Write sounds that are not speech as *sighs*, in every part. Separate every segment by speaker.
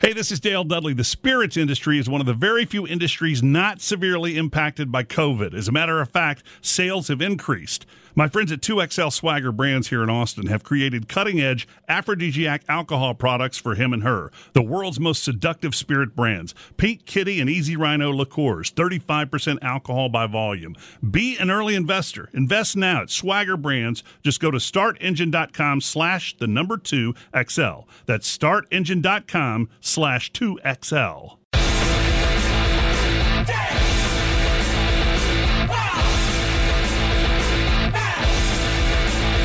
Speaker 1: This is Dale Dudley. The spirits industry is one of the very few industries not severely impacted by COVID. As a matter of fact, sales have increased. My friends at 2XL Swagger Brands here in Austin have created cutting edge aphrodisiac alcohol products for him and her. The world's most seductive spirit brands Pink Kitty and Easy Rhino liqueurs, 35% alcohol by volume. Be an early investor. Invest now at Swagger Brands. Just go to startengine.com slash the number two XL. That's startengine.com slash two XL.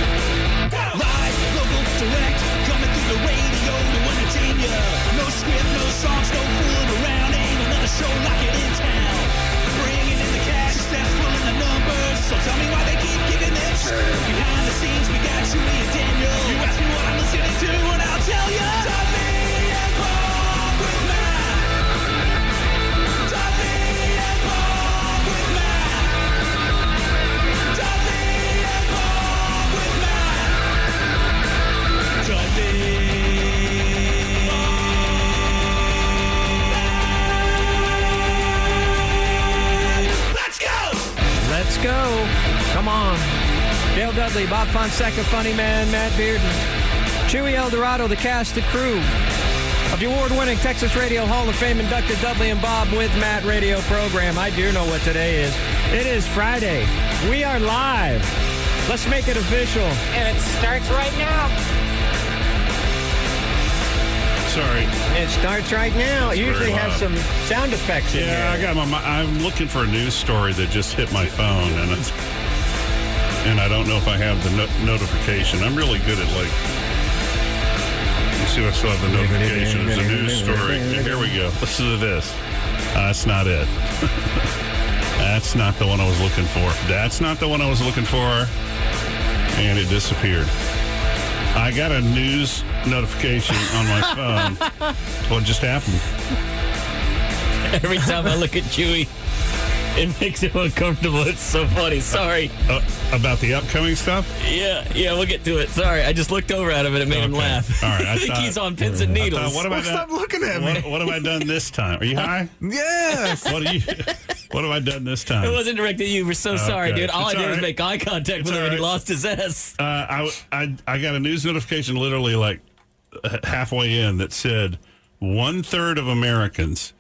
Speaker 2: Live, local, direct, coming through the radio to entertain ya. No script, no songs, no fooling around. Ain't another show like it in town. Bringing in the cash, successful in the numbers. So tell me why they keep giving them shit. Behind the scenes, we got Julie and Daniel. You ask me what I'm listening to, and I'll tell ya. Dudley and Bob with Matt. Dudley and Bob with Matt. Dudley and Bob with Matt. Let's go!
Speaker 3: Let's go. Come on. Dale Dudley, Bob Fonseca, Funny Man, Matt Bearden, Chewy Eldorado, the cast, the crew of the award winning Texas Radio Hall of Fame inducted Dudley and Bob with Matt radio program. I do know what today is. It is Friday. We are live. Let's make it official.
Speaker 4: And it starts right now.
Speaker 1: Sorry.
Speaker 3: It starts right now. It usually
Speaker 1: very
Speaker 3: has some
Speaker 1: loud.
Speaker 3: sound effects in
Speaker 1: Yeah, I
Speaker 3: here.
Speaker 1: got my, my. I'm looking for a news story that just hit my phone, and it's, and I don't know if I have the no- notification. I'm really good at like. You see, I still have the notification. It's a news story. Here we go. Listen to this. Uh, that's not it. *laughs* that's not the one I was looking for. That's not the one I was looking for, and it disappeared. I got a news notification on my phone. what just happened?
Speaker 5: Every time I look at Chewy, it makes him uncomfortable. It's so funny. Sorry.
Speaker 1: Uh, about the upcoming stuff?
Speaker 5: Yeah, yeah, we'll get to it. Sorry, I just looked over at him and it made him
Speaker 1: Okay.
Speaker 5: laugh.
Speaker 1: All right, I
Speaker 5: *laughs* I, think
Speaker 1: thought-
Speaker 5: he's on pins and
Speaker 1: I
Speaker 5: needles.
Speaker 1: thought, what have I
Speaker 6: Well, stop
Speaker 1: done?
Speaker 6: looking at me.
Speaker 1: What, what have I done this time?
Speaker 6: *laughs*
Speaker 1: Are you high?
Speaker 6: Yes.
Speaker 1: What are you? *laughs* What have I done this
Speaker 5: it
Speaker 1: time?
Speaker 5: wasn't directed at you. We're so sorry,
Speaker 1: Okay.
Speaker 5: dude. All
Speaker 1: It's
Speaker 5: I did
Speaker 1: all
Speaker 5: was
Speaker 1: right.
Speaker 5: make eye contact
Speaker 1: It's
Speaker 5: with
Speaker 1: all
Speaker 5: him and he
Speaker 1: right.
Speaker 5: lost his S.
Speaker 1: Uh, I, I I got a news notification literally like uh, halfway in that said one third of Americans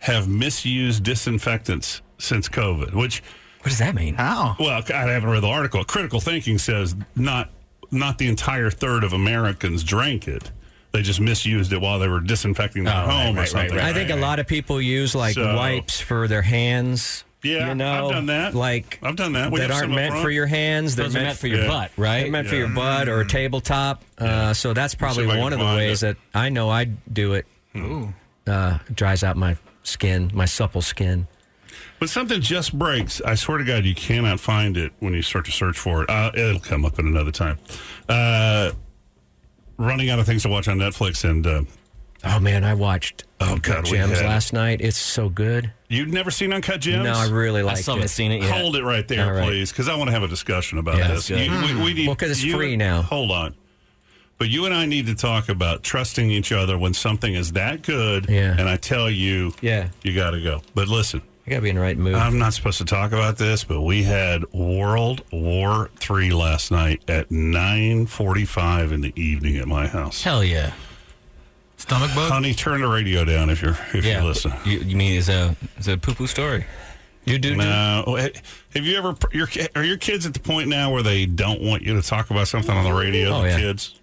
Speaker 1: have misused disinfectants since COVID, which
Speaker 5: What does that mean?
Speaker 6: How?
Speaker 1: Well, I haven't read the article. Critical thinking says not not the entire third of Americans drank it. They just misused it while they were disinfecting their
Speaker 5: Oh, right,
Speaker 1: home
Speaker 5: right,
Speaker 1: or something.
Speaker 5: right,
Speaker 3: I think a lot of people use like
Speaker 1: So-
Speaker 3: wipes for their hands.
Speaker 1: Yeah,
Speaker 3: you know,
Speaker 1: I've done that.
Speaker 3: Like
Speaker 1: I've done that. We
Speaker 3: that
Speaker 1: have some
Speaker 3: aren't
Speaker 1: up
Speaker 3: meant
Speaker 1: front.
Speaker 3: for your hands. They're
Speaker 5: Those are
Speaker 3: meant,
Speaker 5: meant for your
Speaker 1: Yeah.
Speaker 5: butt, right?
Speaker 3: they're meant for
Speaker 1: Yeah. Mm.
Speaker 3: your butt or a tabletop. Uh, so that's probably
Speaker 1: if I can
Speaker 3: one of the
Speaker 1: find
Speaker 3: ways
Speaker 1: it. Hmm.
Speaker 3: that I know I do it. Uh, dries out my skin, my supple skin.
Speaker 1: But something just breaks. I swear to God, you cannot find it when you start to search for it. Uh, it'll come up at another time. Uh, running out of things to watch on Netflix, and uh,
Speaker 3: Oh man, I watched
Speaker 1: Oh, God, we
Speaker 3: Gems
Speaker 1: had-
Speaker 3: last night. It's so good.
Speaker 1: you've never seen Uncut Gems?
Speaker 3: No, I really
Speaker 5: I
Speaker 3: like
Speaker 5: still haven't
Speaker 3: it.
Speaker 5: seen it yet.
Speaker 1: Hold it right there,
Speaker 3: All right.
Speaker 1: please, because I want to have a discussion about
Speaker 5: Yeah,
Speaker 1: this.
Speaker 5: that's good.
Speaker 1: You- we, we need,
Speaker 3: Well, 'cause it's
Speaker 1: you-
Speaker 3: free now.
Speaker 1: Hold on. But you and I need to talk about trusting each other when something is that good.
Speaker 3: Yeah.
Speaker 1: And I tell you,
Speaker 3: Yeah.
Speaker 1: you got to go. But listen,
Speaker 3: I gotta be in the right mood. *laughs*
Speaker 1: I'm not supposed to talk about this, but we had World War III last night at 9:45 in the evening at my house.
Speaker 5: Hell yeah.
Speaker 6: Stomach bug.
Speaker 1: Honey, turn the radio down if you're if
Speaker 5: Yeah.
Speaker 1: you listen.
Speaker 5: You, you mean it's a, it's a poo poo story? You do, do
Speaker 1: No. oh, Hey, Have you ever? Your ki- are your kids at the point now where they don't want you to talk about something on the radio?
Speaker 3: Oh,
Speaker 1: the
Speaker 3: yeah.
Speaker 1: Kids.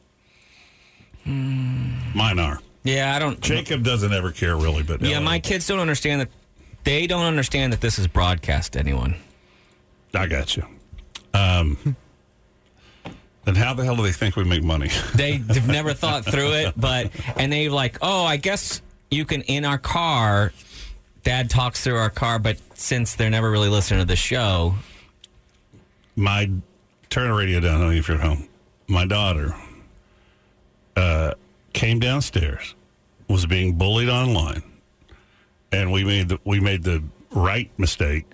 Speaker 5: Hmm.
Speaker 1: Mine are.
Speaker 5: Yeah, I don't.
Speaker 1: Jacob doesn't ever care really, but
Speaker 5: yeah,
Speaker 1: Ellie-
Speaker 5: my kids don't understand that. They don't understand that this is broadcast to anyone.
Speaker 1: I got you. Um. *laughs* Then how the hell do they think we make money? *laughs*
Speaker 5: they, they've never thought through it, but and they like, oh, I guess you can in our car. Dad talks through our car, but since they're never really listening to the show,
Speaker 1: my turn the radio down honey, if you're at home my daughter uh, came downstairs was being bullied online and we made the we made the right mistake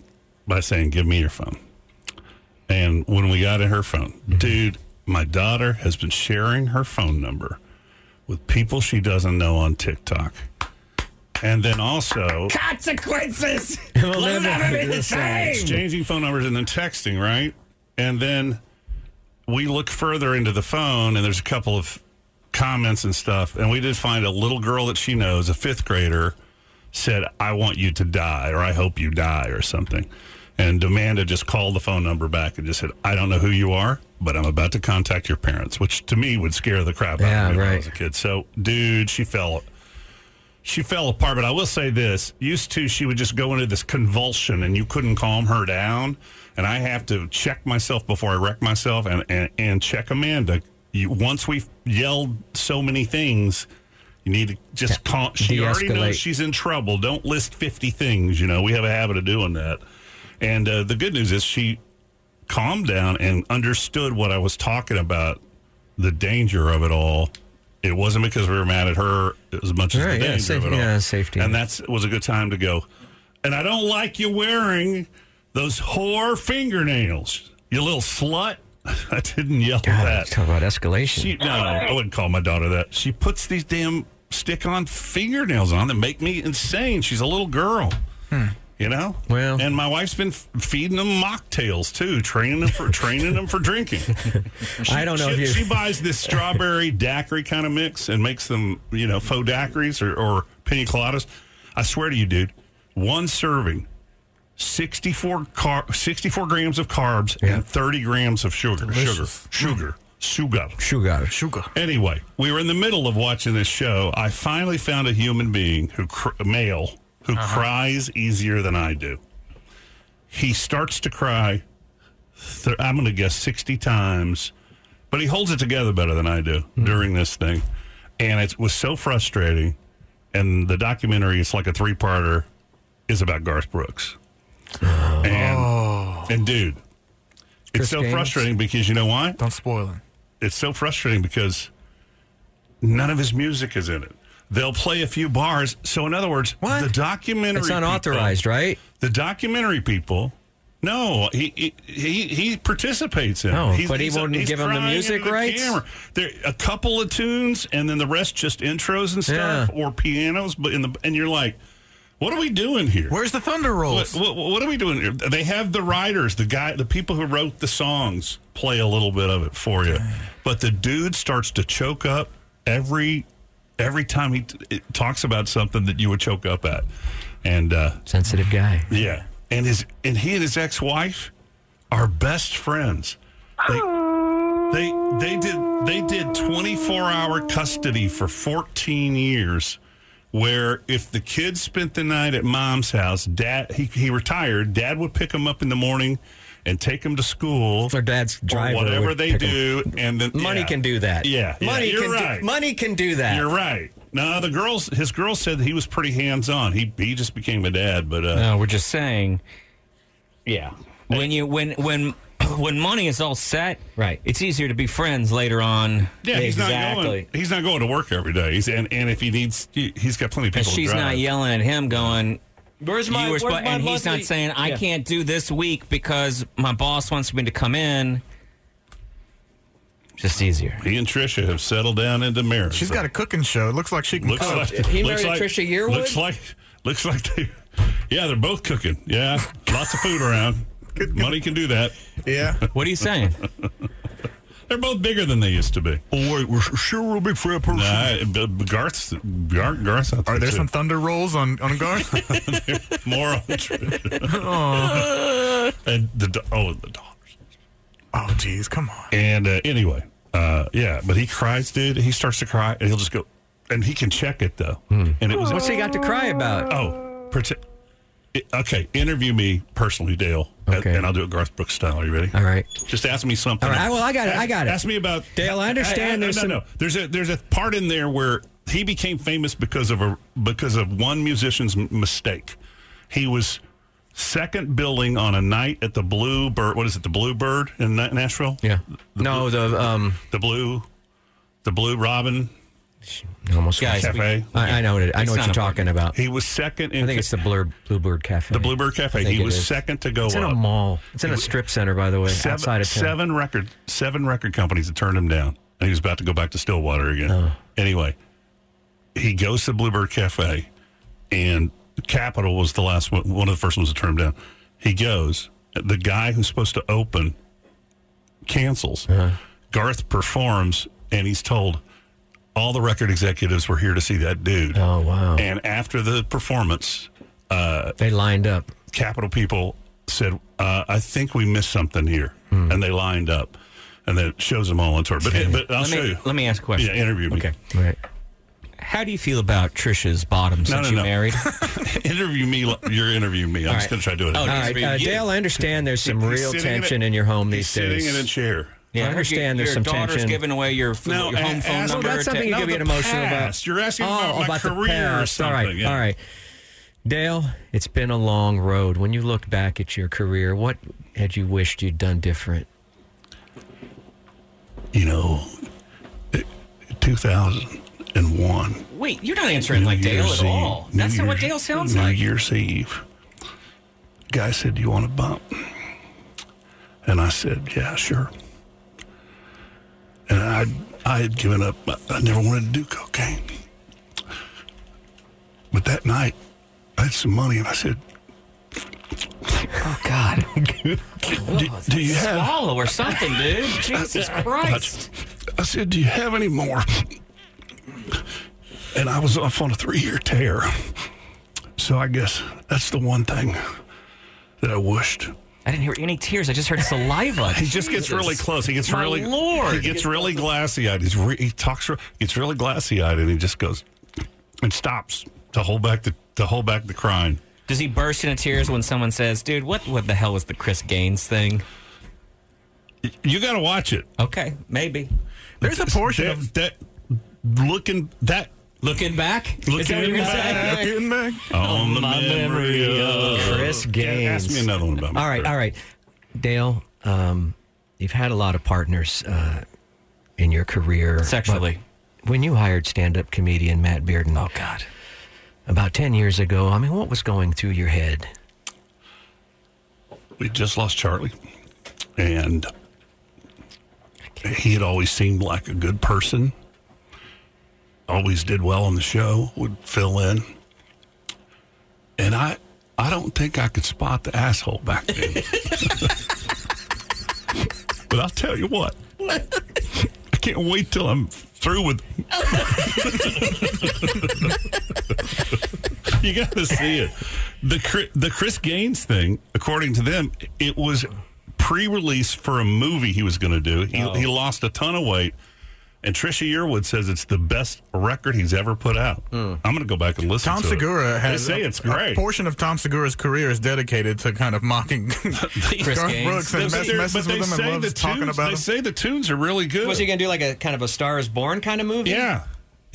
Speaker 1: by saying give me your phone and when we got her phone dude my daughter has been sharing her phone number with people she doesn't know on tiktok And then also
Speaker 5: Consequences will never be the same.
Speaker 1: exchanging phone numbers and then texting, right? And then we look further into the phone, and there's a couple of comments and stuff. And we did find a little girl that she knows, a fifth grader, said, I want you to die, or I hope you die, or something. And Amanda just called the phone number back and just said, I don't know who you are, but I'm about to contact your parents, which to me would scare the crap out
Speaker 3: Yeah,
Speaker 1: of me when I
Speaker 3: right.
Speaker 1: was a kid. So, dude, she fell she fell apart. But I will say this: used to she would just go into this convulsion, and you couldn't calm her down. And I have to check myself before I wreck myself, and and, and check Amanda. You, once we've yelled so many things, you need to just calm. She already knows
Speaker 3: de-escalate.
Speaker 1: she's in trouble. Don't list fifty things. You know we have a habit of doing that. And uh, the good news is she calmed down and understood what I was talking about, the danger of it all. It wasn't because we were mad at her as much as
Speaker 3: Right,
Speaker 1: the
Speaker 3: yeah,
Speaker 1: danger
Speaker 3: safe-
Speaker 1: of it all.
Speaker 3: yeah, safety.
Speaker 1: And that was a good time to go. And I don't like you wearing those whore fingernails, you little slut. *laughs* I didn't yell
Speaker 3: God,
Speaker 1: that.
Speaker 3: talk about escalation.
Speaker 1: She, no, I wouldn't call my daughter that. She puts these damn stick on fingernails on that make me insane. She's a little girl. You know,
Speaker 3: Hmm. Well-
Speaker 1: and my wife's been f- feeding them mocktails too, training them
Speaker 3: *laughs*
Speaker 1: for training them for drinking. She-
Speaker 3: I don't know
Speaker 1: She,
Speaker 3: if you-
Speaker 1: she buys this strawberry daiquiri kind of mix and makes them, you know, faux daiquiris or, or pina coladas. I swear to you, dude, one serving, sixty four car sixty four grams of carbs
Speaker 3: Yeah.
Speaker 1: and thirty grams of sugar,
Speaker 7: Delicious.
Speaker 1: sugar, sugar, sugar.
Speaker 3: Sugar.
Speaker 7: Sugar.
Speaker 1: Anyway, we were in the middle of watching this show. I finally found a human being who cr- male who cries easier than I do. He starts to cry. Th- I'm going to guess 60 times, but he holds it together better than I do
Speaker 3: Hmm.
Speaker 1: during this thing, and it was so frustrating. And the documentary, it's like a three parter, is about Garth Brooks.
Speaker 3: Oh.
Speaker 1: And, and dude, it's
Speaker 3: Chris
Speaker 1: so
Speaker 3: Gaines.
Speaker 1: frustrating because you know why?
Speaker 7: Don't spoil it.
Speaker 1: it's so frustrating because none of his music is in it. They'll play a few bars. So in other words,
Speaker 3: What?
Speaker 1: the documentary
Speaker 3: It's unauthorized,
Speaker 1: people-
Speaker 3: right?
Speaker 1: The documentary people no, he he he, he participates in.
Speaker 3: Oh,
Speaker 1: it.
Speaker 3: but he wouldn't give 'em the
Speaker 1: crying
Speaker 3: music
Speaker 1: into the
Speaker 3: rights?
Speaker 1: camera. There a couple of tunes and then the rest just intros and stuff or pianos. But in the and you're like, what are we doing here?
Speaker 7: Where's the thunder
Speaker 1: What,
Speaker 7: rolls?
Speaker 1: what, what are we doing here? They have the writers, the guy, the people who wrote the songs, play a little bit of it for you, but the dude starts to choke up every every time he t- it talks about something that you would choke up at, and uh,
Speaker 3: Sensitive guy.
Speaker 1: yeah, and his and he and his ex wife are best friends. They, they they did they did 24 hour custody for 14 years where if the kids spent the night at mom's house dad he, he retired dad would pick him up in the morning and take him to school
Speaker 3: Or dad's driver
Speaker 1: or whatever
Speaker 3: would
Speaker 1: they
Speaker 3: pick him.
Speaker 1: do and then
Speaker 5: Money
Speaker 1: yeah.
Speaker 5: can do that.
Speaker 1: yeah, yeah,
Speaker 5: money
Speaker 1: you're
Speaker 5: can
Speaker 1: right.
Speaker 5: do, money can do that.
Speaker 1: you're right no the girls his girl said he was pretty hands on he he just became a dad but uh
Speaker 5: No, we're just saying. Yeah. When you when when *clears throat* when money is all set,
Speaker 3: Right.
Speaker 5: It's easier to be friends later on.
Speaker 1: Yeah, he's not going. He's not going to work every day. He's and, and if he needs, he, he's got plenty of
Speaker 5: And
Speaker 1: people. to
Speaker 5: she's
Speaker 1: drive.
Speaker 5: not yelling at him, going.
Speaker 3: Where's
Speaker 5: you were spo- and he's not saying I can't do this week because my boss wants me to come in. Just easier.
Speaker 1: He and Trisha have settled down into marriage.
Speaker 7: She's got a Oh, cooking show. It looks like she can
Speaker 1: Looks
Speaker 7: cook.
Speaker 1: like
Speaker 3: he
Speaker 1: looks
Speaker 3: married
Speaker 1: like,
Speaker 3: Trisha Yearwood?
Speaker 1: Looks like looks like they. Yeah, they're both cooking. Yeah, lots of food around. Money can do that. *laughs*
Speaker 7: Yeah.
Speaker 5: What are you saying?
Speaker 1: They're both bigger than they used to be.
Speaker 7: oh, wait, we're sure real big for that person.
Speaker 1: Nah, b- b- Garth's Garth, Garth's out there
Speaker 7: Are there
Speaker 1: too.
Speaker 7: some thunder rolls on, on guard?
Speaker 1: more on Trisha. *laughs* and the do- oh the daughters.
Speaker 7: *laughs* oh, jeez, come on.
Speaker 1: And uh, anyway, uh, yeah, but he cries, dude. He starts to cry, and he'll just go, and he can check it though.
Speaker 3: Hmm.
Speaker 1: And it was
Speaker 3: What's he got to cry about?
Speaker 1: oh, prote- it- okay. Interview me personally, Dale, and-
Speaker 3: Okay.
Speaker 1: and I'll do it Garth Brooks style. Are you ready?
Speaker 3: All right.
Speaker 1: Just ask me something.
Speaker 3: All right. Well, I got it. I got it.
Speaker 1: Ask me about
Speaker 3: Dale, I understand there's
Speaker 1: no,
Speaker 3: some-
Speaker 1: no. There's a there's a part in there where he became famous because of a because of one musician's m- mistake. He was second billing on a night at the Bluebird. What is it? The Bluebird in Na- Nashville.
Speaker 3: Yeah.
Speaker 1: The
Speaker 3: no, the um.
Speaker 1: The Blue, the Blue Robin
Speaker 3: Almost.
Speaker 5: Guys,
Speaker 3: forgot.
Speaker 1: Cafe.
Speaker 3: I, I know what it, I
Speaker 5: It's
Speaker 3: know what
Speaker 5: not
Speaker 3: you're talking about.
Speaker 5: important.
Speaker 1: He was second in
Speaker 3: I think it's the Blur, Bluebird Cafe.
Speaker 1: the Bluebird Cafe.
Speaker 3: I think
Speaker 1: He
Speaker 3: it
Speaker 1: was
Speaker 3: is.
Speaker 1: second to go
Speaker 3: It's in
Speaker 1: up.
Speaker 3: a mall. It's in a strip center, by the way,
Speaker 1: seven,
Speaker 3: outside of town.
Speaker 1: seven record seven record companies that turned him down. And he was
Speaker 3: Oh.
Speaker 1: about to go back to Stillwater again. Anyway, he goes to Bluebird Cafe. and Capital was the last one, one of the first ones to turn him down. He goes, the guy who's supposed to open cancels.
Speaker 3: Uh-huh.
Speaker 1: Garth performs, and he's told all the record executives were here to see that dude.
Speaker 3: Oh, wow.
Speaker 1: And after the performance,
Speaker 3: They lined up.
Speaker 1: Capital people said, uh, "I think we missed something here,"
Speaker 5: Hmm.
Speaker 1: and they lined up, and that shows them all in tour. But, but I'll
Speaker 5: let
Speaker 1: show
Speaker 5: me
Speaker 1: you.
Speaker 5: let me ask a question.
Speaker 1: Yeah, interview me.
Speaker 5: Okay.
Speaker 3: Right.
Speaker 5: How do you feel about Trisha's bottom since
Speaker 1: no,
Speaker 5: you
Speaker 1: no. *laughs*
Speaker 5: married?
Speaker 1: *laughs* interview me. li- You're interviewing me. I'm
Speaker 5: All
Speaker 1: just
Speaker 5: right.
Speaker 1: going to try to do it.
Speaker 5: Oh,
Speaker 3: All
Speaker 5: He's
Speaker 3: right,
Speaker 5: being
Speaker 3: uh,
Speaker 5: you.
Speaker 3: Dale, I understand there's some
Speaker 1: He's
Speaker 3: real
Speaker 1: sitting in a-
Speaker 3: tension in, your home
Speaker 1: he's
Speaker 3: these days.
Speaker 1: Sitting in a chair.
Speaker 5: Yeah,
Speaker 3: I understand
Speaker 5: your,
Speaker 3: there's
Speaker 5: your
Speaker 3: some
Speaker 5: daughter's
Speaker 3: tension.
Speaker 5: giving away your,
Speaker 1: No,
Speaker 5: your home
Speaker 1: a-
Speaker 5: phone
Speaker 1: ask-
Speaker 5: number.
Speaker 1: Well,
Speaker 3: Oh, that's something you
Speaker 5: text-
Speaker 3: could
Speaker 1: No,
Speaker 3: get
Speaker 1: the
Speaker 3: emotional about.
Speaker 1: past. You're asking
Speaker 3: oh,
Speaker 1: about my
Speaker 3: the
Speaker 1: career or
Speaker 3: past. All right,
Speaker 1: something, yeah.
Speaker 3: all right. Dale, it's been a long road. When you look back at your career, what had you wished you'd done different?
Speaker 1: You know, it- 2001.
Speaker 5: Wait, you're not answering
Speaker 1: New
Speaker 5: like Dale
Speaker 1: Year's
Speaker 5: at all.
Speaker 1: Eve.
Speaker 5: That's
Speaker 1: New
Speaker 5: not what
Speaker 1: Year's-
Speaker 5: Dale sounds
Speaker 1: New
Speaker 5: like.
Speaker 1: Year's Eve. Guy said, "Do you want a bump?" And I said, "Yeah, sure." And I I had given up. I never wanted to do cocaine. But that night, I had some money, and I said,
Speaker 5: Oh God!
Speaker 1: "Do, do you have?"
Speaker 5: Follow or something,
Speaker 1: *laughs*
Speaker 5: dude. Jesus Christ!
Speaker 1: I said, "Do you have any more?" And I was off on a three-year tear, so I guess that's the one thing that I wished
Speaker 5: I didn't hear any tears. I just heard
Speaker 1: *laughs*
Speaker 5: saliva.
Speaker 1: He just gets really close. He gets
Speaker 5: My
Speaker 1: really
Speaker 5: Lord.
Speaker 1: He gets really glassy eyed. He's re- he talks. re- Gets really glassy eyed, and he just goes and stops to hold back the to hold back the crying.
Speaker 5: Does he burst into tears when someone says, "Dude, what what the hell was the Chris Gaines thing?"
Speaker 1: You got to watch it.
Speaker 5: Okay, maybe.
Speaker 7: There's a portion
Speaker 1: That,
Speaker 7: of
Speaker 1: that looking that
Speaker 5: Looking back, is that what
Speaker 1: looking
Speaker 5: you're gonna say?
Speaker 1: back
Speaker 7: getting back.
Speaker 1: on the
Speaker 5: My
Speaker 1: memory,
Speaker 5: memory
Speaker 1: of
Speaker 3: Chris
Speaker 1: Yeah, Ask me
Speaker 3: Gaines.
Speaker 1: another one about. my
Speaker 3: All right,
Speaker 1: career.
Speaker 3: all right. Dale, um, you've had a lot of partners uh, in your career. but
Speaker 5: Sexually.
Speaker 3: When you hired stand up comedian Matt Bearden. Oh, God. About 10 years ago, I mean, what was going through your head?
Speaker 1: we just lost Charlie, and he had always seemed like a good person. Always did well on the show. Would fill in, and I, I don't think I could spot the asshole back then. but I'll tell you what, I can't wait till I'm through with. *laughs* you got to see it. The Chri- the Chris Gaines thing, according to them, it was pre-release for a movie he was going to do. He,
Speaker 3: Oh.
Speaker 1: he lost a ton of weight, and Trisha Yearwood says it's the best record he's ever put out.
Speaker 3: Hmm.
Speaker 1: I'm going to go back and listen.
Speaker 7: Tom
Speaker 1: to
Speaker 7: Segura
Speaker 1: it.
Speaker 7: has
Speaker 1: They say
Speaker 7: a,
Speaker 1: it's
Speaker 7: a
Speaker 1: great.
Speaker 7: portion of Tom Segura's career is dedicated to kind
Speaker 1: *laughs*
Speaker 7: of mocking *laughs* Chris Garth
Speaker 5: Gaines.
Speaker 7: Brooks
Speaker 1: They
Speaker 7: and mess,
Speaker 1: say-
Speaker 7: messes
Speaker 1: but they
Speaker 7: with him
Speaker 1: say
Speaker 7: and
Speaker 1: the
Speaker 7: loves talking
Speaker 1: tunes-
Speaker 7: about
Speaker 1: They
Speaker 7: him.
Speaker 1: say the tunes are really good.
Speaker 3: Was he going to do like a kind of a Star is Born kind of movie?
Speaker 1: Yeah.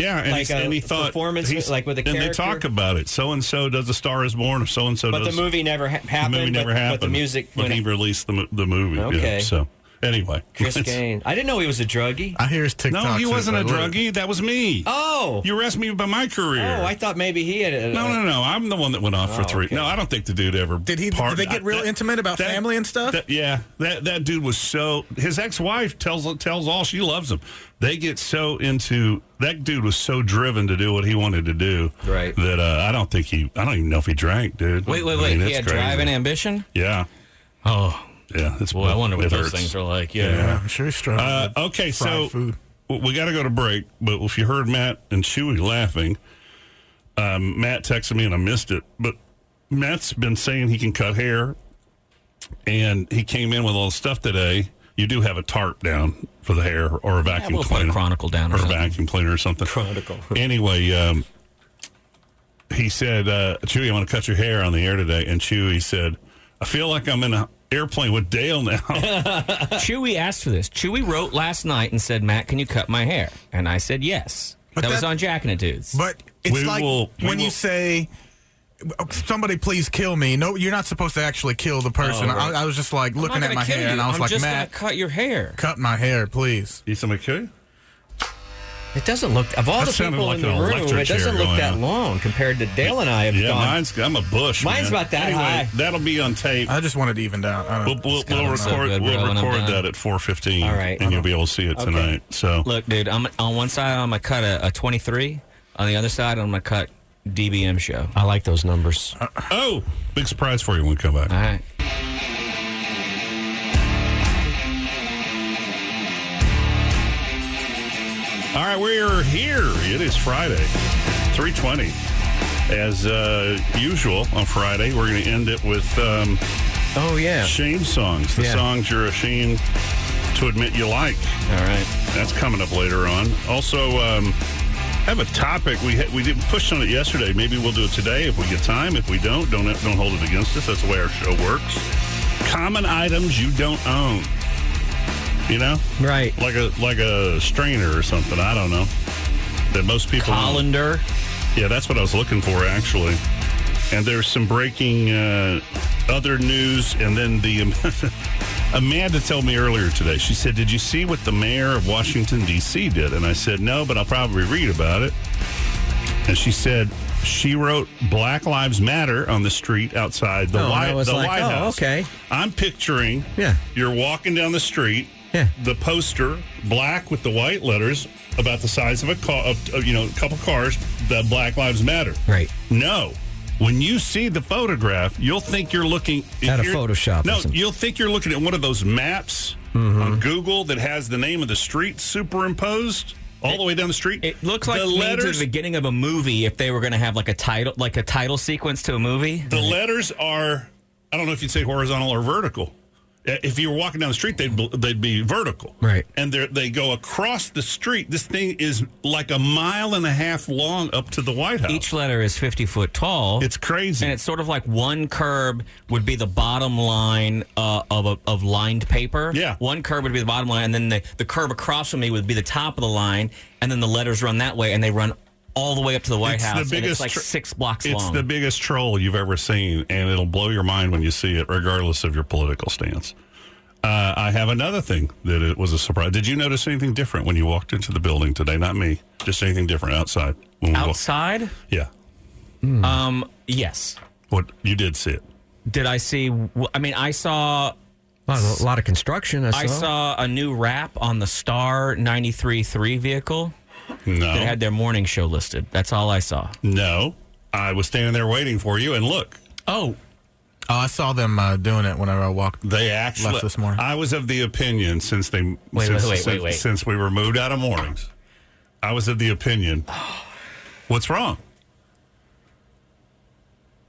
Speaker 1: Yeah, and,
Speaker 3: Like
Speaker 1: he,
Speaker 3: a
Speaker 1: and he thought
Speaker 3: performance,
Speaker 1: he's-
Speaker 3: like with a
Speaker 1: and they talk
Speaker 3: character?
Speaker 1: about it. So and so does a Star Is Born, or so and so
Speaker 3: But
Speaker 1: does.
Speaker 3: the movie never ha-
Speaker 1: the
Speaker 3: happened.
Speaker 1: movie never
Speaker 3: but,
Speaker 1: happened.
Speaker 3: But the music
Speaker 1: When
Speaker 3: went.
Speaker 1: he released the mo- the movie. Okay.
Speaker 3: Okay.
Speaker 1: so anyway, *laughs*
Speaker 3: Chris
Speaker 1: It's-
Speaker 3: Gaines. I didn't know he was a druggie.
Speaker 7: I hear his TikTok.
Speaker 1: No, he wasn't a druggie. That was me.
Speaker 3: Oh.
Speaker 1: You were asking me about my career.
Speaker 3: Oh, I thought maybe he had. A,
Speaker 1: no, no, no. I'm the one that went off for three. No, I don't think the dude ever
Speaker 7: Did he?
Speaker 1: part-
Speaker 7: did they get real
Speaker 1: that-
Speaker 7: intimate about
Speaker 1: that-
Speaker 7: family and stuff?
Speaker 1: that- yeah, that that dude was so. His ex wife tells tells all she loves him. They get so into that dude was so driven to do what he wanted to do.
Speaker 3: Right.
Speaker 1: That uh, I don't think he. I don't even know if he drank, dude.
Speaker 5: Wait,
Speaker 1: I
Speaker 5: wait,
Speaker 1: mean,
Speaker 5: wait.
Speaker 1: it's
Speaker 5: yeah,
Speaker 1: crazy.
Speaker 5: drive and ambition.
Speaker 1: Yeah,
Speaker 5: Oh,
Speaker 1: yeah. It's
Speaker 5: boy, I wonder
Speaker 1: it
Speaker 5: what those
Speaker 1: hurts.
Speaker 5: things are like.
Speaker 7: yeah, I'm sure he's struggling.
Speaker 1: Uh,
Speaker 7: with
Speaker 1: okay,
Speaker 7: fried
Speaker 1: so
Speaker 7: food.
Speaker 1: w- we got to go to break. But if you heard Matt and Chewy laughing, um, Matt texted me and I missed it. But Matt's been saying he can cut hair, and he came in with all the stuff today. You do have a tarp down for the hair, or a vacuum
Speaker 5: we'll put a
Speaker 1: cleaner,
Speaker 5: chronicle down or
Speaker 1: a
Speaker 5: something.
Speaker 1: vacuum cleaner or something. Chronicle. anyway, um, he said, uh, Chewy, I'm going to cut your hair on the air today. And Chewy said, I feel like I'm in an airplane with Dale now. *laughs*
Speaker 5: Chewy asked for this. Chewy wrote last night and said, "Matt, can you cut my hair?" And I said, "Yes."
Speaker 7: But
Speaker 5: that, was
Speaker 7: that-
Speaker 5: on Jack and the Dudes.
Speaker 7: But it's
Speaker 1: We
Speaker 7: like
Speaker 1: will- we
Speaker 7: when you
Speaker 1: will-
Speaker 7: say somebody please kill me. No, you're not supposed to actually kill the
Speaker 1: Oh,
Speaker 7: person. I, I was just like
Speaker 5: I'm
Speaker 7: looking
Speaker 5: not
Speaker 7: at
Speaker 5: gonna
Speaker 7: my
Speaker 5: kill
Speaker 7: hair
Speaker 5: you.
Speaker 7: and I was
Speaker 5: I'm
Speaker 7: like,
Speaker 5: just
Speaker 7: Matt,
Speaker 5: gonna cut your hair.
Speaker 7: cut my hair, please.
Speaker 1: you somebody kill you?
Speaker 3: It doesn't look. Of all
Speaker 1: That
Speaker 3: the
Speaker 1: sounded
Speaker 3: people
Speaker 1: like
Speaker 3: in
Speaker 1: an
Speaker 3: the room,
Speaker 1: electric
Speaker 3: it doesn't
Speaker 1: chair
Speaker 3: look
Speaker 1: going
Speaker 3: that
Speaker 1: on.
Speaker 3: long compared to Dale and I have
Speaker 1: Yeah,
Speaker 3: gone.
Speaker 1: mine's I'm a bush.
Speaker 3: Mine's
Speaker 1: man.
Speaker 3: about that
Speaker 1: anyway,
Speaker 3: high.
Speaker 1: That'll be on tape.
Speaker 7: I just wanted to even down. I don't
Speaker 1: We'll,
Speaker 7: know.
Speaker 1: we'll,
Speaker 7: It's
Speaker 1: we'll
Speaker 7: kinda
Speaker 5: I'm so
Speaker 1: record
Speaker 5: good, bro,
Speaker 1: we'll
Speaker 5: when I'm
Speaker 1: record
Speaker 5: done.
Speaker 1: that at 4:15.
Speaker 3: All right.
Speaker 1: and you'll be able to see it tonight. So
Speaker 5: Look, dude, I'm on one side I'm gonna cut a, a 23. On the other side I'm gonna cut DBM show.
Speaker 3: I like those numbers.
Speaker 1: Oh, big surprise for you when we come back.
Speaker 5: All right.
Speaker 1: All right, we're here. It is Friday, 320. As uh, usual on Friday, we're going to end it with um,
Speaker 5: Oh yeah.
Speaker 1: shame songs, the
Speaker 5: Yeah.
Speaker 1: songs you're ashamed to admit you like.
Speaker 5: All right.
Speaker 1: That's coming up later on. Also, um, I have a topic we ha- we didn't push on it yesterday. Maybe we'll do it today if we get time. If we don't, don't don't hold it against us. That's the way our show works. Common items you don't own. You know,
Speaker 8: Right.
Speaker 1: like a like a strainer or something. I don't know that most people. own.
Speaker 5: Hollander.
Speaker 1: Yeah, that's what I was looking for, actually. And there's some breaking uh, other news, and then the um, *laughs* Amanda told me earlier today. She said, "Did you see what the mayor of Washington D.C. did?" And I said, "No, but I'll probably read about it." And she said she wrote "Black Lives Matter" on the street outside the,
Speaker 8: Oh, and I
Speaker 1: White,
Speaker 8: was
Speaker 1: the
Speaker 8: like,
Speaker 1: White
Speaker 8: oh,
Speaker 1: House.
Speaker 8: okay.
Speaker 1: I'm picturing.
Speaker 8: Yeah.
Speaker 1: You're walking down the street.
Speaker 8: Yeah.
Speaker 1: The poster, black with the white letters, about the size of a car, of, of, you know, a couple cars. The Black Lives Matter.
Speaker 8: Right.
Speaker 1: No. When you see the photograph, you'll think you're looking
Speaker 8: At a
Speaker 1: you're-
Speaker 8: Photoshop or
Speaker 1: No,
Speaker 8: something. Mm-hmm.
Speaker 1: you'll think you're looking at one of those maps on Google that has the name of the street superimposed all the way down the street.
Speaker 5: It looks like
Speaker 1: the
Speaker 5: me to
Speaker 1: letters.
Speaker 5: the beginning of a movie if they were going to have like a title, like a title sequence to a movie.
Speaker 1: The letters are. I don't know if you'd say horizontal or vertical. I- If you were walking down the street, they'd bl- they'd be vertical,
Speaker 8: Right.
Speaker 1: And they they go across the street. This thing is like a mile and a half long up to the White House.
Speaker 5: Each letter is 50 foot tall.
Speaker 1: it's crazy.
Speaker 5: and it's sort of like one curb would be the bottom line uh, of a, of lined paper.
Speaker 1: Yeah.
Speaker 5: one curb would be the bottom line, and then the, the curb across from me would be the top of the line, and then the letters run that way, and they run all the way up to the White
Speaker 1: It's the
Speaker 5: House. and
Speaker 1: biggest
Speaker 5: it's like
Speaker 1: tr-
Speaker 5: six blocks
Speaker 1: It's
Speaker 5: long.
Speaker 1: the biggest troll you've ever seen, and it'll blow your mind when you see it, regardless of your political stance. Uh, I have another thing that it was a surprise. Did you notice anything different when you walked into the building today? Not me, just anything different outside. When we walked-
Speaker 5: Outside,
Speaker 1: yeah.
Speaker 5: um, yes.
Speaker 1: What you did see it?
Speaker 5: Did I see? w- I mean, I saw
Speaker 8: A lot of, a lot of construction. I saw.
Speaker 5: I saw a new wrap on the Star 93.3 vehicle.
Speaker 1: No,
Speaker 5: They had their morning show listed. That's all I saw.
Speaker 1: no. I was standing there waiting for you, and look,
Speaker 5: Oh,
Speaker 7: Oh, I saw them uh, doing it whenever I walked.
Speaker 1: They actually.
Speaker 7: Left this morning.
Speaker 1: I was of the opinion since they since,
Speaker 5: wait, wait,
Speaker 1: since,
Speaker 5: wait.
Speaker 1: since we were moved out of mornings. I was of the
Speaker 5: *sighs*
Speaker 1: opinion. What's wrong?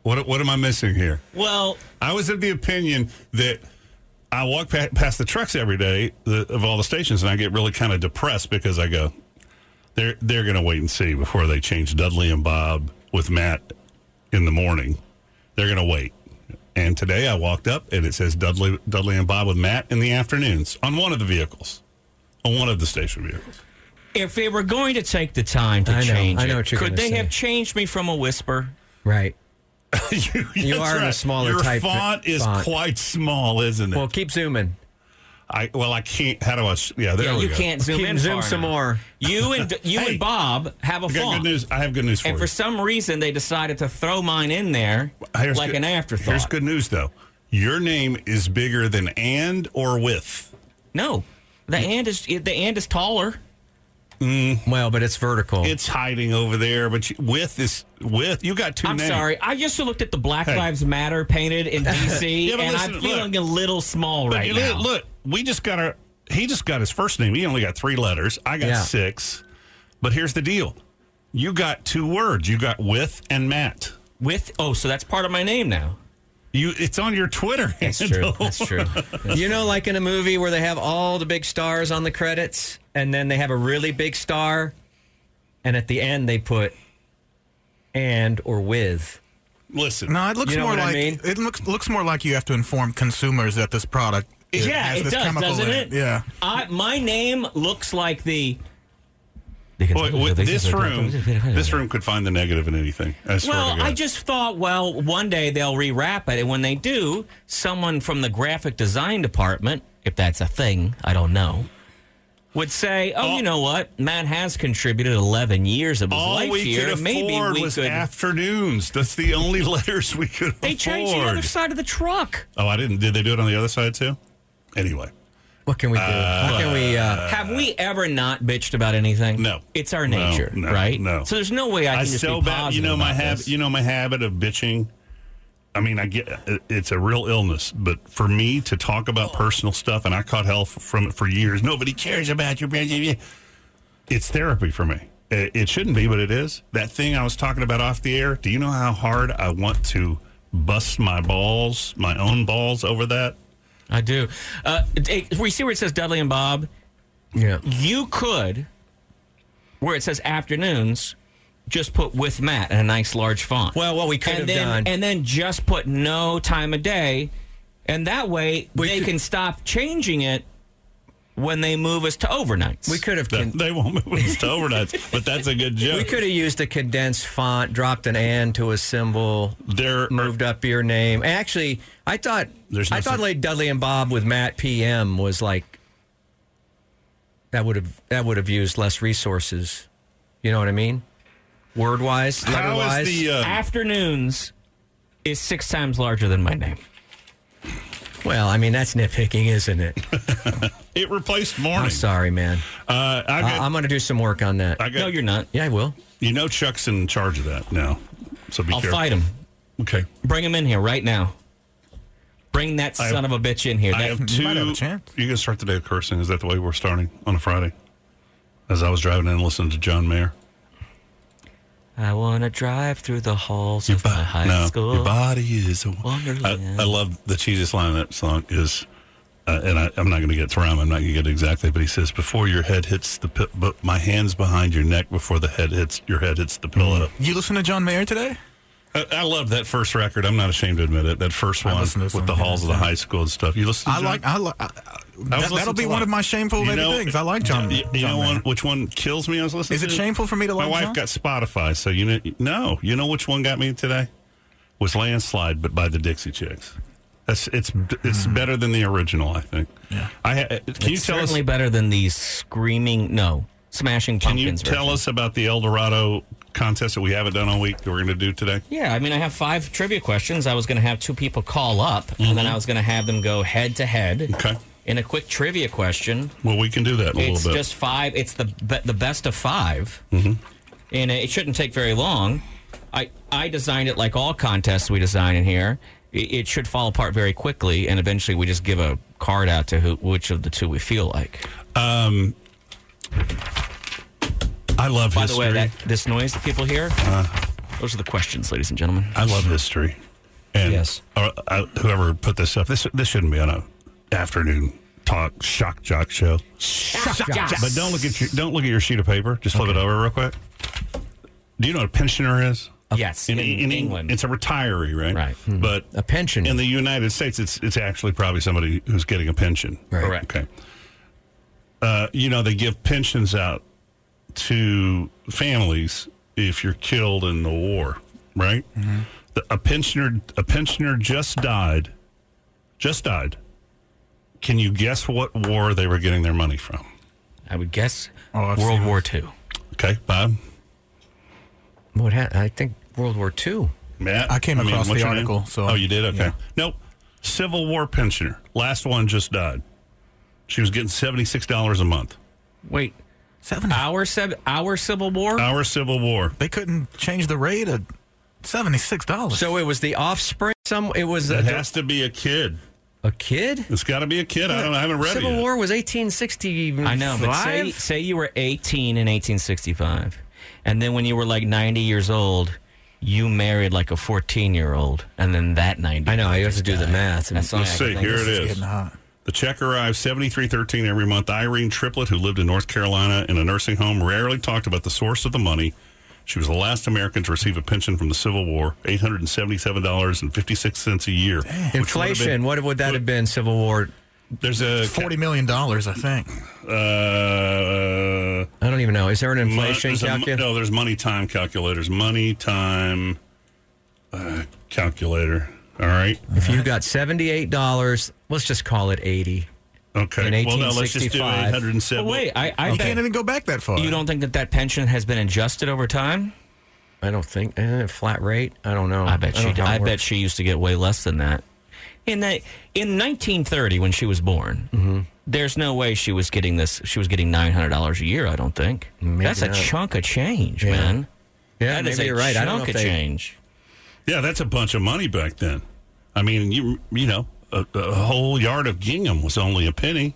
Speaker 1: What what am I missing here?
Speaker 5: well,
Speaker 1: I was of the opinion that I walk pa- past the trucks every day the, of all the stations, and I get really kind of depressed because I go, they're they're going to wait and see before they change Dudley and Bob with Matt in the morning. They're going to wait. And today I walked up and it says Dudley Dudley and Bob with Matt in the afternoons on one of the vehicles, on one of the station vehicles. *laughs*
Speaker 5: if they were going to take the time to
Speaker 8: I know-
Speaker 5: change
Speaker 8: I know
Speaker 5: it,
Speaker 8: what you're
Speaker 5: could
Speaker 8: gonna
Speaker 5: they
Speaker 8: say.
Speaker 5: have changed me from a whisper?
Speaker 8: Right.
Speaker 1: you that's
Speaker 8: are in a smaller
Speaker 1: Your
Speaker 8: type
Speaker 1: font is
Speaker 8: font.
Speaker 1: quite small, isn't it?
Speaker 8: Well, keep zooming.
Speaker 1: I well I can't. How do I? s- Yeah, there
Speaker 5: Yeah,
Speaker 1: we
Speaker 5: you
Speaker 1: go.
Speaker 5: can't zoom
Speaker 8: Keep
Speaker 5: in.
Speaker 8: zoom
Speaker 5: far
Speaker 8: some
Speaker 5: enough.
Speaker 8: more.
Speaker 1: *laughs*
Speaker 5: You and you
Speaker 1: Hey.
Speaker 5: and Bob have a
Speaker 1: I got
Speaker 5: font.
Speaker 1: good news. I have good news for
Speaker 5: And
Speaker 1: you.
Speaker 5: for some reason, they decided to throw mine in there
Speaker 1: Here's
Speaker 5: like
Speaker 1: good-
Speaker 5: an afterthought.
Speaker 1: Here's good news though. Your name is bigger than and or with.
Speaker 5: No, the and is the and is taller.
Speaker 8: Well, but it's vertical.
Speaker 1: It's hiding over there, but you, with is with. You got 2
Speaker 5: I'm
Speaker 1: names.
Speaker 5: sorry. I just looked at the Black
Speaker 1: Hey.
Speaker 5: Lives Matter
Speaker 1: *laughs*
Speaker 5: painted in DC,
Speaker 1: Yeah, but
Speaker 5: and
Speaker 1: listen,
Speaker 5: I'm
Speaker 1: look.
Speaker 5: feeling a little small
Speaker 1: But
Speaker 5: right
Speaker 1: you
Speaker 5: now.
Speaker 1: look, look, we just got our. He just got his first name. He only got three letters. I got
Speaker 8: Yeah.
Speaker 1: six. But here's the deal. You got two words. You got with and Matt.
Speaker 5: With oh, so that's part of my name now.
Speaker 1: You. It's on your Twitter.
Speaker 5: That's true.
Speaker 1: handle.
Speaker 5: That's true.
Speaker 8: you know, like in a movie where they have all the big stars on the credits, and then they have a really big star, and at the end they put and or with.
Speaker 1: *laughs* Listen.
Speaker 7: No, it looks
Speaker 8: You know
Speaker 7: more
Speaker 8: what I
Speaker 7: like
Speaker 8: mean?
Speaker 7: it looks looks more like you have to inform consumers that this product is,
Speaker 5: yeah,
Speaker 7: has
Speaker 5: it
Speaker 7: this
Speaker 5: does,
Speaker 7: chemical
Speaker 5: doesn't
Speaker 7: in
Speaker 5: it?
Speaker 7: Yeah.
Speaker 5: I, my name looks like the.
Speaker 1: Boy, with this room,
Speaker 5: *laughs*
Speaker 1: this room could find the negative in anything. I swear to
Speaker 5: Well,
Speaker 1: God.
Speaker 5: I just thought, well, one day they'll rewrap it, and when they do, someone from the graphic design department, if that's a thing, I don't know, would say, "Oh,
Speaker 1: All-
Speaker 5: you know what? Matt has contributed 11 years of his
Speaker 1: All
Speaker 5: life
Speaker 1: we
Speaker 5: here.
Speaker 1: could afford
Speaker 5: Maybe we
Speaker 1: was
Speaker 5: could."
Speaker 1: afternoons. That's the only *laughs* letters we could
Speaker 5: they
Speaker 1: afford.
Speaker 5: changed the other side of the truck.
Speaker 1: oh, I didn't. Did they do it on the other side too? Anyway,
Speaker 8: What can we do? How can we? Uh,
Speaker 5: Have we ever not bitched about anything?
Speaker 1: No.
Speaker 5: It's our
Speaker 1: No,
Speaker 5: nature,
Speaker 1: no,
Speaker 5: right?
Speaker 1: no.
Speaker 5: So there's no way I can
Speaker 1: I
Speaker 5: just
Speaker 1: so
Speaker 5: be
Speaker 1: bad.
Speaker 5: positive
Speaker 1: You know my
Speaker 5: about
Speaker 1: habit.
Speaker 5: this.
Speaker 1: You know my habit of bitching. I mean, I get it's a real illness, but for me to talk
Speaker 5: Oh.
Speaker 1: about personal stuff, and I caught hell f- from it for years. Nobody cares about your. It's therapy for me. It, it shouldn't be, but it is. That thing I was talking about off the air. Do you know how hard I want to bust my balls, my own balls, over that?
Speaker 5: I do. Uh, hey, we see where it says Dudley and Bob.
Speaker 8: yeah.
Speaker 5: You could, where it says afternoons, just put with Matt in a nice large font.
Speaker 8: Well, what we could
Speaker 5: and
Speaker 8: have
Speaker 5: then,
Speaker 8: done-
Speaker 5: and then just put no time of day, and that way
Speaker 8: We
Speaker 5: they
Speaker 8: could-
Speaker 5: can stop changing it when they move us to overnights.
Speaker 8: We could have.
Speaker 1: That-
Speaker 8: Con-
Speaker 1: they won't move us to overnights, but that's a good joke.
Speaker 8: we could have used a condensed font, dropped an "and" to a symbol,
Speaker 1: There are-
Speaker 8: moved up your name. And actually, I thought
Speaker 1: There's
Speaker 8: I
Speaker 1: no
Speaker 8: thought
Speaker 1: such-
Speaker 8: late Dudley and Bob with Matt PM was like that would have that would have used less resources. You know what I mean? Word wise, letter
Speaker 1: How
Speaker 8: wise.
Speaker 1: is the uh,
Speaker 5: afternoons is six times larger than my name.
Speaker 8: well, I mean that's nitpicking, isn't it?
Speaker 1: it replaced
Speaker 8: I'm
Speaker 1: morning?
Speaker 8: sorry, man.
Speaker 1: Uh, I
Speaker 8: I-
Speaker 1: got,
Speaker 8: I'm going to do some work on that.
Speaker 1: I got,
Speaker 5: No, you're not.
Speaker 8: yeah, I will.
Speaker 1: You know Chuck's in charge of that now, so be
Speaker 5: I'll
Speaker 1: careful.
Speaker 5: fight him.
Speaker 1: Okay.
Speaker 5: Bring him in here right now. Bring that
Speaker 1: I-
Speaker 5: son of a bitch in here.
Speaker 1: I
Speaker 5: That-
Speaker 1: have two.
Speaker 7: might have a chance.
Speaker 1: You can start the day with cursing. Is that the way we're starting on a Friday? As I was driving in, listening to John Mayer.
Speaker 5: I want to drive through the halls of my high
Speaker 1: no,
Speaker 5: school.
Speaker 1: your body is a
Speaker 5: Wonderland.
Speaker 1: I, I love the cheesiest line in that song is, uh, and I, I'm not going to get it to rhyme. I'm not going to get it exactly, but he says, "Before your head hits the, pi- but my hands behind your neck before the head hits your head hits the pillow."
Speaker 7: You listen to John Mayer today?
Speaker 1: I, I love that first record. I'm not ashamed to admit it. That first
Speaker 7: I
Speaker 1: one
Speaker 7: listen to
Speaker 1: with
Speaker 7: some,
Speaker 1: the
Speaker 7: yeah,
Speaker 1: halls of the
Speaker 7: yeah.
Speaker 1: high school and stuff. You listen. To
Speaker 7: I
Speaker 1: John?
Speaker 7: like. I like. That,
Speaker 1: listening
Speaker 7: that'll be
Speaker 1: to
Speaker 7: one
Speaker 1: a-
Speaker 7: of my shameful
Speaker 1: You
Speaker 7: maybe
Speaker 1: know-
Speaker 7: things. I like John.
Speaker 1: You, you
Speaker 7: John
Speaker 1: know
Speaker 7: Mayer.
Speaker 1: one, which one kills me? I was listening.
Speaker 7: Is it
Speaker 1: to?
Speaker 7: shameful for me to
Speaker 1: My
Speaker 7: like
Speaker 1: wife
Speaker 7: John?
Speaker 1: got Spotify, so you know. No, you know which one got me today? Was landslide, but by the Dixie Chicks. That's it's it's better than the original, I think. Yeah. I ha- uh, can you
Speaker 5: Hmm. It's
Speaker 1: tell us?
Speaker 5: certainly better than these screaming, no, smashing
Speaker 1: Can
Speaker 5: pumpkins.
Speaker 1: you tell
Speaker 5: version.
Speaker 1: us about the El Dorado contest that we haven't done all week that we're going to do today?
Speaker 5: Yeah, I mean, I have five trivia questions. I was going to have two people call up, and then I was going to have them go head to head.
Speaker 1: Mm-hmm. Okay.
Speaker 5: In a quick trivia question,
Speaker 1: Well, we can do that in a
Speaker 5: it's
Speaker 1: little bit.
Speaker 5: just five. It's the be- the best of 5 mm-hmm. and it shouldn't take very long. I I designed it like all contests we design in here. It, it should fall apart very quickly, and eventually we just give a card out to who, which of the two we feel like.
Speaker 1: I love
Speaker 5: By
Speaker 1: history.
Speaker 5: the way, that this noise that people hear, those are the questions, ladies and gentlemen.
Speaker 1: I love history. And
Speaker 8: Yes.
Speaker 1: uh, I- whoever put this up, this this shouldn't be on a afternoon talk shock jock show. But don't look at your don't look at your sheet of paper. Just flip it over real quick. Do you know what a pensioner is?
Speaker 5: Uh, Yes, in, England.
Speaker 1: it's a retiree, right?
Speaker 5: Right. Hmm.
Speaker 1: But
Speaker 8: A pension.
Speaker 1: in the United States, it's it's actually probably somebody who's getting a pension.
Speaker 8: Right.
Speaker 5: Correct.
Speaker 1: Okay. Uh, you know they give pensions out to families if you're killed in the war, right?
Speaker 5: Mm-hmm.
Speaker 1: The, a pensioner a pensioner just died, just died. Can you guess what war they were getting their money from?
Speaker 5: I would guess
Speaker 7: Oh, I've
Speaker 5: World
Speaker 7: seen
Speaker 5: War II.
Speaker 1: Okay, Bob,
Speaker 8: What ha- I think World War II.
Speaker 1: Matt.
Speaker 7: I came across
Speaker 1: what's
Speaker 7: the
Speaker 1: your name?
Speaker 7: article, so-
Speaker 1: oh, you did? Okay.
Speaker 7: Yeah.
Speaker 1: Nope. Civil War pensioner. Last one just died. She was getting seventy six dollars a month.
Speaker 5: Wait,
Speaker 7: Seven.
Speaker 5: our civ- our Civil War?
Speaker 1: Our Civil War.
Speaker 7: They couldn't change the rate of seventy six dollars.
Speaker 8: So it was the offspring. Some it was
Speaker 1: It
Speaker 8: a,
Speaker 1: has to be a kid.
Speaker 8: a kid.
Speaker 1: It's got to be a kid. I don't. I haven't read
Speaker 8: Civil
Speaker 1: it. Yet.
Speaker 8: War was 1865.
Speaker 5: I know, but say, say you were 18 in 1865, and then when you were like 90 years old, you married like a 14 year old, and then that 90.
Speaker 8: I know. I have to do the math.
Speaker 5: That's all
Speaker 1: Let's
Speaker 5: I
Speaker 1: see.
Speaker 5: can think
Speaker 1: Here
Speaker 5: of.
Speaker 1: it
Speaker 7: It's
Speaker 1: is.
Speaker 7: getting hot.
Speaker 1: The check arrives seventy three thirteen every month. Irene Triplett, who lived in North Carolina in a nursing home, rarely talked about the source of the money. She was the last American to receive a pension from the Civil War, eight hundred and seventy seven dollars and fifty six cents a year. which would have
Speaker 8: Inflation.
Speaker 1: been-
Speaker 8: what would that have been? Civil War.
Speaker 1: There's a
Speaker 7: Forty million dollars, I think.
Speaker 1: Uh,
Speaker 8: I don't even know. Is there an
Speaker 1: Mon-
Speaker 8: inflation
Speaker 1: there's a mon-
Speaker 8: calculator?
Speaker 1: no, there's money time calculators. Money time uh, calculator. All right.
Speaker 8: If you got seventy-eight dollars, let's just call it eighty.
Speaker 1: Okay.
Speaker 8: In
Speaker 1: well, no, let's just do
Speaker 8: 1865.
Speaker 1: 807.
Speaker 5: But Oh, wait, I, I
Speaker 7: You
Speaker 5: bet
Speaker 7: can't even go back that far.
Speaker 5: you don't think that that pension has been adjusted over time?
Speaker 8: I don't think eh, flat rate. I don't know.
Speaker 5: I bet she.
Speaker 8: don't know
Speaker 5: did.
Speaker 8: how it
Speaker 5: Oh, I bet
Speaker 8: works.
Speaker 5: she used to get way less than that. in the in 1930 when she was born. There's no way she was getting this. She was getting nine hundred dollars a year. I don't think. That's a
Speaker 8: not.
Speaker 5: chunk of change, man.
Speaker 8: Yeah,
Speaker 5: That is
Speaker 8: maybe
Speaker 5: a
Speaker 8: you're right. I
Speaker 5: Chunk
Speaker 8: don't know if
Speaker 5: of
Speaker 8: they-
Speaker 5: change.
Speaker 1: Yeah, that's a bunch of money back then. I mean, you you know, a, a whole yard of gingham was only a penny.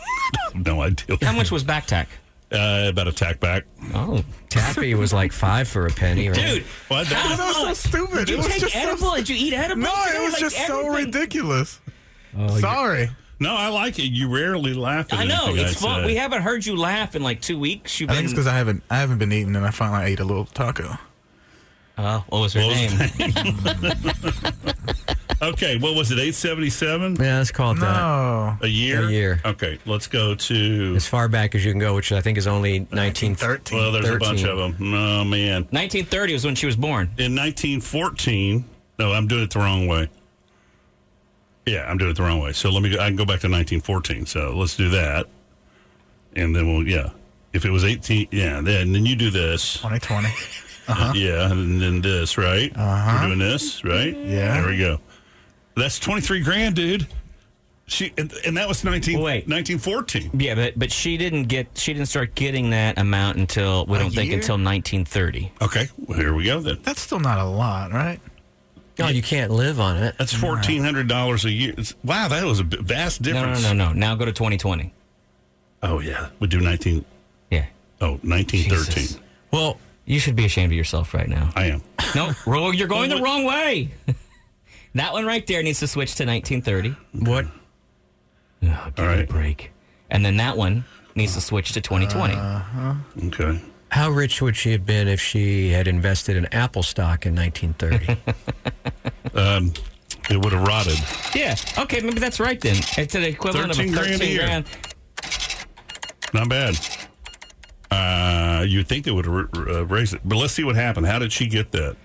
Speaker 1: *laughs* no idea.
Speaker 5: How much was back tack?
Speaker 1: Uh, about a tack back.
Speaker 5: *laughs* Oh,
Speaker 8: *laughs* Taffy was like five for a penny, right?
Speaker 5: dude.
Speaker 1: Well, that-
Speaker 7: *laughs* That was so stupid.
Speaker 5: Did Oh,
Speaker 7: It
Speaker 5: you
Speaker 7: was
Speaker 5: take
Speaker 7: just so-
Speaker 5: edible? Did you eat edible?
Speaker 7: No, it was just so ridiculous. Sorry.
Speaker 1: no, I like it. You rarely laugh. At
Speaker 5: I know
Speaker 1: anything
Speaker 5: it's
Speaker 1: I
Speaker 5: fun.
Speaker 1: say.
Speaker 5: We haven't heard you laugh in like two weeks. You've
Speaker 7: I
Speaker 5: been,
Speaker 7: think it's because I haven't I haven't been eating, and I finally ate a little taco.
Speaker 5: Oh, what was her
Speaker 1: What was
Speaker 5: name? *laughs*
Speaker 1: okay, what was it? Eight seventy seven
Speaker 8: Yeah, let's call it that.
Speaker 7: *laughs*
Speaker 1: a
Speaker 7: No,
Speaker 1: year.
Speaker 8: A year.
Speaker 1: Okay, let's go to.
Speaker 8: As far back as you can go, which I think is only 1930.
Speaker 7: thirteen.
Speaker 1: Well, there's a
Speaker 8: 13.
Speaker 1: bunch of them. Oh man,
Speaker 5: 1930 was when she was born.
Speaker 1: in 1914. No, I'm doing it the wrong way. Yeah, I'm doing it the wrong way. So let me. I can go back to 1914. So let's do that, and then we'll. Yeah, if it was 18. Yeah, then then you do this.
Speaker 7: 2020. Uh-huh.
Speaker 1: Yeah, and then this. Right. Uh-huh. We're doing this. Right.
Speaker 7: Yeah.
Speaker 1: There we go. That's 23 grand, dude. She and, and that was 19.
Speaker 5: Wait.
Speaker 1: 1914.
Speaker 5: Yeah, but but she didn't get she didn't start getting that amount until we don't think
Speaker 7: year?
Speaker 5: until 1930.
Speaker 1: Okay. Well, here we go then.
Speaker 7: That's still not a lot, right?
Speaker 8: No, Oh, you can't live on it.
Speaker 1: That's fourteen hundred dollars a year. It's- Wow, that was a b- vast
Speaker 5: No, no,
Speaker 1: difference.
Speaker 5: no, no. Now go to 2020.
Speaker 1: Oh yeah, we do 19-
Speaker 5: Yeah,
Speaker 1: Oh, 1913.
Speaker 5: Jesus.
Speaker 8: Well,
Speaker 5: you should be ashamed of yourself right now.
Speaker 1: I am.
Speaker 5: no, wrong- you're going the wrong way. *laughs* that one right there needs to switch to 1930.
Speaker 8: what?
Speaker 5: Oh, give
Speaker 1: All
Speaker 5: me a
Speaker 1: right.
Speaker 5: break. And then that one needs to switch to 2020.
Speaker 1: Okay.
Speaker 8: How rich would she have been if she had invested in Apple stock in
Speaker 1: *laughs*
Speaker 8: 1930?
Speaker 1: Um, it would have rotted.
Speaker 5: yeah. Okay. Maybe that's right then. It's an equivalent
Speaker 1: 13
Speaker 5: of a
Speaker 1: grand a
Speaker 5: 13
Speaker 1: year.
Speaker 5: grand.
Speaker 1: Not bad. Uh, you'd think they would have uh, raised it, but let's see what happened. How did she get that?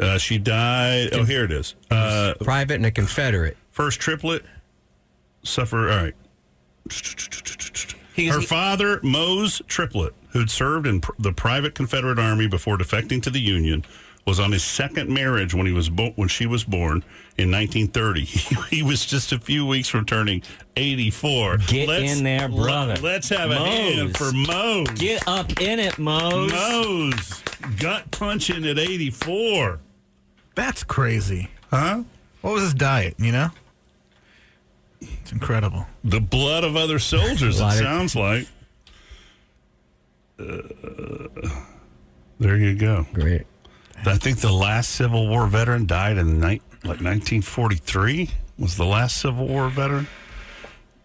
Speaker 1: Uh, she died. Oh, here it is. Uh,
Speaker 8: Private and a Confederate.
Speaker 1: first triplet. Suffer. All right.
Speaker 5: He-
Speaker 1: Her
Speaker 5: he-
Speaker 1: father, Mose Triplett, who'd served in pr- the private Confederate Army before defecting to the Union, was on his second marriage when he was bo- when she was born in 1930. *laughs* He, was just a few weeks from turning 84.
Speaker 5: Get in there, brother.
Speaker 1: Let's have a hand
Speaker 5: Mose.
Speaker 1: for Mose.
Speaker 5: Get up in it, Mose.
Speaker 1: Mose gut punching at 84.
Speaker 7: That's crazy.
Speaker 1: Huh?
Speaker 7: What was his diet? You know, it's incredible.
Speaker 1: The blood of other soldiers, it
Speaker 8: Lot of-
Speaker 1: sounds like. Uh, Uh, there you go.
Speaker 8: Great.
Speaker 1: I think the last Civil War veteran died in ni- like 1943. Was the last Civil War veteran?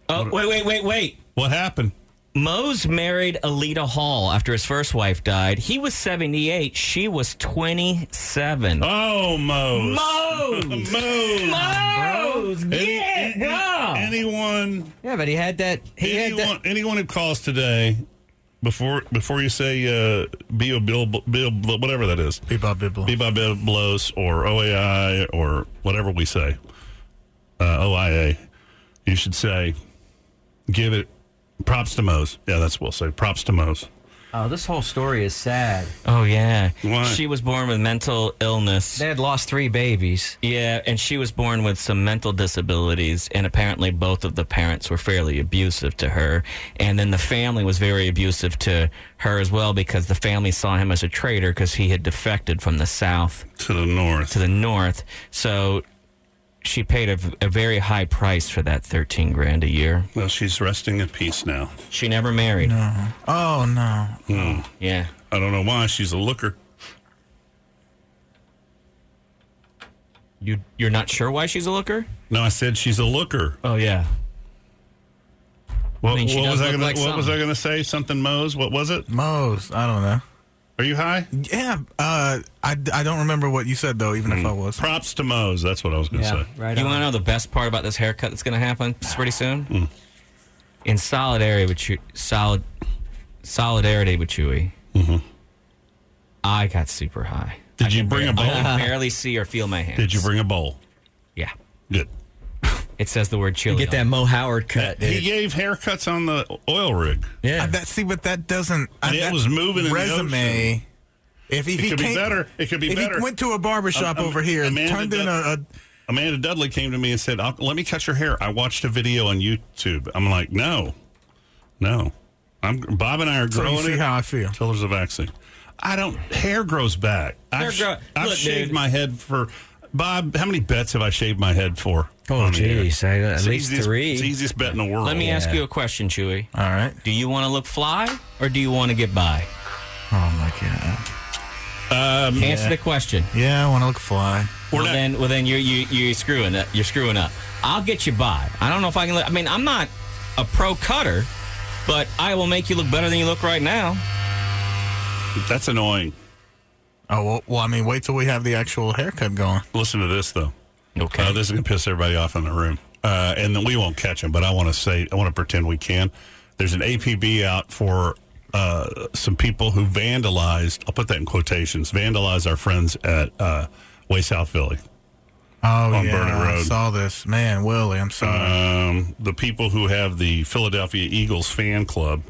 Speaker 5: Oh, wait, wait, wait, wait.
Speaker 1: What happened?
Speaker 5: Mose married Alita Hall after his first wife died. He was 78. She was 27.
Speaker 1: Oh, Mose.
Speaker 5: Mose!
Speaker 1: Mose.
Speaker 5: Mose!
Speaker 1: Any-
Speaker 5: Yeah,
Speaker 1: any-
Speaker 5: bro!
Speaker 1: anyone,
Speaker 8: Yeah, but he had that. He had that.
Speaker 1: anyone, anyone who calls today, before before you say uh, Bill, Bill, Bill, whatever that is,
Speaker 7: Bebop Bibble.
Speaker 1: Bebop Bill Blows or OAI or whatever we say, uh, OIA, you should say, give it props to Mose. Yeah, that's what we'll say. Props to Mose.
Speaker 3: Oh, this whole story is sad.
Speaker 5: Oh, yeah.
Speaker 1: Why?
Speaker 5: She was born with mental illness.
Speaker 3: They had lost three babies.
Speaker 5: Yeah, and she was born with some mental disabilities, and apparently both of the parents were fairly abusive to her. And then the family was very abusive to her as well because the family saw him as a traitor because he had defected from the South
Speaker 1: To the north.
Speaker 5: to the North. So she paid a, a very high price for that 13 grand a year.
Speaker 1: Well, she's resting in peace now.
Speaker 5: She never married.
Speaker 7: Oh no.
Speaker 5: Yeah.
Speaker 1: I don't know why she's a looker.
Speaker 5: You, you're not sure why she's a looker?
Speaker 1: No, I said she's a looker.
Speaker 5: Oh, yeah.
Speaker 1: What,
Speaker 5: I mean, she
Speaker 1: what
Speaker 5: does
Speaker 1: was I
Speaker 5: look
Speaker 1: gonna
Speaker 5: like
Speaker 1: What was
Speaker 5: something.
Speaker 1: I going to say? Something Mose. What was it?
Speaker 7: Moe's. I don't know.
Speaker 1: Are you high?
Speaker 7: Yeah. Uh, I, I don't remember what you said though. Even if
Speaker 1: Hmm.
Speaker 7: I was.
Speaker 1: Props to Mose. That's what I was going to say.
Speaker 3: right
Speaker 5: you want to
Speaker 3: on.
Speaker 5: know the best part about this haircut that's going to happen pretty soon? In solidarity with you, solid, solidarity with Chewy, I got super high.
Speaker 1: Did
Speaker 5: I
Speaker 1: you
Speaker 5: could
Speaker 1: bring a
Speaker 5: bar- I
Speaker 1: bowl?
Speaker 5: could barely see or feel my hands.
Speaker 1: Did you bring a bowl?
Speaker 5: Yeah.
Speaker 1: Good.
Speaker 5: It says the word chili.
Speaker 8: Get
Speaker 5: on it.
Speaker 8: that Mo Howard cut,
Speaker 1: He
Speaker 8: dude.
Speaker 1: gave haircuts on the oil rig.
Speaker 8: yeah.
Speaker 7: I, that see, but that doesn't. I,
Speaker 1: And it
Speaker 7: that
Speaker 1: was moving in the
Speaker 7: resume. if, if
Speaker 1: It
Speaker 7: he
Speaker 1: could be
Speaker 7: came-
Speaker 1: better. It could be
Speaker 7: if
Speaker 1: better.
Speaker 7: he went to a barber shop
Speaker 1: Um, um,
Speaker 7: over here and
Speaker 1: Amanda
Speaker 7: turned in a,
Speaker 1: does-
Speaker 7: a
Speaker 1: Amanda Dudley came to me and said, I'll, "Let me cut your hair." I watched a video on YouTube. I'm like, "No, no." I'm Bob and I are
Speaker 7: So
Speaker 1: growing
Speaker 7: you see
Speaker 1: it
Speaker 7: how I feel.
Speaker 1: until there's a vaccine. I don't. Hair grows back. I've,
Speaker 5: Hair grow-
Speaker 1: sh- I've
Speaker 5: Look,
Speaker 1: shaved
Speaker 5: dude.
Speaker 1: my head for Bob. How many bets have I shaved my head for?
Speaker 3: Oh,
Speaker 1: on the air?
Speaker 3: geez, I- at
Speaker 1: It's the
Speaker 3: least
Speaker 1: easiest-
Speaker 3: three.
Speaker 1: It's the easiest bet in the world.
Speaker 5: Let me ask you a question, Chewy.
Speaker 7: All right.
Speaker 5: Do you want to look fly or do you want to get by?
Speaker 7: Oh my god.
Speaker 1: Um,
Speaker 5: Answer the question.
Speaker 7: Yeah, I want to look fly.
Speaker 1: We're
Speaker 5: well,
Speaker 1: not-
Speaker 5: then, well, then you're you, you're screwing up. You're screwing up. I'll get you by. I don't know if I can. Look, I mean, I'm not a pro cutter, but I will make you look better than you look right now.
Speaker 1: That's annoying.
Speaker 7: Oh well, well, I mean, wait till we have the actual haircut going.
Speaker 1: Listen to this though.
Speaker 5: Okay.
Speaker 1: Uh, this is gonna piss everybody off in the room, uh, and then we won't catch them. But I want to say, I want to pretend we can. There's an APB out for uh, some people who vandalized. I'll put that in quotations. Vandalized our friends at uh, Way South Philly.
Speaker 7: Oh
Speaker 1: On
Speaker 7: yeah,
Speaker 1: Burnett
Speaker 7: I
Speaker 1: Road.
Speaker 7: saw this, man, Willie. I'm sorry.
Speaker 1: Um, the people who have the Philadelphia Eagles fan club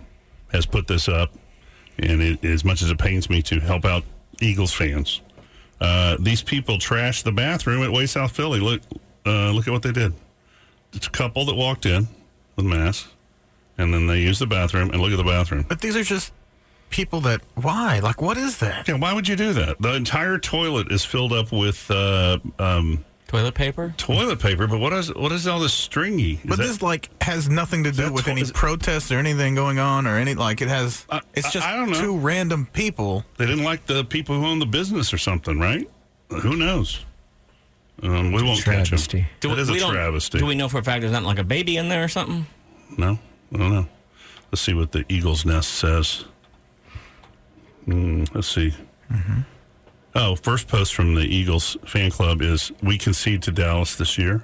Speaker 1: has put this up, and it, as much as it pains me to help out Eagles fans, uh, these people trashed the bathroom at Way South Philly. Look, uh, look at what they did. It's a couple that walked in with masks, and then they used the bathroom. And look at the bathroom.
Speaker 7: but these are just people that. Why? Like, what is that?
Speaker 1: Yeah, why would you do that? The entire toilet is filled up with uh, um,
Speaker 5: Toilet paper.
Speaker 1: toilet paper. But what is what is all this stringy? Is
Speaker 7: But
Speaker 1: that-
Speaker 7: this like has nothing to do
Speaker 1: that
Speaker 7: with
Speaker 1: tw-
Speaker 7: any
Speaker 1: is it-
Speaker 7: protests or anything going on or any like it has.
Speaker 1: I- I-
Speaker 7: it's just
Speaker 1: I don't know.
Speaker 7: two random people.
Speaker 1: They didn't like the people who own the business or something, right? Who knows? Um, we won't catch
Speaker 3: Travesty.
Speaker 1: them. It is a
Speaker 5: don't-
Speaker 1: travesty.
Speaker 5: Do we know for a fact there's not like a baby in there or something?
Speaker 1: no, I don't know. Let's see what the Eagle's Nest says. Mm, let's see. Oh, first post from the Eagles fan club is we concede to Dallas this year.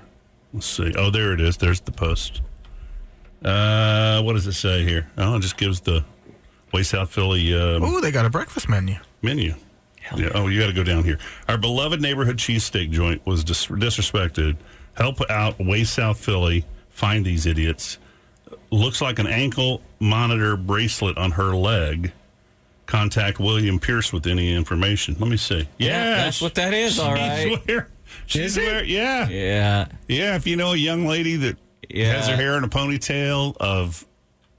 Speaker 1: Let's see. Oh, there it is. There's the post. Uh, what does it say here? Oh, it just gives the Way South Philly um,
Speaker 7: Ooh, they got a breakfast menu.
Speaker 1: menu. Yeah. Oh, you got to go down here. Our beloved neighborhood cheesesteak joint was dis- disrespected. Help out Way South Philly. Find these idiots. Looks like an ankle monitor bracelet on her leg. Contact William Pierce with any information. Let me see. Yeah,
Speaker 5: that's what that is, all right.
Speaker 1: Where, she's
Speaker 5: Is it?
Speaker 1: where, yeah. yeah.
Speaker 5: Yeah.
Speaker 1: If you know a young lady that has her
Speaker 5: Yeah.
Speaker 1: hair in a ponytail of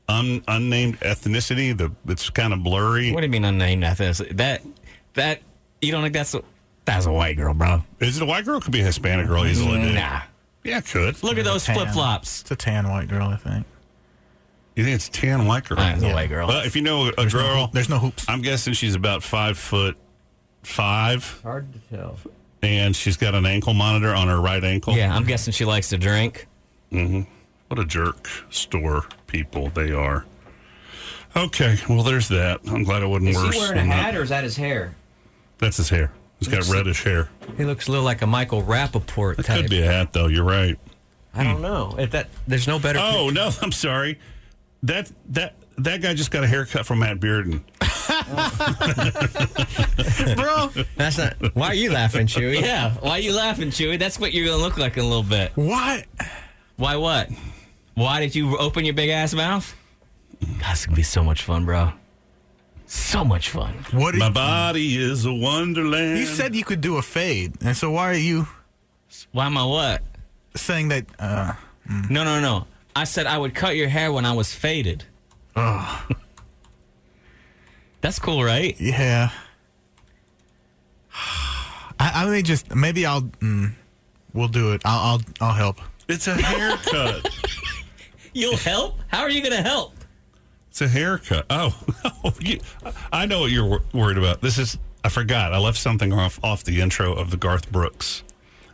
Speaker 1: un, unnamed ethnicity, the it's kind of blurry.
Speaker 5: What do you mean unnamed ethnicity? That that you don't think that's a that's a white girl, bro?
Speaker 1: Is it a white girl? Could be a Hispanic girl easily. dude.
Speaker 5: Nah.
Speaker 1: Yeah, it could.
Speaker 5: Look at those
Speaker 7: Tan.
Speaker 5: flip flops.
Speaker 7: It's a tan white girl, I think.
Speaker 1: You think it's tan white girl?
Speaker 5: That's a white girl.
Speaker 1: Well, if you know a girl,
Speaker 7: There's no hoops.
Speaker 1: I'm guessing she's about five foot five,
Speaker 3: Hard to tell.
Speaker 1: and she's got an ankle monitor on her right ankle.
Speaker 5: Yeah, I'm guessing she likes to drink.
Speaker 1: What a jerk store people they are. Okay, well, there's that. I'm glad it wasn't
Speaker 3: Is
Speaker 1: worse.
Speaker 3: he wearing a
Speaker 1: than that.
Speaker 3: hat or is that his hair?
Speaker 1: That's his hair. He's got reddish hair.
Speaker 3: He looks a little like a Michael Rappaport
Speaker 1: It
Speaker 3: type.
Speaker 1: could be a hat, though. You're right.
Speaker 3: I don't know. If that there's no better.
Speaker 1: Oh *laughs* no, I'm sorry. That that that guy just got a haircut from Matt Bearden.
Speaker 7: Bro,
Speaker 3: That's not. Why are you laughing, Chewy?
Speaker 5: *laughs* Yeah. Why are you laughing, Chewy? That's what you're gonna look like in a little bit.
Speaker 7: what?
Speaker 5: Why what? Why did you open your big ass mouth? God, this gonna be so much fun, bro. So much fun.
Speaker 7: What? Are
Speaker 1: My
Speaker 7: you,
Speaker 1: body is a wonderland.
Speaker 7: you said you could do a fade, and so why are you
Speaker 5: Why am I what?
Speaker 7: saying that? Uh,
Speaker 5: No, no, no. I said I would cut your hair when I was faded. Oh. *laughs* That's
Speaker 3: *laughs*
Speaker 5: cool, right?
Speaker 7: yeah. I, I may just maybe I'll mm, we'll do it. I'll I'll, I'll help.
Speaker 1: it's a haircut.
Speaker 5: You'll help? How are you gonna help?
Speaker 1: It's a haircut. Oh, *laughs* you- I know what you're wor- worried about. This is I forgot. I left something off off the intro of the Garth Brooks.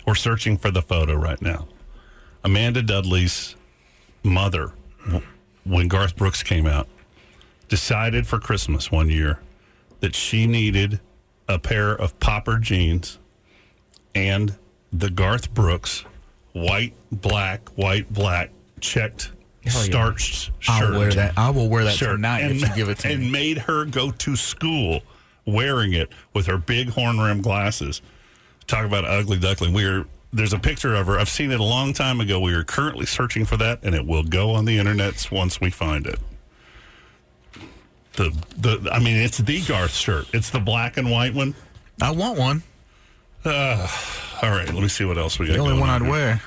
Speaker 1: We're searching for the photo right now. Amanda Dudley's mother, w- when Garth Brooks came out, decided for Christmas one year that she needed a pair of popper jeans and the Garth Brooks white, black, white, black checked starched shirt
Speaker 7: I'll wear that. I will wear that
Speaker 1: shirt
Speaker 7: tonight if you give it to
Speaker 1: *laughs* and
Speaker 7: me.
Speaker 1: made her go to school wearing it with her big horn rim glasses. Talk about ugly duckling. We are there's a picture of her. I've seen it a long time ago. We are currently searching for that, and it will go on the internets once we find it. The the I mean, it's the Garth shirt. It's the black and white one.
Speaker 7: I want one.
Speaker 1: All right, let me see what else we got.
Speaker 7: The only
Speaker 1: going
Speaker 7: one I'd
Speaker 1: here.
Speaker 7: wear.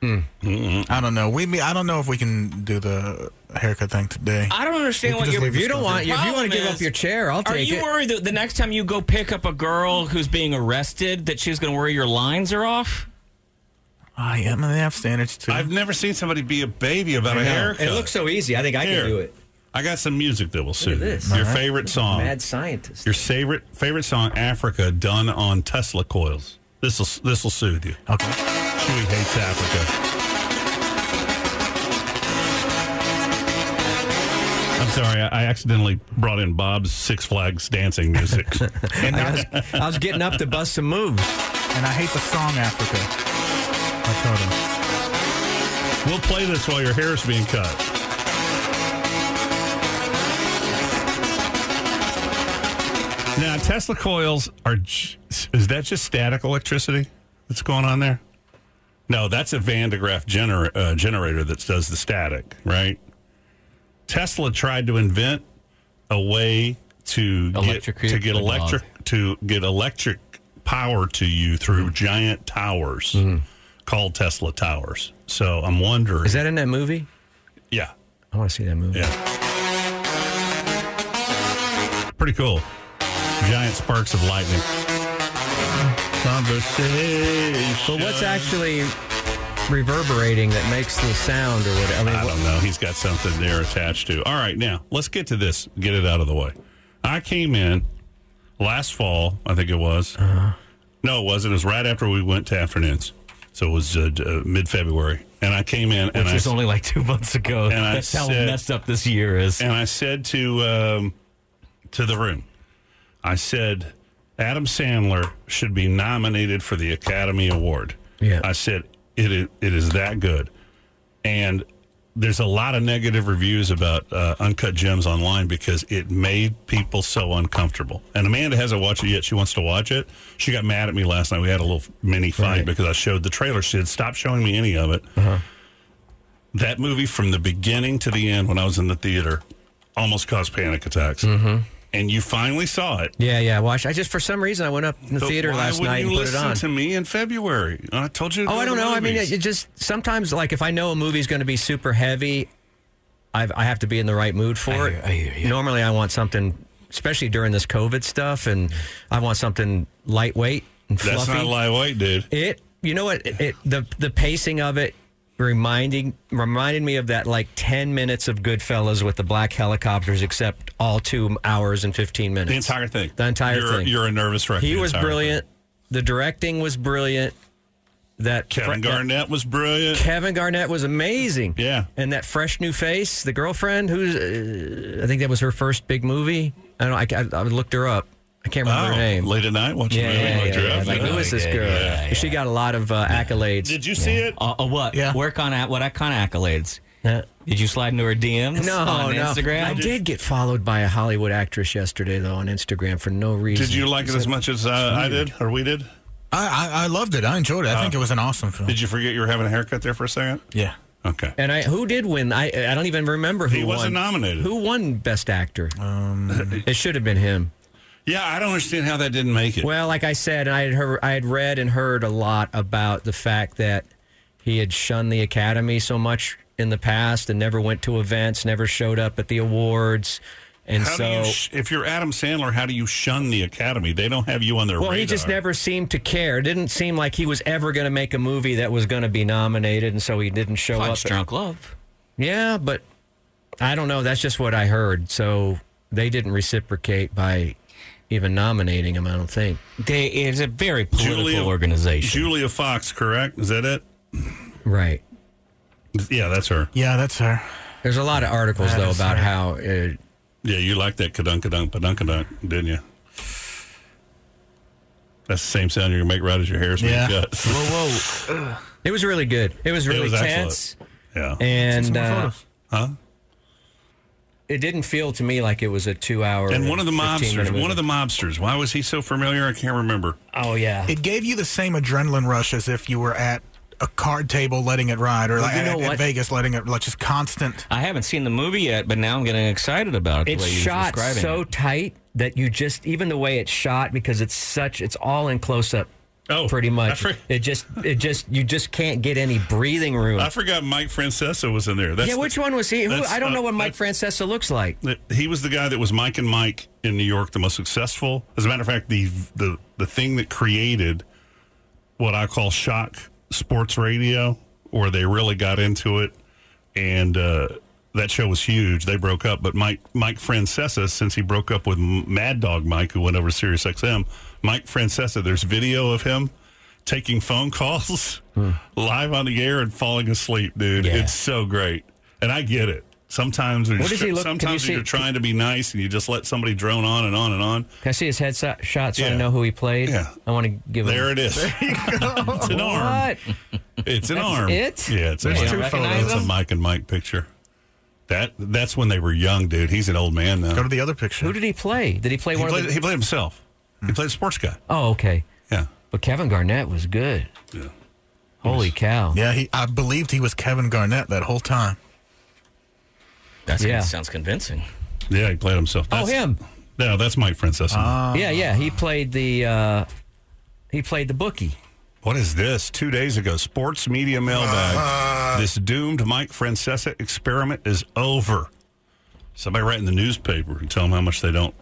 Speaker 7: Hmm. I don't know. We, I don't know if we can do the haircut thing today.
Speaker 5: I don't understand
Speaker 7: We
Speaker 5: what
Speaker 7: can just
Speaker 5: your
Speaker 7: leave this
Speaker 3: You don't
Speaker 7: stuff
Speaker 3: want.
Speaker 7: here.
Speaker 3: If you
Speaker 5: Problem
Speaker 3: want to give
Speaker 5: is,
Speaker 3: up your chair, I'll
Speaker 5: Are
Speaker 3: take
Speaker 5: you
Speaker 3: it.
Speaker 5: worried that the next time you go pick up a girl who's being arrested that she's going to worry your lines are off?
Speaker 7: I am. They have standards too.
Speaker 1: I've never seen somebody be a baby about a
Speaker 3: No,
Speaker 1: haircut.
Speaker 3: It looks so easy. I think I
Speaker 1: Here.
Speaker 3: can do it.
Speaker 1: I got some music that will suit you.
Speaker 3: this.
Speaker 1: your
Speaker 7: All right.
Speaker 1: favorite song.
Speaker 3: Mad scientist.
Speaker 1: Your favorite favorite song, Africa, done on Tesla coils. This will this will soothe you.
Speaker 7: okay.
Speaker 1: Chewy hates Africa. I'm sorry, I I accidentally brought in Bob's Six Flags dancing music.
Speaker 7: And I,
Speaker 3: I was getting up to bust some moves.
Speaker 7: and I hate the song Africa. I told him.
Speaker 1: we'll play this while your hair is being cut. Now, Tesla coils are. j- Is that just static electricity that's going on there? No, that's a Van de Graaff gener- uh, generator that does the static, right? Tesla tried to invent a way to get,
Speaker 5: Electrocute
Speaker 1: to get
Speaker 5: the dog.
Speaker 1: electric to get electric power to you through giant towers
Speaker 5: Mm-hmm.
Speaker 1: called Tesla towers. So I'm wondering,
Speaker 3: Is that in that movie?
Speaker 1: yeah,
Speaker 3: I want to see that movie.
Speaker 1: yeah, pretty cool. Giant sparks of lightning. Conversation.
Speaker 3: But what's actually reverberating that makes the sound or whatever? I mean,
Speaker 1: I
Speaker 3: what-
Speaker 1: don't know. He's got something there attached to. All right, now let's get to this. Get it out of the way. I came in last fall, I think it was.
Speaker 3: Uh-huh.
Speaker 1: No, it wasn't. It was right after we went to afternoons, so it was uh, d- uh, mid February, and I came in and
Speaker 5: Which
Speaker 1: I
Speaker 5: was only like two months ago.
Speaker 1: And I
Speaker 5: That's how
Speaker 1: said-
Speaker 5: messed up this year is.
Speaker 1: and I said to um, to the room, I said Adam Sandler should be nominated for the Academy Award.
Speaker 3: Yeah.
Speaker 1: I said it is, it is that good, and there's a lot of negative reviews about uh, Uncut Gems online because it made people so uncomfortable. And Amanda hasn't watched it yet; she wants to watch it. She got mad at me last night. We had a little mini fight
Speaker 3: Right. Uh-huh.
Speaker 1: because I showed the trailer. She said, "Stop showing me any of it." that movie from the beginning to the end when I was in the theater almost caused panic attacks. Mm-hmm. And you finally saw it.
Speaker 3: yeah, yeah. Watch. I just for some reason I went up in the
Speaker 1: But
Speaker 3: theater
Speaker 1: why
Speaker 3: last
Speaker 1: wouldn't
Speaker 3: night
Speaker 1: you
Speaker 3: and put it
Speaker 1: listen
Speaker 3: on.
Speaker 1: to me in February? I told you. to
Speaker 3: Oh,
Speaker 1: go
Speaker 3: I
Speaker 1: to
Speaker 3: don't
Speaker 1: the
Speaker 3: know. I mean,
Speaker 1: movies.
Speaker 3: it, it just sometimes, like, if I know a movie's going to be super heavy, I've, I have to be in the right mood for
Speaker 5: I
Speaker 3: it.
Speaker 5: hear- I hear you.
Speaker 3: Normally, I want something, especially during this COVID stuff, and I want something lightweight and fluffy.
Speaker 1: that's not lightweight, dude.
Speaker 3: It, you know what? It, it- the the pacing of it reminding reminded me of that like ten minutes of Goodfellas with the black helicopters, except all two hours and fifteen minutes.
Speaker 1: The entire thing.
Speaker 3: The entire
Speaker 1: you're,
Speaker 3: thing.
Speaker 1: You're a nervous wreck.
Speaker 3: he
Speaker 1: the
Speaker 3: was
Speaker 1: entire
Speaker 3: brilliant. The directing was brilliant. That
Speaker 1: thing. Kevin
Speaker 3: Fre- that-
Speaker 1: Garnett was brilliant.
Speaker 3: Kevin Garnett was amazing.
Speaker 1: Yeah.
Speaker 3: and that fresh new face, the girlfriend, who's uh, I think that was her first big movie. I don't. I, I, I looked her up. I can't remember
Speaker 1: oh,
Speaker 3: her name.
Speaker 1: late at night watching
Speaker 3: yeah,
Speaker 1: a movie.
Speaker 3: yeah,
Speaker 1: like
Speaker 3: yeah,
Speaker 1: you're
Speaker 3: yeah.
Speaker 1: up
Speaker 3: Like,
Speaker 1: late
Speaker 3: who
Speaker 1: night.
Speaker 3: is this girl?
Speaker 5: yeah,
Speaker 3: She got a lot of uh, accolades.
Speaker 1: Did you see it?
Speaker 5: Uh, uh, what?
Speaker 7: Yeah.
Speaker 5: Work on at what? I kind of accolades.
Speaker 3: Yeah.
Speaker 5: Did you slide into her DMs
Speaker 3: No,
Speaker 5: on
Speaker 3: no.
Speaker 5: Instagram?
Speaker 3: I did get followed by a Hollywood actress yesterday, though, on Instagram for no reason.
Speaker 1: Did you like it as much as uh, I did or we did?
Speaker 7: I, I I loved it. I enjoyed it. I think it was an awesome film.
Speaker 1: Did you forget you were having a haircut there for a second?
Speaker 7: yeah.
Speaker 1: Okay.
Speaker 3: And I, who did win? I I don't even remember who
Speaker 1: He wasn't
Speaker 3: won.
Speaker 1: nominated.
Speaker 3: Who won Best Actor?
Speaker 5: Um,
Speaker 3: it should have been him.
Speaker 1: Yeah, I don't understand how that didn't make it.
Speaker 3: Well, like I said, I had heard, I had read and heard a lot about the fact that he had shunned the Academy so much in the past and never went to events, never showed up at the awards, and
Speaker 1: How
Speaker 3: so
Speaker 1: do you sh- if you're Adam Sandler, how do you shun the Academy? They don't have you on their
Speaker 3: Well,
Speaker 1: radar.
Speaker 3: he just never seemed to care. It didn't seem like he was ever going to make a movie that was going to be nominated, and so he didn't show
Speaker 5: Punch
Speaker 3: up.
Speaker 5: Drunk Love.
Speaker 3: Yeah, but I don't know. That's just what I heard. So they didn't reciprocate by even nominating him. I don't think.
Speaker 5: They, it's a very political
Speaker 1: Julia-
Speaker 5: organization.
Speaker 1: Julia Fox, correct? Is that it?
Speaker 3: Right.
Speaker 1: Yeah, that's her.
Speaker 7: Yeah, that's her.
Speaker 3: There's a lot of articles
Speaker 7: That
Speaker 3: though
Speaker 7: is
Speaker 3: about
Speaker 7: right.
Speaker 3: how uh
Speaker 1: Yeah, you like that kadunkadunk padunkadunk, didn't you? That's the same sound you're gonna make right as your hair's being
Speaker 7: Yeah.
Speaker 1: cut.
Speaker 7: Whoa, whoa.
Speaker 3: it was really good. It was really
Speaker 1: was excellent.
Speaker 3: tense,
Speaker 1: *laughs* yeah.
Speaker 3: and
Speaker 7: Some more
Speaker 3: uh,
Speaker 7: photos.
Speaker 3: it didn't feel to me like it was a two-hour.
Speaker 1: and one of the
Speaker 3: 15 minute
Speaker 1: mobsters, one
Speaker 3: movie.
Speaker 1: of the mobsters. Why was he so familiar? I can't remember.
Speaker 3: Oh yeah.
Speaker 7: It gave you the same adrenaline rush as if you were at a card table letting it ride, or like
Speaker 3: you know
Speaker 7: at, at
Speaker 3: what?
Speaker 7: Vegas letting it, like just constant.
Speaker 5: I haven't seen the movie yet, but now I'm getting excited about it.
Speaker 3: it's
Speaker 5: the way you're
Speaker 3: shot
Speaker 5: describing
Speaker 3: so
Speaker 5: it.
Speaker 3: tight that you just even the way it's shot because it's such it's all in close up
Speaker 1: Oh,
Speaker 3: pretty
Speaker 1: I
Speaker 3: much.
Speaker 1: for-
Speaker 3: it just it just you just can't get any breathing room.
Speaker 1: I forgot Mike Francesa was in there. That's
Speaker 3: yeah, which one was he? Who,
Speaker 1: that's,
Speaker 3: I don't
Speaker 1: uh,
Speaker 3: know what Mike Francesa looks like.
Speaker 1: that he was the guy that was Mike and Mike in New York, the most successful. As a matter of fact, the the the thing that created what I call shock sports radio, where they really got into it, and uh, that show was huge. They broke up, but Mike Mike Francesa, since he broke up with M- Mad Dog Mike, who went over to Sirius XM, Mike Francesa, there's video of him taking phone calls live on the air and falling asleep, dude.
Speaker 3: Hmm. Yeah.
Speaker 1: It's so great, and I get it. Sometimes when
Speaker 3: What
Speaker 1: you're
Speaker 3: does he look- can
Speaker 1: sometimes
Speaker 3: you see- Hmm.
Speaker 1: you're trying to be nice and you just let somebody drone on and on and on.
Speaker 3: Can I see his headshot shot so
Speaker 1: Yeah.
Speaker 3: I know who he played?
Speaker 1: Yeah.
Speaker 3: I want to give
Speaker 1: There
Speaker 3: him.
Speaker 1: it is. *laughs* it's an arm.
Speaker 3: What?
Speaker 1: It's an
Speaker 3: That's
Speaker 1: arm.
Speaker 3: it?
Speaker 1: Yeah, it's
Speaker 7: There's
Speaker 1: an
Speaker 7: two
Speaker 1: arm.
Speaker 5: recognize
Speaker 1: That's
Speaker 7: photos.
Speaker 1: a Mike and Mike picture. That that's when they were young, dude. He's an old man now.
Speaker 7: Go to the other picture.
Speaker 3: Who did he play? Did he play
Speaker 1: he,
Speaker 3: one
Speaker 1: played,
Speaker 3: of the?
Speaker 1: he played himself. He played a sports guy.
Speaker 3: oh, okay.
Speaker 1: Yeah.
Speaker 3: But Kevin Garnett was good.
Speaker 1: Yeah.
Speaker 3: Holy cow!
Speaker 7: yeah, he, I believed he was Kevin Garnett that whole time.
Speaker 5: That
Speaker 3: Yeah.
Speaker 5: sounds convincing.
Speaker 1: Yeah, he played himself.
Speaker 3: Oh,
Speaker 1: That's,
Speaker 3: him.
Speaker 1: No, that's Mike Francesa.
Speaker 3: yeah, yeah. He played the uh, he played the bookie.
Speaker 1: What is this? Two days ago, sports media mailbag. this doomed Mike Francesa experiment is over. Somebody write in the newspaper and tell them how much they don't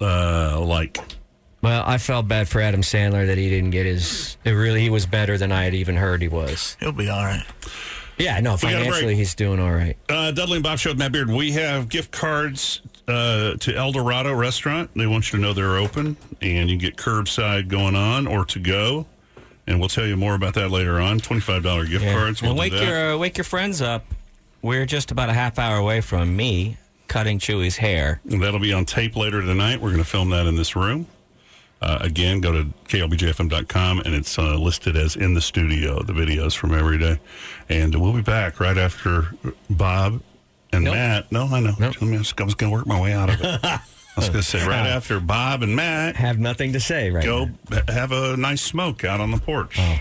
Speaker 1: uh, like.
Speaker 3: Well, I felt bad for Adam Sandler that he didn't get his. It really, he was better than I had even heard he was.
Speaker 7: He'll be all right.
Speaker 3: Yeah, no,
Speaker 1: got a break.
Speaker 3: financially he's doing all right.
Speaker 1: Uh, Dudley and Bob Show with Matt Beard. We have gift cards uh, to El Dorado Restaurant. They want you to know they're open, and you can get curbside going on or to go. And we'll tell you more about that later on. Twenty-five dollar gift cards. We'll
Speaker 5: and
Speaker 1: do
Speaker 5: wake
Speaker 1: that.
Speaker 5: your uh, wake your friends up. We're just about a half hour away from me cutting Chewy's hair.
Speaker 1: And That'll be on tape later tonight. We're going to film that in this room. Uh, again, go to klbjfm.com and it's uh, listed as in the studio, the videos from every day. And we'll be back right after Bob and
Speaker 3: Nope.
Speaker 1: Matt. No, I know. Let me- I was going to work my way out of it.
Speaker 3: *laughs*
Speaker 1: I was going to say right after Bob and Matt,
Speaker 3: Have nothing to say right
Speaker 1: go ha- have a nice smoke out on the porch.
Speaker 3: Oh.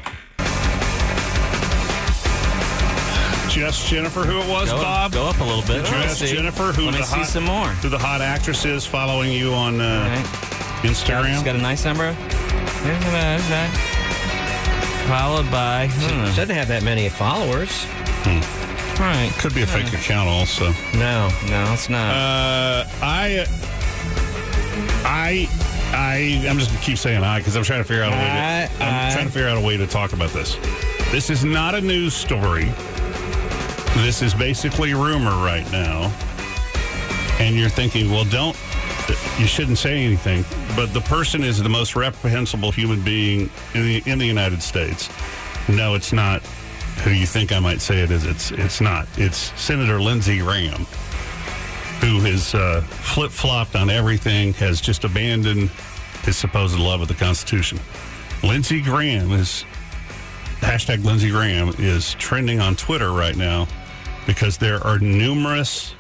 Speaker 1: Just Jennifer, who it was,
Speaker 5: Go,
Speaker 1: Bob?
Speaker 5: go up a little bit. Let me
Speaker 1: Dress
Speaker 5: see.
Speaker 1: Jennifer, who
Speaker 5: Let me
Speaker 1: the
Speaker 5: see
Speaker 1: hot,
Speaker 5: some more.
Speaker 1: Who the hot actress is following you on
Speaker 5: All
Speaker 1: uh,
Speaker 5: right. She's
Speaker 1: Instagram?
Speaker 5: got a nice number. There's a nice guy. Followed by.
Speaker 3: now.
Speaker 5: Hmm.
Speaker 3: Doesn't have that many followers.
Speaker 5: All right.
Speaker 1: Hmm. Could be a fake account, also.
Speaker 3: No.
Speaker 5: No, it's not.
Speaker 1: Uh, I, I, I, I'm just gonna keep saying I because I'm trying to figure out a way. To,
Speaker 3: I-
Speaker 1: I'm
Speaker 3: I-
Speaker 1: trying to figure out a way to talk about this. This is not a news story. This is basically rumor right now. And you're thinking, well, don't. You shouldn't say anything, but the person is the most reprehensible human being in the in the United States. No, it's not. Who you think I might say it is? It's it's not. It's Senator Lindsey Graham who has uh, flip flopped on everything, has just abandoned his supposed love of the Constitution. Lindsey Graham is hashtag Lindsey Graham is trending on Twitter right now because there are numerous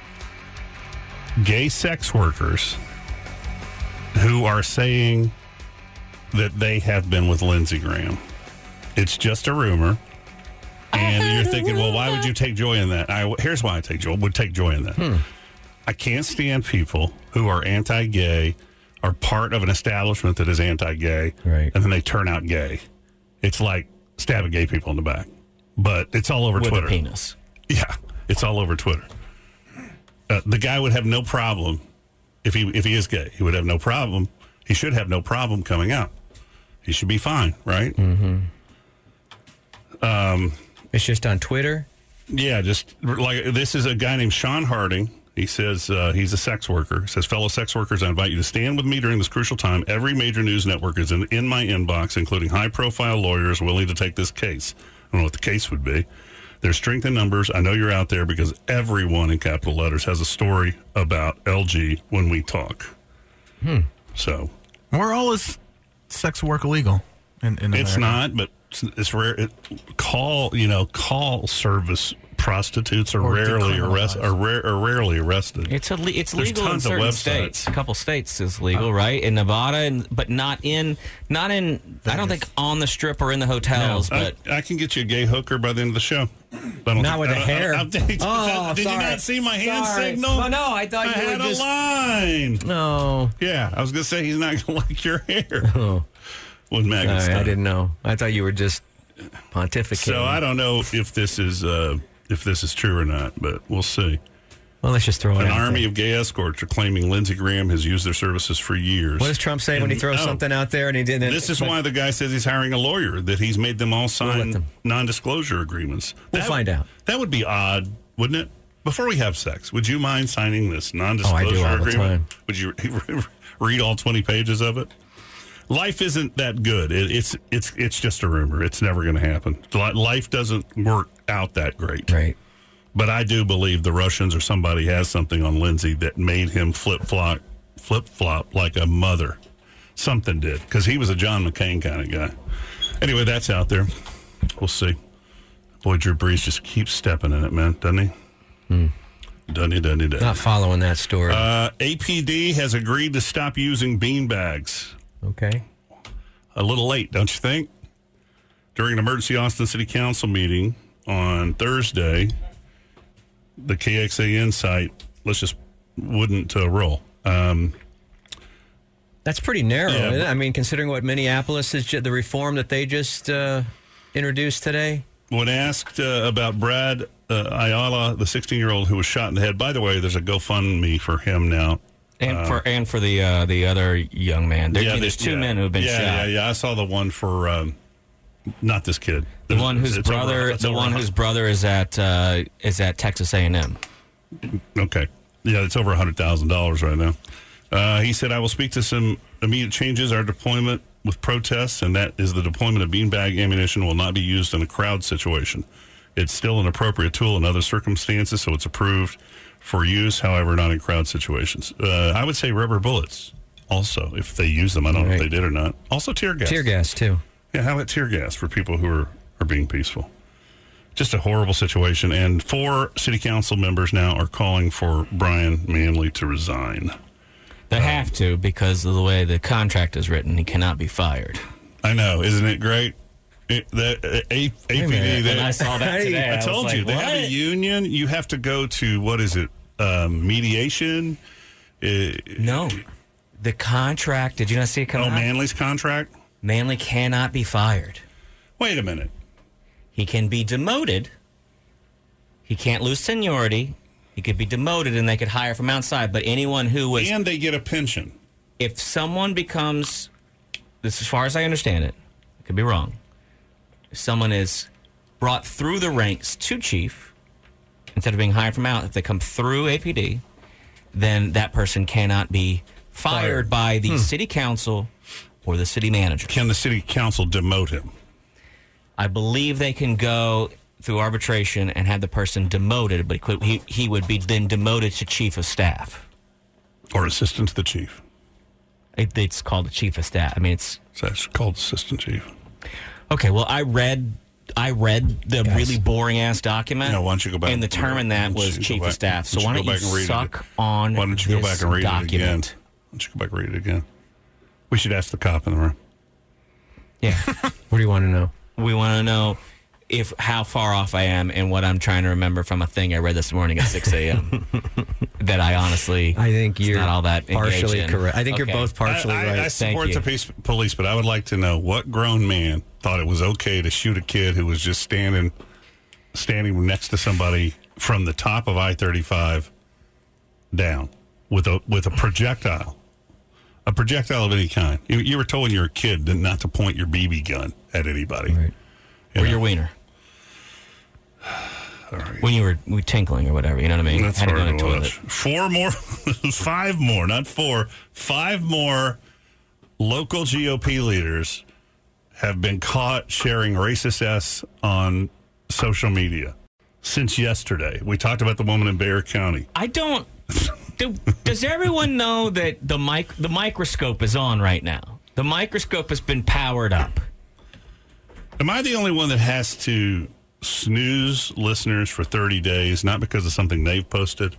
Speaker 1: gay sex workers who are saying that they have been with Lindsey Graham. It's just a rumor. And you're thinking, well, why would you take joy in that? I, here's why I take joy would take joy in that.
Speaker 5: Hmm.
Speaker 1: I can't stand people who are anti gay, are part of an establishment that is anti gay,
Speaker 3: Right.
Speaker 1: and then they turn out gay. It's like stabbing gay people in the back, but it's all over
Speaker 5: With
Speaker 1: Twitter.
Speaker 5: a penis.
Speaker 1: Yeah, it's all over Twitter. Uh, the guy would have no problem if he if he is gay. He would have no problem. He should have no problem coming out. He should be fine, right?
Speaker 3: It's just on Twitter.
Speaker 1: Yeah, just like this is a guy named Sean Harding. He says uh, he's a sex worker. He says, fellow sex workers, I invite you to stand with me during this crucial time. Every major news network is in, in my inbox, including high profile lawyers willing to take this case. I don't know what the case would be. There's strength in numbers. I know you're out there because everyone in capital letters has a story about LG when we talk. So
Speaker 7: Where all is sex work illegal? In, in
Speaker 1: it's
Speaker 7: America?
Speaker 1: not, but it's, it's rare. It, call you know call service prostitutes are
Speaker 7: Or
Speaker 1: rarely arrest
Speaker 7: decriminalized.
Speaker 1: are, rare, are rarely arrested.
Speaker 5: It's a le- it's
Speaker 1: There's
Speaker 5: legal in
Speaker 1: tons of
Speaker 5: certain
Speaker 1: websites. Uh,
Speaker 5: states. A couple states is legal, right? In Nevada, and, but not in not in. I don't think on the strip or in the hotels.
Speaker 1: I,
Speaker 5: But
Speaker 1: I can get you a gay hooker by the end of the show. I don't
Speaker 3: Not with
Speaker 1: I
Speaker 3: a
Speaker 1: don't-
Speaker 3: hair.
Speaker 1: I don't- I don't- Uh, did
Speaker 3: Oh,
Speaker 1: *laughs* did you
Speaker 3: sorry.
Speaker 1: not see my hand
Speaker 3: Sorry.
Speaker 1: signal?
Speaker 3: Oh, no, I thought
Speaker 1: I
Speaker 3: you were
Speaker 1: had
Speaker 3: just-
Speaker 1: a line.
Speaker 3: No.
Speaker 1: *laughs*
Speaker 3: *laughs*
Speaker 1: Yeah, I was gonna say he's not gonna like your hair. with Magnet
Speaker 3: Oh. Sorry,
Speaker 1: Stein.
Speaker 3: I didn't know. I thought you were just pontificating.
Speaker 1: So I don't know if this is uh, if this is true or not, but we'll see.
Speaker 3: well, let's just throw it
Speaker 1: An
Speaker 3: out
Speaker 1: army
Speaker 3: there.
Speaker 1: of gay escorts are claiming Lindsey Graham has used their services for years.
Speaker 3: What does Trump say when he
Speaker 1: And-
Speaker 3: throws
Speaker 1: oh,
Speaker 3: something out there and he didn't?
Speaker 1: This is why the guy says he's hiring a lawyer. That he's made them all sign
Speaker 3: them.
Speaker 1: non-disclosure agreements.
Speaker 3: We'll
Speaker 1: That-
Speaker 3: find out.
Speaker 1: That would be odd, wouldn't it? Before we have sex, would you mind signing this non-disclosure
Speaker 3: Oh, all the time.
Speaker 1: agreement? Would you read all twenty pages of it? Life isn't that good. It, it's it's it's just a rumor. It's never going to happen. Li- Life doesn't work out that great.
Speaker 3: Right.
Speaker 1: But I do believe the Russians or somebody has something on Lindsay that made him flip flop, flip flop like a mother. Something did because he was a John McCain kind of guy. Anyway, that's out there. We'll see. Boy, Drew Brees just keeps stepping in it, man, doesn't he? Doesn't he? Doesn't he? Doesn't he?
Speaker 3: Not following that story.
Speaker 1: Uh, APD has agreed to stop using beanbags.
Speaker 3: okay.
Speaker 1: A little late, don't you think? During an emergency Austin City Council meeting on Thursday, the KXAN site, let's just wouldn't uh, roll. Um,
Speaker 3: That's pretty narrow.
Speaker 1: Yeah,
Speaker 3: isn't it?
Speaker 1: but-
Speaker 3: I mean, considering what Minneapolis is, ju- the reform that they just uh, introduced today.
Speaker 1: when asked uh, about Brad uh, Ayala, the 16 year old who was shot in the head, by the way, there's a GoFundMe for him now.
Speaker 5: And for and for the uh, the other young man, there,
Speaker 1: they-
Speaker 5: there's two
Speaker 1: yeah.
Speaker 5: men who have been
Speaker 1: yeah,
Speaker 5: shot.
Speaker 1: Yeah, yeah, I saw the one for um, not this kid.
Speaker 5: The one whose
Speaker 1: It's over-
Speaker 5: brother,
Speaker 1: it's
Speaker 5: the
Speaker 1: over
Speaker 5: one
Speaker 1: a
Speaker 5: whose brother is at uh, is at Texas A and M.
Speaker 1: Okay. Yeah, it's over $100,000 right now. Uh, he said, I will speak to some immediate changes, our deployment with protests, and that is the deployment of beanbag ammunition will not be used in a crowd situation. It's still an appropriate tool in other circumstances, so it's approved for use, however, not in crowd situations. Uh, I would say rubber bullets also, if they use them. I don't know if
Speaker 3: Right.
Speaker 1: they did or not. Also, tear gas.
Speaker 3: Tear gas, too.
Speaker 1: Yeah, how about tear gas for people who are, are being peaceful? Just a horrible situation. And four city council members now are calling for Brian Manley to resign.
Speaker 5: They have to because of the way the contract is written. He cannot be fired.
Speaker 1: I know, isn't it great? It, that, uh, A- APD,
Speaker 3: minute,
Speaker 1: they,
Speaker 5: And I saw that today.
Speaker 1: *laughs* I
Speaker 5: was
Speaker 1: told you,
Speaker 5: like,
Speaker 1: they have a
Speaker 5: "What?"
Speaker 1: union. You have to go to, what is it, um, mediation? Uh,
Speaker 5: No, the contract. Did you not see it come
Speaker 1: oh,
Speaker 5: out?
Speaker 1: Manley's contract?
Speaker 5: Manley cannot be fired.
Speaker 1: Wait a minute.
Speaker 5: He can be demoted. He can't lose seniority. He could be demoted, and they could hire from outside. But anyone who was
Speaker 1: And they get a pension.
Speaker 5: if someone becomes this as far as i understand it i could be wrong if someone is brought through the ranks to chief instead of being hired from out if they come through apd then that person cannot be fired, by the city council or the city manager
Speaker 1: Can the city council demote him?
Speaker 5: i believe they can go through arbitration and have the person demoted but he, could, he, he would be then demoted to chief of staff
Speaker 1: Or assistant to the chief?
Speaker 5: it, it's called the chief of staff i mean it's
Speaker 1: So That's called assistant chief.
Speaker 5: Okay, well, I read. I read the really boring ass document.
Speaker 1: No, why don't you go back
Speaker 5: And the term in that
Speaker 1: Why don't
Speaker 5: was
Speaker 1: you go
Speaker 5: chief
Speaker 1: back-
Speaker 5: of staff. So why
Speaker 1: go
Speaker 5: don't you
Speaker 1: back and read it?
Speaker 5: suck on
Speaker 1: Why don't you go
Speaker 5: this
Speaker 1: back and read
Speaker 5: document?
Speaker 1: it again? Why don't you go back and read it again? We should ask the cop in the room.
Speaker 5: Yeah,
Speaker 3: What do you want to know?
Speaker 5: *laughs* we want to know if how far off I am and what I'm trying to remember from a thing I read this morning at 6
Speaker 1: *laughs*
Speaker 5: a.m. that I honestly,
Speaker 3: I think
Speaker 5: was
Speaker 3: you're
Speaker 5: not all that engaged
Speaker 3: partially
Speaker 5: in.
Speaker 3: correct. I think you're
Speaker 5: Okay.
Speaker 3: both partially
Speaker 1: I, I,
Speaker 3: right.
Speaker 1: I support
Speaker 5: you.
Speaker 1: the peace, police, but I would like to know what grown man thought it was okay to shoot a kid who was just standing standing next to somebody from the top of I thirty five down with a with a projectile, a projectile of any kind. You, you were told when you were a kid that not to point your BB gun at anybody.
Speaker 3: Right.
Speaker 1: You
Speaker 5: or
Speaker 1: know?
Speaker 5: your wiener
Speaker 1: *sighs* All right.
Speaker 5: when you were we tinkling or whatever. You know what I mean?
Speaker 1: That's
Speaker 5: Had to go
Speaker 1: hard
Speaker 5: in
Speaker 1: to
Speaker 5: the toilet.
Speaker 1: watch. Four more, *laughs* five more, not four, five more local GOP leaders have been caught sharing racist s on social media since yesterday. We talked about the woman in Bear County.
Speaker 5: I don't. do, does everyone know that the mic the microscope is on right now? The microscope has been powered up.
Speaker 1: Am I the only one that has to snooze listeners for 30 days, not because of something they've posted,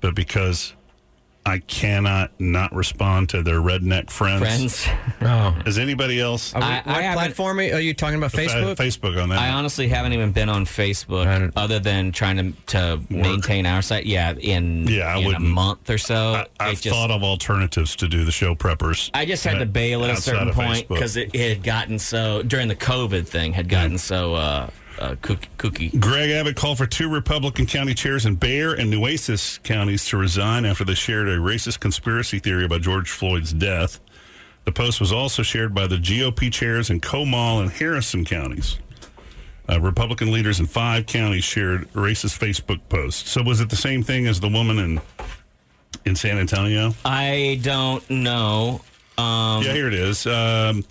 Speaker 1: but because I cannot not respond to their redneck friends.
Speaker 5: friends.
Speaker 1: Is anybody else?
Speaker 3: Are we-
Speaker 5: I-
Speaker 3: what
Speaker 5: I haven't-
Speaker 3: platform are you talking about? Facebook.
Speaker 1: Facebook on that.
Speaker 5: I honestly haven't even been on Facebook
Speaker 3: don't-
Speaker 5: other than trying to to maintain our site. Yeah, in
Speaker 1: Yeah, I
Speaker 5: in a
Speaker 1: wouldn't-
Speaker 5: month or so.
Speaker 1: I, I've
Speaker 5: It just-
Speaker 1: thought of alternatives to do the show preppers.
Speaker 5: I just had
Speaker 1: But
Speaker 5: to bail at a
Speaker 1: outside
Speaker 5: certain
Speaker 1: of
Speaker 5: point
Speaker 1: Facebook. Mm.
Speaker 5: because it, it had gotten so during the COVID thing had gotten so uh, uh, cook, kooky.
Speaker 1: Greg Abbott called for two Republican county chairs in Bear and Nueces counties to resign after they shared a racist conspiracy theory about George Floyd's death. The post was also shared by the GOP chairs in Comal and Harrison counties. Uh, Republican leaders in five counties shared racist Facebook posts. So was it the same thing as the woman in in San Antonio?
Speaker 5: I don't know. Um,
Speaker 1: Yeah, here it is. Um,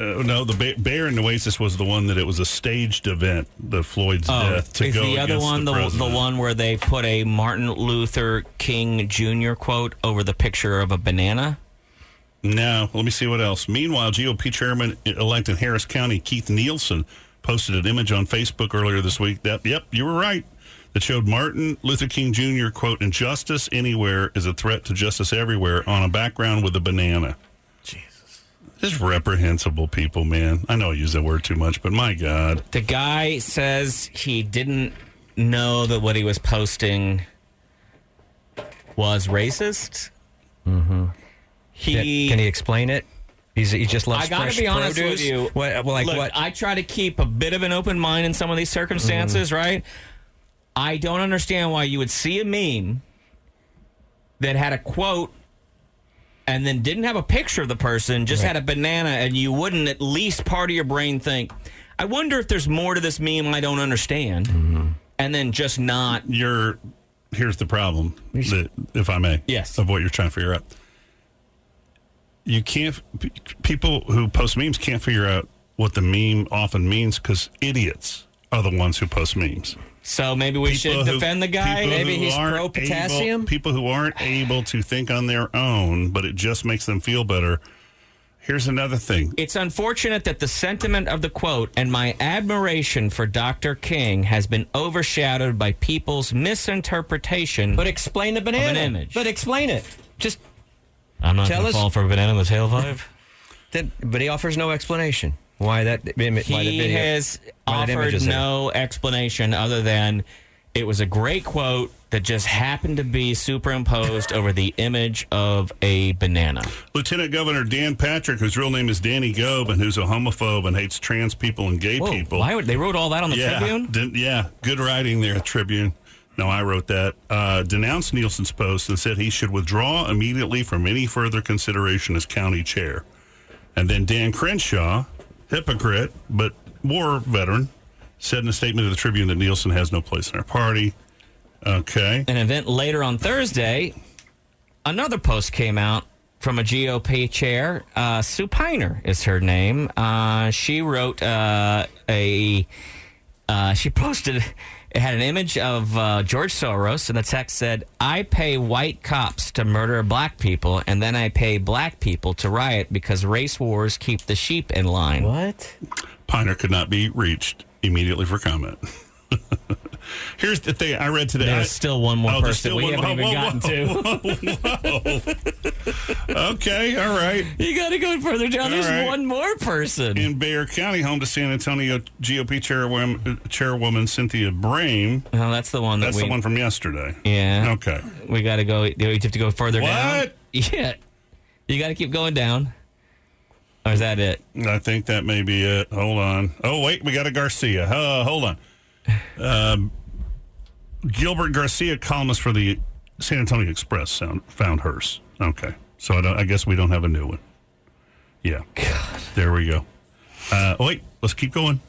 Speaker 1: uh, no, the Ba- Bear and Oasis was the one that it was a staged event, the Floyd's
Speaker 5: oh,
Speaker 1: death. uh, To
Speaker 5: is
Speaker 1: go
Speaker 5: the other
Speaker 1: against
Speaker 5: one
Speaker 1: the,
Speaker 5: the, the,
Speaker 1: president.
Speaker 5: one where they put a Martin Luther King Jr. quote over the picture of a banana?
Speaker 1: No, let me see what else. Meanwhile, GOP Chairman elect in Harris County, Keith Nielsen, posted an image on Facebook earlier this week that, yep, you were right, that showed Martin Luther King Jr., quote, injustice anywhere is a threat to justice everywhere on a background with a banana. Jesus. Just reprehensible people, man. I know I use that word too much, but my God.
Speaker 5: The guy says he didn't know that what he was posting was racist. Mm-hmm.
Speaker 3: Can-
Speaker 5: He
Speaker 3: Can he explain it? He's he just loves
Speaker 5: I gotta
Speaker 3: fresh
Speaker 5: be honest
Speaker 3: produce?
Speaker 5: with you.
Speaker 3: What, well, like
Speaker 5: Look,
Speaker 3: what?
Speaker 5: I try to keep a bit of an open mind in some of these
Speaker 1: Mm-hmm.
Speaker 5: circumstances, right? I don't understand why you would see a meme that had a quote and then didn't have a picture of the person, just had a banana, and you wouldn't at least part of your brain think, I wonder if there's more to this meme I don't understand.
Speaker 1: Mm-hmm.
Speaker 5: And then just not.
Speaker 1: you're here's the problem that, if i may
Speaker 5: Yes.
Speaker 1: of what you're trying to figure out you can't p- people who post memes can't figure out what the meme often means because idiots are the ones who post memes
Speaker 5: So maybe we
Speaker 1: People
Speaker 5: should
Speaker 1: who-
Speaker 5: defend the guy.
Speaker 1: people
Speaker 5: Maybe
Speaker 1: who
Speaker 5: he's
Speaker 1: aren't
Speaker 5: pro potassium.
Speaker 1: able- people who aren't able to think on their own but it just makes them feel better here's another thing
Speaker 5: It's unfortunate that the sentiment of the quote and my admiration for Dr. King has been overshadowed by people's misinterpretation.
Speaker 3: but explain the banana.
Speaker 5: image.
Speaker 3: But explain it. Just
Speaker 5: I'm not
Speaker 3: tell
Speaker 5: gonna
Speaker 3: us-
Speaker 5: for banana with tail vibe. *laughs*
Speaker 3: that. But he offers no explanation why that. Image, why the
Speaker 5: he
Speaker 3: video.
Speaker 5: has
Speaker 3: why that image
Speaker 5: offered
Speaker 3: is there.
Speaker 5: no explanation other than it was a great quote that just happened to be superimposed over the image of a banana.
Speaker 1: Lieutenant Governor Dan Patrick, whose real name is Danny Gobe, and who's a homophobe and hates trans people and gay
Speaker 5: Whoa,
Speaker 1: people.
Speaker 5: why would they wrote all that on the
Speaker 1: yeah,
Speaker 5: Tribune?
Speaker 1: den- yeah, good writing there, Tribune. No, I wrote that. Uh, denounced Nielsen's post and said he should withdraw immediately from any further consideration as county chair. And then Dan Crenshaw, hypocrite but war veteran, said in a statement to the Tribune that Nielsen has no place in our party. Okay.
Speaker 5: an event later on Thursday, another post came out from a GOP chair. Uh, Sue Piner is her name. Uh, she wrote uh, a. Uh, she posted. It had an image of uh, George Soros, and the text said, "I pay white cops to murder black people, and then I pay black people to riot because race wars keep the sheep in line."
Speaker 3: What?
Speaker 1: Piner could not be reached immediately for comment. *laughs* Here's the thing I read today. I-
Speaker 5: There's still one more
Speaker 1: Oh, there's
Speaker 5: person
Speaker 1: still
Speaker 5: we
Speaker 1: one-
Speaker 5: haven't even
Speaker 1: whoa, whoa,
Speaker 5: gotten to. *laughs*
Speaker 1: okay, all right.
Speaker 5: you got to go further down. There's
Speaker 1: right.
Speaker 5: one more person.
Speaker 1: In Bayer County, home to San Antonio GOP chairwoman, chairwoman Cynthia Brame.
Speaker 5: Oh, that's the one that
Speaker 1: That's
Speaker 5: we.
Speaker 1: the one from yesterday.
Speaker 5: Yeah.
Speaker 1: Okay.
Speaker 5: We got to go. You have to go further down.
Speaker 1: What?
Speaker 5: Yeah. You got to keep going down. Or is that it?
Speaker 1: I think that may be it. Hold on. Oh, wait, we got a Garcia. Uh, hold on. Um, Gilbert Garcia, columnist for the San Antonio Express, sound, found hers. Okay. So I, don't, I guess we don't have a new one. Yeah. There we go. Uh, oh, wait, let's keep going.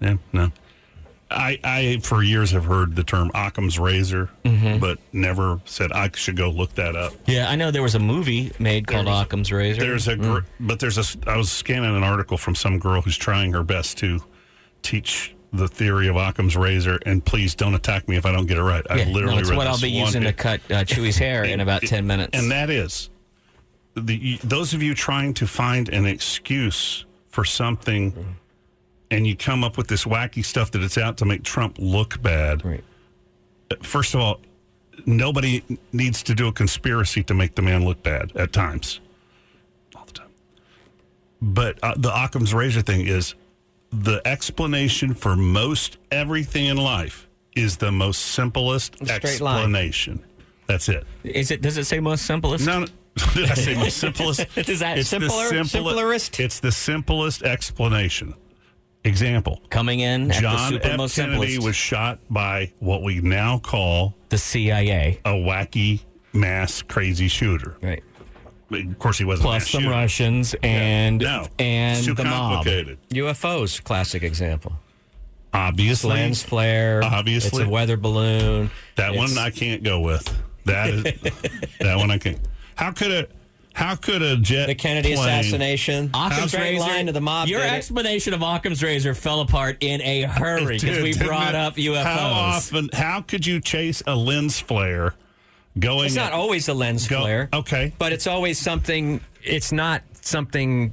Speaker 1: Yeah, no. I, I for years have heard the term Occam's razor, but never said I should go look that up.
Speaker 5: Yeah, I know there was a movie made called
Speaker 1: There's-
Speaker 5: Occam's Razor.
Speaker 1: There's a, gr-
Speaker 5: Hmm.
Speaker 1: but there's a. s- I was scanning an article from some girl who's trying her best to teach the theory of Occam's razor. And please don't attack me if I don't get it right. I
Speaker 5: yeah,
Speaker 1: literally
Speaker 5: no, it's
Speaker 1: read
Speaker 5: what I'll
Speaker 1: this
Speaker 5: be
Speaker 1: one
Speaker 5: using to
Speaker 1: day.
Speaker 5: cut uh, Chewy's hair
Speaker 1: *laughs*
Speaker 5: in about
Speaker 1: It-
Speaker 5: ten minutes.
Speaker 1: And that is the you- those of you trying to find an excuse for something, and you come up with this wacky stuff that it's out to make Trump look bad.
Speaker 5: Right.
Speaker 1: First of all, nobody needs to do a conspiracy to make the man look bad at times, all the time. But uh, the Occam's razor thing is the explanation for most everything in life is the most simplest
Speaker 3: straight line.
Speaker 1: explanation. That's it.
Speaker 5: Is it? Does it say most simplest?
Speaker 1: No, *laughs* no. Did I say most simplest?
Speaker 5: *laughs* Is that simpler- simplerest?
Speaker 1: It's the simplest explanation. Example:
Speaker 5: Coming in at the
Speaker 1: John
Speaker 5: super
Speaker 1: F.
Speaker 5: most
Speaker 1: Kennedy
Speaker 5: simplest.
Speaker 1: was shot by what we now call
Speaker 5: the CIA.
Speaker 1: a wacky mass crazy shooter.
Speaker 5: Right.
Speaker 1: Of course, he wasn't. a
Speaker 5: Plus
Speaker 1: mass
Speaker 5: some
Speaker 1: shooter.
Speaker 5: Russians and
Speaker 1: No,
Speaker 5: and
Speaker 1: it's too
Speaker 5: the mob.
Speaker 1: complicated.
Speaker 3: UFOs, classic example.
Speaker 1: Obviously,
Speaker 3: Lens flare.
Speaker 1: Obviously.
Speaker 3: It's a weather balloon.
Speaker 1: that one
Speaker 3: It's-
Speaker 1: I can't go with. That
Speaker 5: *laughs*
Speaker 1: is that one I can't. How could a how could a jet
Speaker 3: The Kennedy
Speaker 1: plane-
Speaker 3: assassination.
Speaker 5: Occam's
Speaker 3: Straight
Speaker 5: razor.
Speaker 3: line to the mob.
Speaker 5: Your
Speaker 3: did it.
Speaker 5: explanation of Occam's razor fell apart in a hurry because
Speaker 1: Dude,
Speaker 5: we
Speaker 1: didn't
Speaker 5: brought
Speaker 1: it-
Speaker 5: up UFOs.
Speaker 1: How often? How could you chase a lens flare going?
Speaker 3: It's not
Speaker 1: at-
Speaker 3: always a lens
Speaker 1: go-
Speaker 3: flare.
Speaker 1: Okay.
Speaker 3: But it's always something. It's not something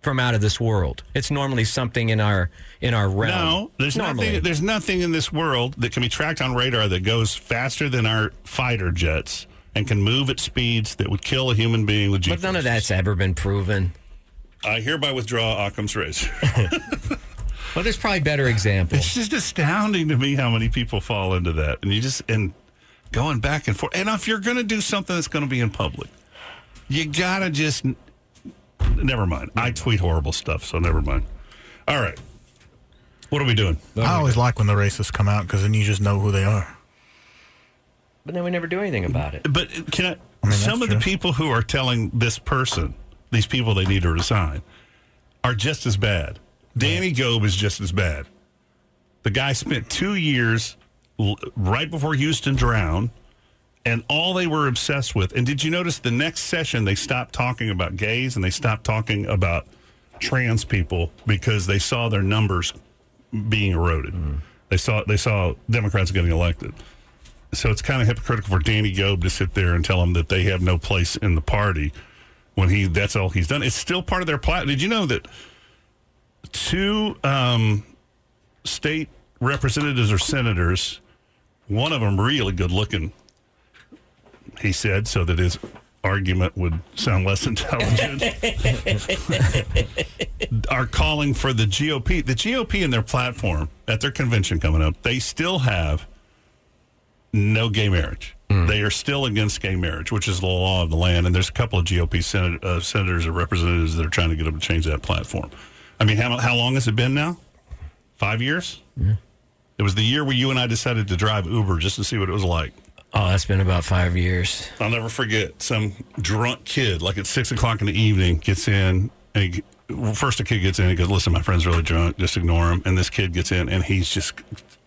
Speaker 3: from out of this world. It's normally something in our in our realm.
Speaker 1: No, there's
Speaker 3: normally.
Speaker 1: nothing. There's nothing in this world that can be tracked on radar that goes faster than our fighter jets and can move at speeds that would kill a human being with GPS.
Speaker 3: but none of that's ever been proven.
Speaker 1: I hereby withdraw Occam's razor.
Speaker 3: Well, there's probably better examples.
Speaker 1: it's just astounding to me how many people fall into that, and you just and going back and forth. And if you're going to do something that's going to be in public, you gotta just. Never mind. I tweet horrible stuff, so never mind. All right. What are we doing?
Speaker 7: I always like when the racists come out because then you just know who they are.
Speaker 3: But then we never do anything about it.
Speaker 1: But can I?
Speaker 7: mean, that's
Speaker 1: some of the
Speaker 7: true.
Speaker 1: people who are telling this person, these people they need to resign, are just as bad. Danny Gobe is just as bad. The guy spent two years l- right before Houston drowned, and all they were obsessed with. And did you notice the next session they stopped talking about gays and they stopped talking about trans people because they saw their numbers being eroded.
Speaker 7: Mm-hmm.
Speaker 1: They saw they saw Democrats getting elected. So it's kind of hypocritical for Danny Gobe to sit there and tell them that they have no place in the party when he that's all he's done. It's still part of their plot. Did you know that two um, state representatives or senators, one of them really good looking, he said, so that his argument would sound less *laughs* intelligent, are calling for the GOP. The GOP in their platform at their convention coming up, they still have no gay marriage. They are still against gay marriage, which is the law of the land. And there's a couple of GOP senat- uh, senators or representatives that are trying to get them to change that platform. I mean, how, how long has it been now? Five years? It was the year where you and I decided to drive Uber just to see what it was like.
Speaker 3: Oh, that's been about five years.
Speaker 1: I'll never forget some drunk kid, like at six o'clock in the evening, gets in and he, well, first a kid gets in and goes, "Listen, my friend's really drunk. Just ignore him." And this kid gets in and he's just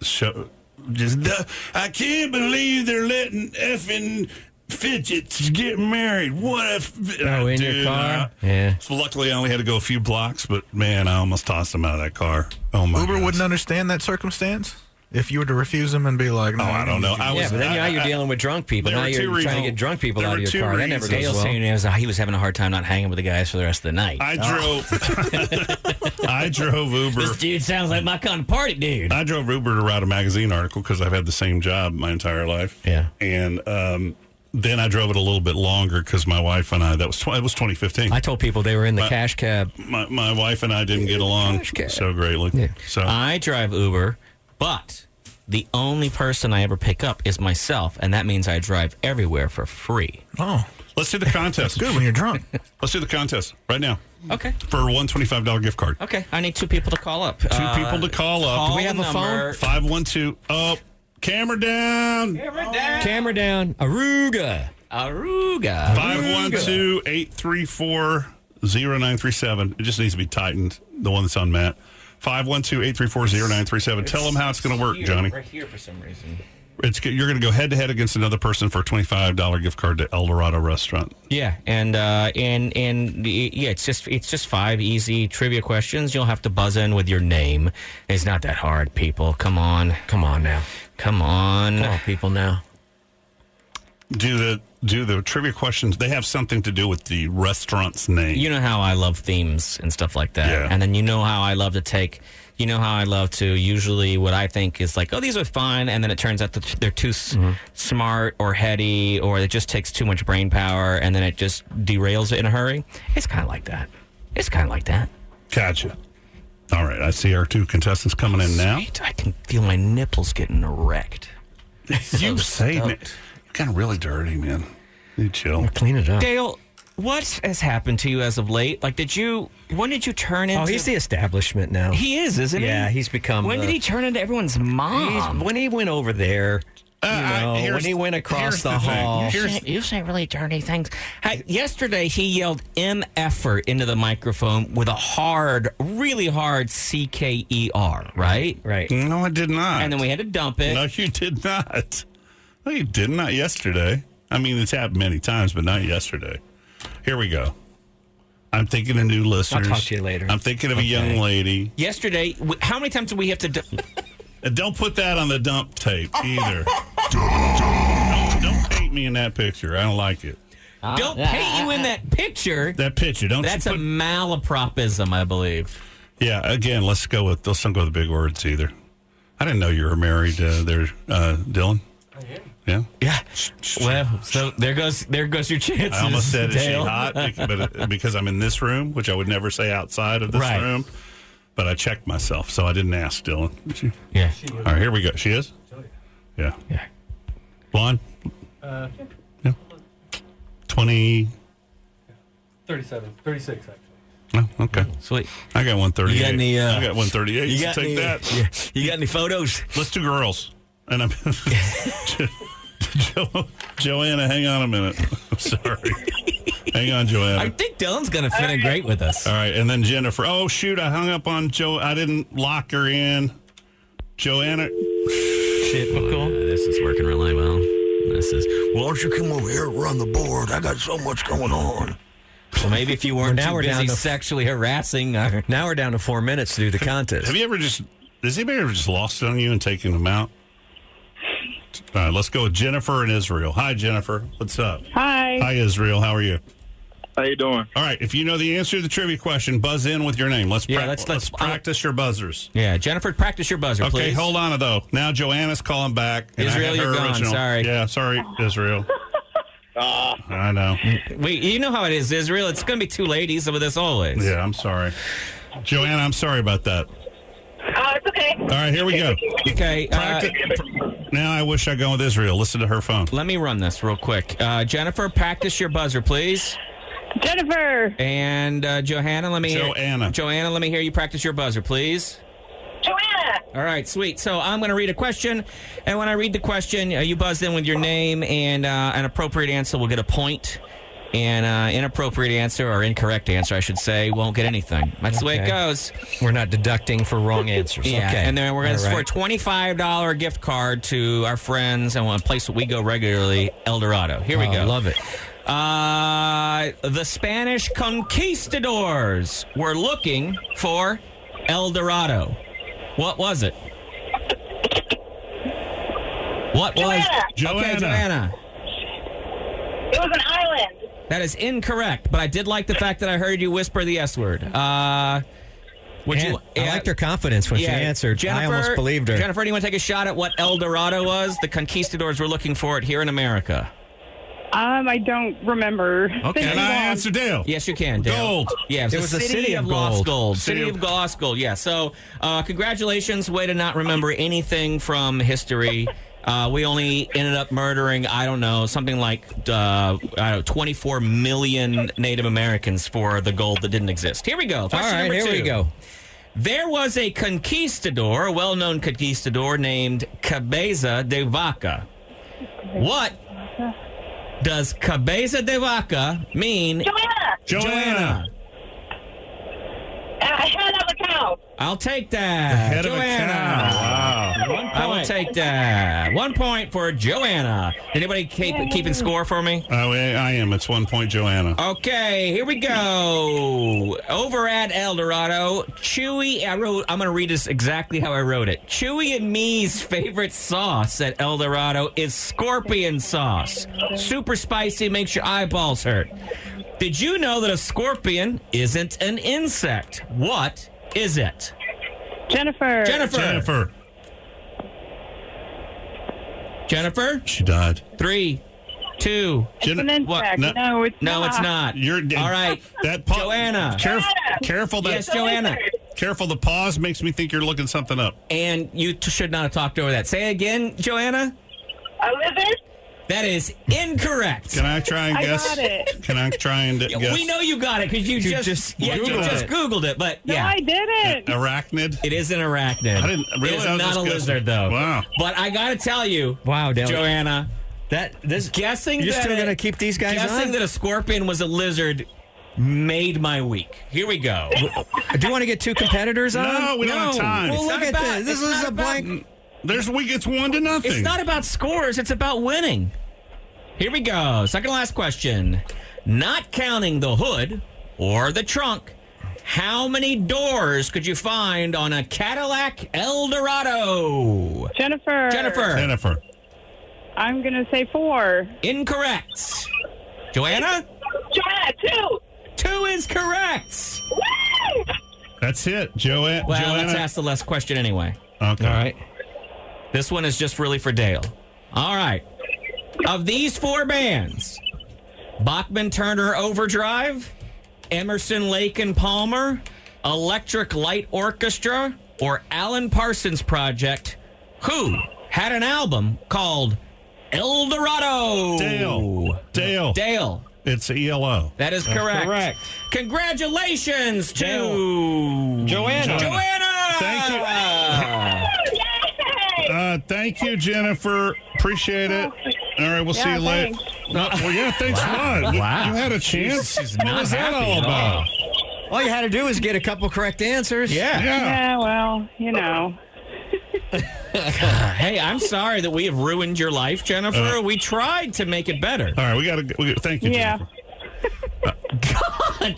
Speaker 1: show, just "Duh, I can't believe they're letting effing fidgets get married. What if?
Speaker 3: Oh, in your car? Yeah.
Speaker 1: So luckily, I only had to go a few blocks, but man, I almost tossed him out of that car. Oh my!
Speaker 7: Uber
Speaker 1: gosh.
Speaker 7: wouldn't understand that circumstance if you were to refuse them and be like, "No,
Speaker 1: Oh, I don't know. I
Speaker 3: Yeah,
Speaker 1: was,
Speaker 3: but then
Speaker 1: I-
Speaker 3: now you're
Speaker 1: I-
Speaker 3: dealing with drunk people.
Speaker 1: There
Speaker 3: Now
Speaker 1: were
Speaker 3: you're
Speaker 1: two
Speaker 3: trying to
Speaker 1: reasons.
Speaker 3: get drunk people
Speaker 1: There
Speaker 3: out
Speaker 1: were
Speaker 3: of
Speaker 1: two
Speaker 3: your car. That never
Speaker 1: reasons.
Speaker 3: goes
Speaker 5: Dale's
Speaker 3: well.
Speaker 5: saying it was- he was having a hard time not hanging with the guys for the rest of the night.
Speaker 1: I
Speaker 3: *laughs*
Speaker 1: drove.
Speaker 3: Oh.
Speaker 1: *laughs* I drove Uber.
Speaker 5: this dude sounds like my kind of party dude.
Speaker 1: I drove Uber to write a magazine article because I've had the same job my entire life.
Speaker 5: Yeah.
Speaker 1: and um, then I drove it a little bit longer because my wife and I that was tw- it was 2015.
Speaker 3: I told people they were in the cash cab.
Speaker 1: my, my wife and I didn't get along
Speaker 3: Gosh, Kat.
Speaker 1: so greatly.
Speaker 3: Yeah.
Speaker 1: So
Speaker 5: I drive Uber, but the only person I ever pick up is myself, and that means I drive everywhere for free.
Speaker 7: Oh,
Speaker 1: let's do the contest.
Speaker 5: *laughs*
Speaker 7: good when
Speaker 1: *laughs*
Speaker 7: you're drunk.
Speaker 1: Let's do the contest right now
Speaker 5: Okay.
Speaker 1: for one twenty five dollar gift card.
Speaker 5: Okay. I need two people to call up. Uh, Two
Speaker 1: Two people to call up.
Speaker 5: Do we have a phone?
Speaker 1: Five one two. Oh, camera down.
Speaker 3: Camera down. Aruga.
Speaker 5: Aruga.
Speaker 1: 512-834-0937. It just needs to be tightened, the one that's on Matt. 512-834-0937. Tell them how it's going to work, Johnny.
Speaker 5: Right here for some reason.
Speaker 1: It's You're going to go head-to-head against another person for a $25 gift card to El Dorado Restaurant.
Speaker 5: Yeah, and uh, and and the- yeah, it's just it's just five easy trivia questions. You'll have to buzz in with your name. It's not that hard, people. Come on,
Speaker 3: Come on now.
Speaker 5: come on.
Speaker 3: Come on, people now.
Speaker 1: Do the do the trivia questions, they have something to do with the restaurant's name.
Speaker 5: You know how I love themes and stuff like that.
Speaker 1: Yeah.
Speaker 5: And then you know how I love to take, you know how I love to usually what I think is like, oh, these are fun. And then it turns out that they're too s
Speaker 3: Mm-hmm.
Speaker 5: smart or heady or it just takes too much brain power and then it just derails it in a hurry. It's kind of like that. It's kind of like that.
Speaker 1: gotcha. All right, I see our two contestants coming in now.
Speaker 5: Sweet. I can feel my nipples getting erect.
Speaker 1: You say
Speaker 5: stoked.
Speaker 1: it. You're kind of really dirty, man. You chill.
Speaker 3: Clean it up.
Speaker 5: Dale, what has happened to you as of late? Like, did you, when did you turn into.
Speaker 3: Oh, he's the establishment now.
Speaker 5: He is, isn't he?
Speaker 3: Yeah, he's become
Speaker 5: When
Speaker 3: the-
Speaker 5: did he turn into everyone's
Speaker 3: He's-
Speaker 5: mom?
Speaker 3: when he went over there, you
Speaker 1: Uh, I-
Speaker 3: know,
Speaker 1: here's-
Speaker 3: when he went across
Speaker 1: here's
Speaker 3: the,
Speaker 1: the thing.
Speaker 3: hall,
Speaker 1: Here's-
Speaker 5: say- you say really dirty things. Hey, yesterday, he yelled M effort into the microphone with a hard, really hard C K E R, right?
Speaker 3: right?
Speaker 1: No, I did not.
Speaker 5: And then we had to dump it.
Speaker 1: No, you did not. No, you did not yesterday. I mean, it's happened many times, but not yesterday. Here we go. I'm thinking of new listeners.
Speaker 3: talk to you later.
Speaker 1: I'm thinking of a young lady.
Speaker 5: Yesterday, w- how many times do we have *laughs* to? Du-
Speaker 1: And don't put that on the dump tape either. don't, don't paint me in that picture. I don't like it.
Speaker 5: don't paint you in that picture.
Speaker 1: That picture. Don't. you
Speaker 5: That's a
Speaker 1: put-
Speaker 5: malapropism, I believe.
Speaker 1: yeah. Again, let's go with. Let's not go with the big words either. I didn't know you were married uh, there, uh, Dylan. Yeah.
Speaker 5: Yeah. Well, so there goes there goes your chances.
Speaker 1: I almost said, is she
Speaker 5: Dale.
Speaker 1: hot? Bec- But uh, because I'm in this room, which I would never say outside of this
Speaker 5: Right.
Speaker 1: room. But I checked myself, so I didn't ask Dylan.
Speaker 5: Yeah.
Speaker 1: All right, here we go. She is? Yeah.
Speaker 5: Yeah.
Speaker 1: Blonde? yeah. 20.
Speaker 9: 37, 36 actually.
Speaker 1: Oh, okay.
Speaker 5: Sweet.
Speaker 1: I got 138.
Speaker 3: You got any, uh,
Speaker 1: I got 138. You take that.
Speaker 3: You got any photos?
Speaker 1: Let's do girls. And I'm. *laughs* Jo- Jo- Joanna, hang on a minute. *laughs* I'm sorry. hang on, Joanna.
Speaker 5: I think Dylan's gonna fit in great with us.
Speaker 1: All right, and then Jennifer. Oh shoot, I hung up on Joe. I didn't lock her in. Joanna.
Speaker 5: Typical. this is working really well. This is
Speaker 10: Why don't you come over here and run the board? I got so much going on.
Speaker 5: well. Maybe if you weren't
Speaker 3: Well, now
Speaker 5: too
Speaker 3: we're
Speaker 5: busy
Speaker 3: down to-
Speaker 5: sexually harassing uh, our
Speaker 3: Now we're down to four minutes to do the contest.
Speaker 1: Have you ever just? Has anybody ever just lost it on you and taken them out? All right, let's go with Jennifer and Israel. Hi, Jennifer. What's up?
Speaker 11: Hi.
Speaker 1: Hi, Israel. How are you?
Speaker 9: How you doing?
Speaker 1: All right. If you know the answer to the trivia question, buzz in with your name. Let's
Speaker 5: Yeah,
Speaker 1: prac-
Speaker 5: let's- let's-
Speaker 1: practice your buzzers.
Speaker 5: *laughs* yeah, Jennifer, practice your buzzer,
Speaker 1: Okay,
Speaker 5: please.
Speaker 1: hold on though. Now Joanna's calling back. and I
Speaker 5: Israel,
Speaker 1: had her
Speaker 5: you're gone.
Speaker 1: original.
Speaker 5: Sorry.
Speaker 1: Yeah, sorry,
Speaker 9: *laughs*
Speaker 1: Israel. I know.
Speaker 5: Wait, you know how it is, Israel. It's gonna be two ladies with us always.
Speaker 1: Yeah, I'm sorry, Joanna. I'm sorry about that.
Speaker 11: Oh, it's okay.
Speaker 1: All right, here we go.
Speaker 5: Okay. Uh,
Speaker 1: Practi- now I wish I'd gone with Israel. Listen to her phone.
Speaker 5: let me run this real quick. Uh, Jennifer, practice your buzzer, please.
Speaker 11: Jennifer.
Speaker 5: And uh, Johanna, let me
Speaker 1: Joanna.
Speaker 5: Hear, Joanna, let me hear you practice your buzzer, please.
Speaker 11: Joanna.
Speaker 5: All right, sweet. So I'm going to read a question, and when I read the question, uh, you buzz in with your name and uh, an appropriate answer will get a point, and uh, inappropriate answer or incorrect answer, I should say, won't get anything. That's the way it
Speaker 3: Okay.
Speaker 5: goes.
Speaker 3: We're not deducting for wrong answers.
Speaker 5: Yeah,
Speaker 3: okay.
Speaker 5: and then we're going
Speaker 3: All
Speaker 5: to
Speaker 3: right.
Speaker 5: for a twenty-five dollar gift card to our friends and a place that we go regularly, El Dorado. Here we
Speaker 3: Oh,
Speaker 5: go.
Speaker 3: love it.
Speaker 5: Uh, the Spanish conquistadors were looking for El Dorado. What was it? What was
Speaker 1: Joanna.
Speaker 5: Okay,
Speaker 1: Joanna.
Speaker 5: Joanna.
Speaker 11: It was an island.
Speaker 5: That is incorrect, but I did like the fact that I heard you whisper the S word. Uh, would
Speaker 3: And
Speaker 5: you?
Speaker 3: I liked her confidence when she answered. I almost believed her.
Speaker 5: Jennifer, do you want to take a shot at what El Dorado was? The conquistadors were looking for it here in America.
Speaker 11: Um, I don't remember.
Speaker 5: Okay.
Speaker 1: Can I answer Dale?
Speaker 5: Yes, you can. Dale.
Speaker 1: Gold.
Speaker 5: Yeah, it
Speaker 3: It
Speaker 5: was the city, of, lost gold. City of lost gold. Yeah. So, uh, congratulations. Way to not remember anything from history. Uh, we only ended up murdering, I don't know, something like uh, I don't know, 24 million Native Americans for the gold that didn't exist. Here we go.
Speaker 3: All
Speaker 5: Question
Speaker 3: right,
Speaker 5: number
Speaker 3: here we
Speaker 5: two.
Speaker 3: go.
Speaker 5: There was a conquistador, a well known conquistador named Cabeza de Vaca. What does Cabeza de Vaca mean?
Speaker 11: Joanna.
Speaker 1: Joanna.
Speaker 11: Uh, head of a cow.
Speaker 5: I'll take that.
Speaker 1: Head
Speaker 5: Joanna.
Speaker 1: of a cow. Wow.
Speaker 5: One point. I will take that. One point for Joanna. Anybody keep, keeping score for me?
Speaker 1: Oh, I I am. It's one point, Joanna.
Speaker 5: Okay, here we go. Over at El Dorado, Chewy. I wrote. I'm going to read this exactly how I wrote it. Chewy and me's favorite sauce at El Dorado is scorpion sauce. Super spicy, makes your eyeballs hurt. Did you know that a scorpion isn't an insect? What is it?
Speaker 11: Jennifer.
Speaker 5: Jennifer.
Speaker 1: Jennifer.
Speaker 5: Jennifer.
Speaker 1: She died.
Speaker 5: Three, two.
Speaker 11: It's an insect. No, it's
Speaker 5: no,
Speaker 11: not.
Speaker 5: it's not.
Speaker 1: You're
Speaker 5: all right.
Speaker 1: That pa-
Speaker 5: Joanna.
Speaker 1: Careful, careful. That
Speaker 5: Yes, Joanna.
Speaker 1: Careful. The pause makes me think you're looking something up.
Speaker 5: And you t- should not have talked over that. Say again, Joanna.
Speaker 11: A lizard?
Speaker 5: That is incorrect.
Speaker 1: Can I try
Speaker 11: *laughs*
Speaker 1: and
Speaker 11: I
Speaker 1: guess?
Speaker 11: got it.
Speaker 1: Can I try and guess?
Speaker 5: We know you got it because you, just,
Speaker 3: just
Speaker 5: yeah, you
Speaker 1: Googled
Speaker 5: just
Speaker 1: it.
Speaker 5: Googled it. But
Speaker 11: No,
Speaker 5: yeah,
Speaker 11: I didn't.
Speaker 1: Arachnid.
Speaker 5: it is an arachnid.
Speaker 1: I didn't
Speaker 5: It
Speaker 1: realize
Speaker 5: is
Speaker 1: I was
Speaker 5: not
Speaker 1: just
Speaker 5: a
Speaker 1: guessing.
Speaker 5: lizard though.
Speaker 1: Wow.
Speaker 5: But I got to tell you,
Speaker 3: Wow, Dale.
Speaker 5: Joanna,
Speaker 3: That this
Speaker 5: guessing
Speaker 3: You're
Speaker 5: that
Speaker 3: still
Speaker 5: it-
Speaker 3: gonna keep these guys
Speaker 5: guessing
Speaker 3: on?
Speaker 5: that a scorpion was a lizard made my week. Here we go.
Speaker 3: Do you want to get two competitors on?
Speaker 1: No, we don't have time.
Speaker 3: Well,
Speaker 1: It's
Speaker 3: look
Speaker 5: not
Speaker 3: at
Speaker 5: about-
Speaker 3: this. This
Speaker 5: it's
Speaker 3: is
Speaker 5: not
Speaker 3: a
Speaker 5: about-
Speaker 3: blank.
Speaker 1: There's we. It's one to nothing.
Speaker 5: It's not about scores, it's about winning. Here we go. Second to last question. Not counting the hood or the trunk, how many doors could you find on a Cadillac Eldorado?
Speaker 11: Jennifer.
Speaker 5: Jennifer,
Speaker 1: Jennifer.
Speaker 11: I'm going to say four.
Speaker 5: incorrect. Joanna,
Speaker 11: Jenna, two.
Speaker 5: two is correct.
Speaker 1: That's it, Joanna.
Speaker 5: Well, let's
Speaker 1: Joanna.
Speaker 5: ask the last question anyway.
Speaker 1: Okay.
Speaker 3: All right.
Speaker 5: This one is just really for Dale. All right. Of these four bands, Bachman Turner Overdrive, Emerson Lake and Palmer, Electric Light Orchestra, or Alan Parsons Project, who had an album called El Dorado.
Speaker 1: Dale. Dale.
Speaker 5: Dale.
Speaker 1: It's E ELO.
Speaker 5: That is correct.
Speaker 3: correct.
Speaker 5: Congratulations to
Speaker 3: Joanna.
Speaker 5: Joanna.
Speaker 1: Thank you. Uh, thank you, Jennifer. Appreciate it. All right, we'll see
Speaker 11: Yeah,
Speaker 1: you later. No, well, yeah, thanks a lot.
Speaker 5: Wow.
Speaker 1: You had a chance.
Speaker 5: She's- she's
Speaker 1: what
Speaker 5: not
Speaker 1: was that
Speaker 5: happy
Speaker 1: all
Speaker 5: at all.
Speaker 1: about?
Speaker 3: All you had to do was get a couple correct
Speaker 1: *laughs*
Speaker 3: answers.
Speaker 1: Yeah.
Speaker 11: Yeah, well, you know.
Speaker 5: Hey, I'm sorry that we have ruined your life, Jennifer.
Speaker 1: Uh,
Speaker 5: we tried to make it better.
Speaker 1: All right, we got to. We, thank you,
Speaker 11: Yeah.
Speaker 1: Jennifer. uh,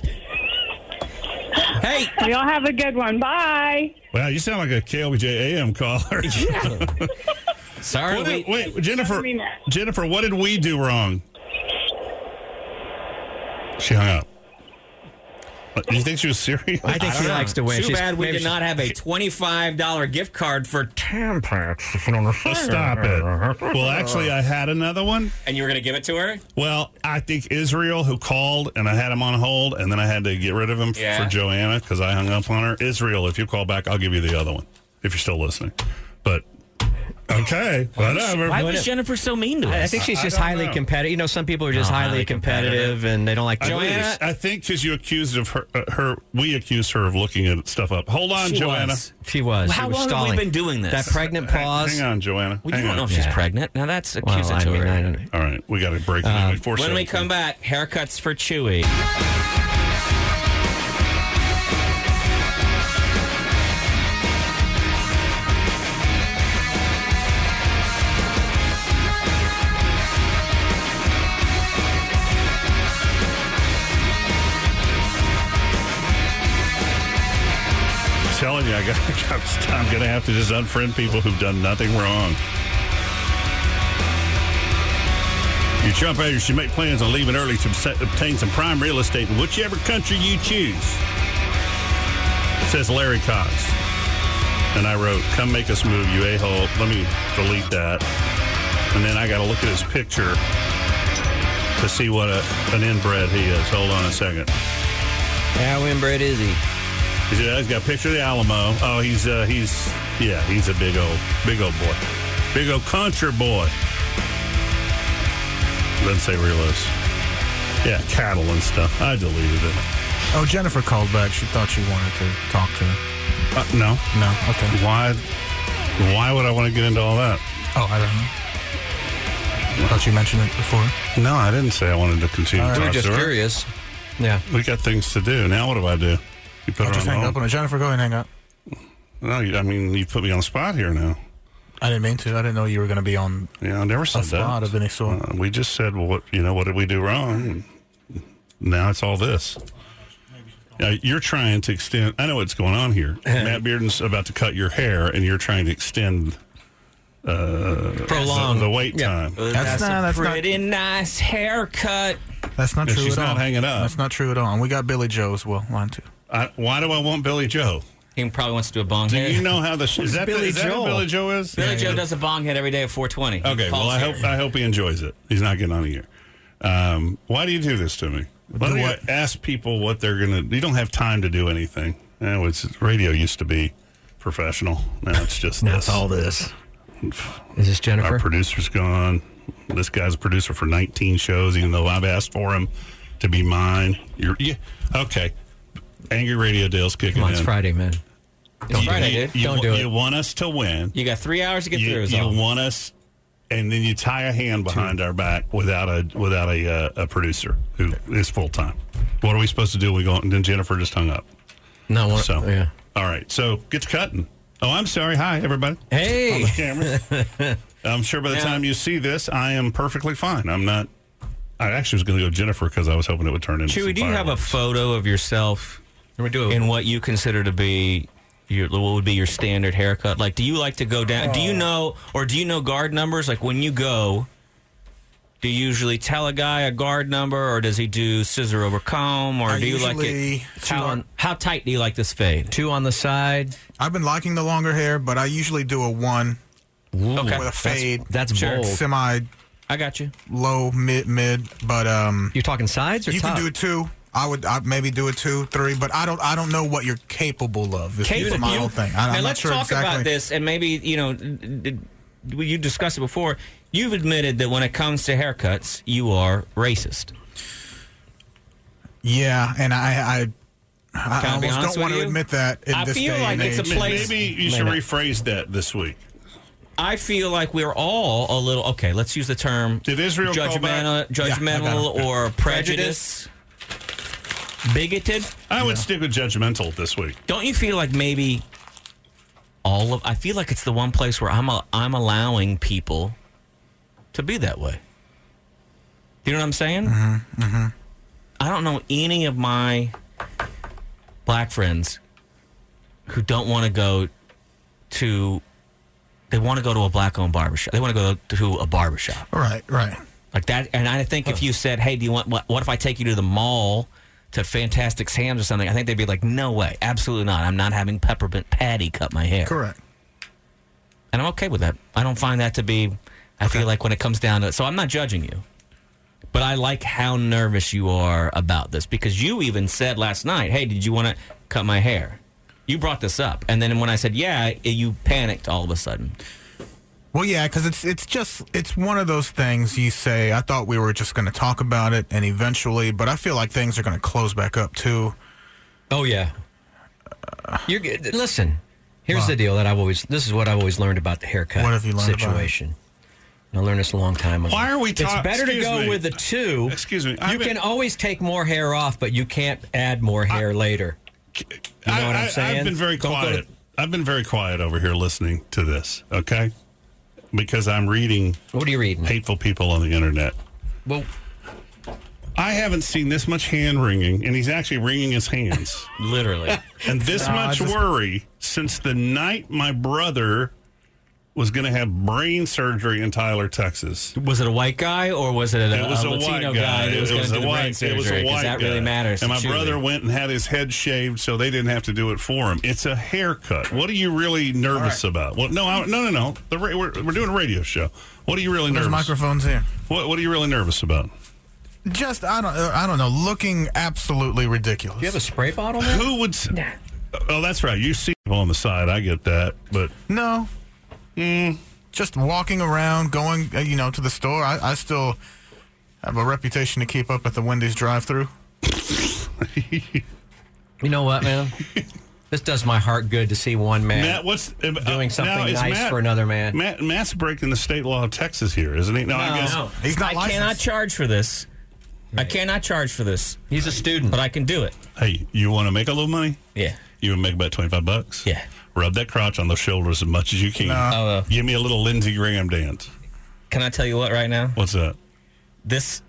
Speaker 5: Hey,
Speaker 11: We all have a good one. Bye.
Speaker 1: Wow, you sound like a KLBJ AM caller. *laughs*
Speaker 5: sorry.
Speaker 1: What did-
Speaker 5: we,
Speaker 1: wait, Jennifer.
Speaker 11: mean that.
Speaker 1: Jennifer, what did we do wrong? She hung up. Uh, Do you think she was serious?
Speaker 3: I think she likes to win.
Speaker 5: too
Speaker 3: She's-
Speaker 5: bad we
Speaker 3: maybe
Speaker 5: did
Speaker 3: she-
Speaker 5: not have a $25 gift card for Tampax. If you don't
Speaker 1: Oh, *laughs* stop it. Well, actually, I had another one.
Speaker 5: And you were going to give it to her?
Speaker 1: Well, I think Israel, who called, and I had him on hold, and then I had to get rid of him f-
Speaker 5: Yeah.
Speaker 1: for Joanna because I hung up on her. Israel, if you call back, I'll give you the other one if you're still listening. But okay, whatever.
Speaker 5: Why was Jennifer so mean to
Speaker 3: I
Speaker 5: us?
Speaker 3: think she's
Speaker 1: I
Speaker 3: just
Speaker 1: don't
Speaker 3: highly
Speaker 1: know.
Speaker 3: competitive. You know, some people are just
Speaker 5: Oh,
Speaker 3: highly,
Speaker 5: highly
Speaker 3: competitive,
Speaker 5: competitive.
Speaker 3: and they don't like to
Speaker 1: I believe-
Speaker 5: Joanna?
Speaker 1: I think because you accused of her, uh, her, we accused her of looking at stuff up. Hold on,
Speaker 5: She
Speaker 1: Joanna.
Speaker 5: was.
Speaker 3: She was.
Speaker 5: How
Speaker 3: she was
Speaker 5: long have we
Speaker 3: stalling.
Speaker 5: been doing this?
Speaker 3: That pregnant pause.
Speaker 1: Hang on, Joanna.
Speaker 5: We
Speaker 1: Hang
Speaker 5: don't
Speaker 1: on.
Speaker 5: know if she's pregnant. Now that's
Speaker 3: Well, I
Speaker 5: accusatory.
Speaker 3: mean, I don't-
Speaker 1: All right, we got to break. anyway, four
Speaker 5: Uh, when we
Speaker 1: seconds.
Speaker 5: come back, haircuts for Chewy.
Speaker 1: I'm telling you, I got, *laughs* I'm going to have to just unfriend people who've done nothing wrong. Your Trump agents should make plans on leaving early to obse- obtain some prime real estate in whichever country you choose, says Larry Cox. And I wrote, Come make us move, you a hole. Let me delete that. And then I got to look at his picture to see what a, an inbred he is. Hold on a second.
Speaker 3: How inbred is he?
Speaker 1: Yeah, he's got a picture of the Alamo. Oh, he's uh, he's yeah, he's a big old big old boy, big old country boy. Doesn't say where he lives. Yeah, cattle and stuff. I deleted it.
Speaker 7: Oh, Jennifer called back. She thought she wanted to talk to her.
Speaker 1: Uh, no,
Speaker 7: No, okay.
Speaker 1: why? Why would I want to get into all that?
Speaker 7: Oh, I don't know. I thought you mentioned it before.
Speaker 1: No, I didn't say I wanted to continue.
Speaker 7: right.
Speaker 1: to
Speaker 7: We
Speaker 3: We
Speaker 1: talk
Speaker 3: were just
Speaker 1: to her.
Speaker 3: curious. Yeah.
Speaker 1: We got things to do. Now what do I do? You put
Speaker 7: I'll
Speaker 1: her
Speaker 7: just
Speaker 1: on
Speaker 7: hang
Speaker 1: hold?
Speaker 7: up on her. Jennifer, go ahead and hang up.
Speaker 1: No, you- I mean you put me on the spot here now.
Speaker 7: I didn't mean to. I didn't know you were going to be on.
Speaker 1: Yeah, I never said
Speaker 7: a spot
Speaker 1: that.
Speaker 7: of any sort.
Speaker 1: Uh, we just said, well, what you know, what did we do wrong? And now it's all this. Uh, you're trying to extend. I know what's going on
Speaker 7: *laughs*
Speaker 1: here. Matt Bearden's about to cut your hair, and you're trying to extend, uh,
Speaker 5: Prolong.
Speaker 1: the, the wait time.
Speaker 7: Um, That's not- that's not-
Speaker 5: pretty nice haircut.
Speaker 7: That's not
Speaker 1: Yeah,
Speaker 7: true
Speaker 1: she's
Speaker 7: at all.
Speaker 1: not hanging up.
Speaker 7: That's not true at all. And we got Billy Joe as well, line two.
Speaker 1: I, why do I want Billy Joe?
Speaker 5: He probably wants to do a bong
Speaker 1: Do
Speaker 5: hit.
Speaker 1: you know how the is that, the-
Speaker 5: Billy
Speaker 1: is that who
Speaker 5: Joel?
Speaker 1: Billy Joe is?
Speaker 5: Billy Joe does a bong hit every day at 420. He
Speaker 1: Okay, well,
Speaker 5: calls
Speaker 1: I
Speaker 5: here.
Speaker 1: hope I hope he enjoys it. He's not getting on here. Um, why do you do this to me? Why do you ask people what they're gonna? You don't have time to do anything. Oh, it's radio used to be professional. Now it's just
Speaker 3: Now
Speaker 1: this.
Speaker 3: it's all this. Is this Jennifer?
Speaker 1: Our producer's gone. This guy's a producer for 19 shows, even though I've asked for him to be mine. You're yeah, okay. Angry Radio Dale's kicking
Speaker 3: Come on,
Speaker 1: in.
Speaker 3: it's Friday, man.
Speaker 5: It's Friday, dude.
Speaker 1: You,
Speaker 3: Don't
Speaker 1: wa-
Speaker 3: do it.
Speaker 1: You want us to win.
Speaker 5: You got three hours to get
Speaker 1: you,
Speaker 5: through. is
Speaker 1: you
Speaker 5: all.
Speaker 1: want us, and then you tie a hand behind our back without a without a uh, a producer who is full time. What are we supposed to do? We go and then Jennifer just hung up.
Speaker 3: No, one,
Speaker 1: So
Speaker 3: yeah.
Speaker 1: all right, so get to cutting. Oh, I'm sorry. Hi,
Speaker 5: *laughs*
Speaker 1: everybody.
Speaker 3: Hey.
Speaker 1: on the camera. I'm sure by the time you see this, I am perfectly fine. I'm not. I actually was going to go Jennifer because I was hoping it would turn into.
Speaker 5: Chewy,
Speaker 1: some
Speaker 5: do you have a
Speaker 1: fireworks.
Speaker 5: photo of yourself in what you consider to be your what would be your standard haircut? Like, do you like to go down? Do
Speaker 7: Oh.
Speaker 5: you know or do you know guard numbers? Like when you go, do you usually tell a guy a guard number, or does he do scissor over comb, or
Speaker 7: I
Speaker 5: do you like it?
Speaker 7: usually-
Speaker 5: How, how tight do you like this fade?
Speaker 3: Two on the side.
Speaker 7: I've been liking the longer hair, but I usually do a one
Speaker 5: okay,
Speaker 7: with a fade,
Speaker 3: That's
Speaker 5: Sure.
Speaker 3: bold.
Speaker 7: semi
Speaker 5: I got you.
Speaker 7: low, mid, mid. But um,
Speaker 3: You're talking sides or
Speaker 7: you
Speaker 3: top?
Speaker 7: can do a two. I would I'd maybe do a two, three, but I don't I don't know what you're capable of. This is my
Speaker 5: You-
Speaker 7: whole thing.
Speaker 5: now
Speaker 7: I, am
Speaker 5: let's
Speaker 7: not sure
Speaker 5: talk
Speaker 7: exactly.
Speaker 5: about this, and maybe you know, d- d- you discussed it before. You've admitted that when it comes to haircuts, you are racist.
Speaker 7: Yeah, and I I, I,
Speaker 5: Can I be
Speaker 7: almost
Speaker 5: honest
Speaker 7: don't
Speaker 5: with
Speaker 7: want to
Speaker 5: you?
Speaker 7: admit that in
Speaker 5: I
Speaker 7: this
Speaker 5: feel
Speaker 7: day
Speaker 5: like
Speaker 7: and
Speaker 5: it's a
Speaker 7: age.
Speaker 5: pla- place-
Speaker 1: Maybe you
Speaker 5: May
Speaker 1: should
Speaker 5: not.
Speaker 1: rephrase that this week.
Speaker 5: I feel like we're all a little okay. Let's use the term
Speaker 1: Did Israel call
Speaker 5: judgmental,
Speaker 1: back?
Speaker 5: judgmental or prejudice, bigoted.
Speaker 1: I would stick with judgmental this week.
Speaker 5: Don't you feel like maybe all of? I feel like it's the one place where I'm a, I'm allowing people to be that way. Do you know what I'm saying? Mm-hmm, mm-hmm. I don't know any of my black friends who don't want to go to. They want to go to a black-owned barbershop. They want to go to a barbershop.
Speaker 7: right, right.
Speaker 5: Like that, and I think if you said, "Hey, do you want? What, what if I take you to the mall to Fantastic Sam's or something?" I think they'd be like, "No way, absolutely not. I'm not having peppermint patty cut my hair."
Speaker 7: Correct.
Speaker 5: And I'm okay with that. I don't find that to be. I feel like when it comes down to it, so I'm not judging you, but I like how nervous you are about this because you even said last night, "Hey, did you want to cut my hair?" You brought this up, and then when I said, "Yeah," you panicked all of a sudden.
Speaker 7: Well, yeah, because it's it's just it's one of those things you say. I thought we were just going to talk about it, and eventually, but I feel like things are going to close back up too.
Speaker 3: Oh yeah. You're good. Listen, here's the deal that I've always. This is what I've always learned about the haircut.
Speaker 7: What have you learned about it?
Speaker 3: situation? And I learned this a long time ago.
Speaker 1: Why are we
Speaker 3: It's
Speaker 1: talk-
Speaker 3: better to
Speaker 1: excuse
Speaker 3: go
Speaker 1: me.
Speaker 3: with the two.
Speaker 1: Excuse me.
Speaker 3: you
Speaker 1: I've been-
Speaker 3: can always take more hair off, but you can't add more hair later. You know what I'm
Speaker 1: have
Speaker 3: saying?
Speaker 1: been very
Speaker 3: Don't go to-
Speaker 1: quiet. I've been very quiet over here listening to this. Okay, because I'm reading
Speaker 3: What are you reading?
Speaker 1: hateful people on the internet.
Speaker 3: Well,
Speaker 1: I haven't seen this much hand wringing, and he's actually wringing his
Speaker 3: *laughs*
Speaker 1: hands.
Speaker 5: Literally,
Speaker 1: and this much worry since the night my brother was going to have brain surgery in Tyler, Texas.
Speaker 5: was it a white guy or was it a,
Speaker 1: It was a
Speaker 5: a Latino
Speaker 1: white
Speaker 5: guy,
Speaker 1: guy.
Speaker 5: that was going to do
Speaker 1: a
Speaker 5: the brain
Speaker 1: white. It
Speaker 5: surgery?
Speaker 1: was a
Speaker 5: 'Cause
Speaker 1: white
Speaker 5: that
Speaker 1: guy.
Speaker 5: really matters.
Speaker 1: And my
Speaker 5: to
Speaker 1: brother
Speaker 5: you.
Speaker 1: went and had his head shaved, so they didn't have to do it for him. It's a haircut. What are you really nervous about? Well, no, I, no, no, no. The, ra- we're, we're doing a radio show. What are you really
Speaker 7: There's
Speaker 1: nervous?
Speaker 7: microphones here.
Speaker 1: What What are you really nervous about?
Speaker 7: Just I don't uh, I don't know. Looking absolutely ridiculous.
Speaker 3: you have a spray bottle. *laughs* There?
Speaker 1: Who would? s- Oh, that's right. You see people on the side. I get that, but
Speaker 7: No. Just walking around, going, uh, you know, to the store. I, I still have a reputation to keep up at the Wendy's drive-through.
Speaker 3: You know what, man? this does my heart good to see one man.
Speaker 1: Matt, what's uh,
Speaker 3: Doing something
Speaker 1: now, is
Speaker 3: nice for another man.
Speaker 1: Matt, Matt's breaking the state law of Texas here, isn't he? No, I guess
Speaker 5: No.
Speaker 7: He's not
Speaker 5: I
Speaker 7: licensed.
Speaker 5: cannot charge for this. I cannot charge for this,
Speaker 3: He's a student.
Speaker 5: but I can do it.
Speaker 1: Hey, you want to make a little money?
Speaker 5: Yeah.
Speaker 1: You would make about 25 bucks?
Speaker 5: Yeah.
Speaker 1: Rub that crotch on those shoulders as much as you can.
Speaker 5: Nah. Oh, uh,
Speaker 1: Give me a little Lindsey Graham dance.
Speaker 5: Can I tell you what right now?
Speaker 1: What's that?
Speaker 5: This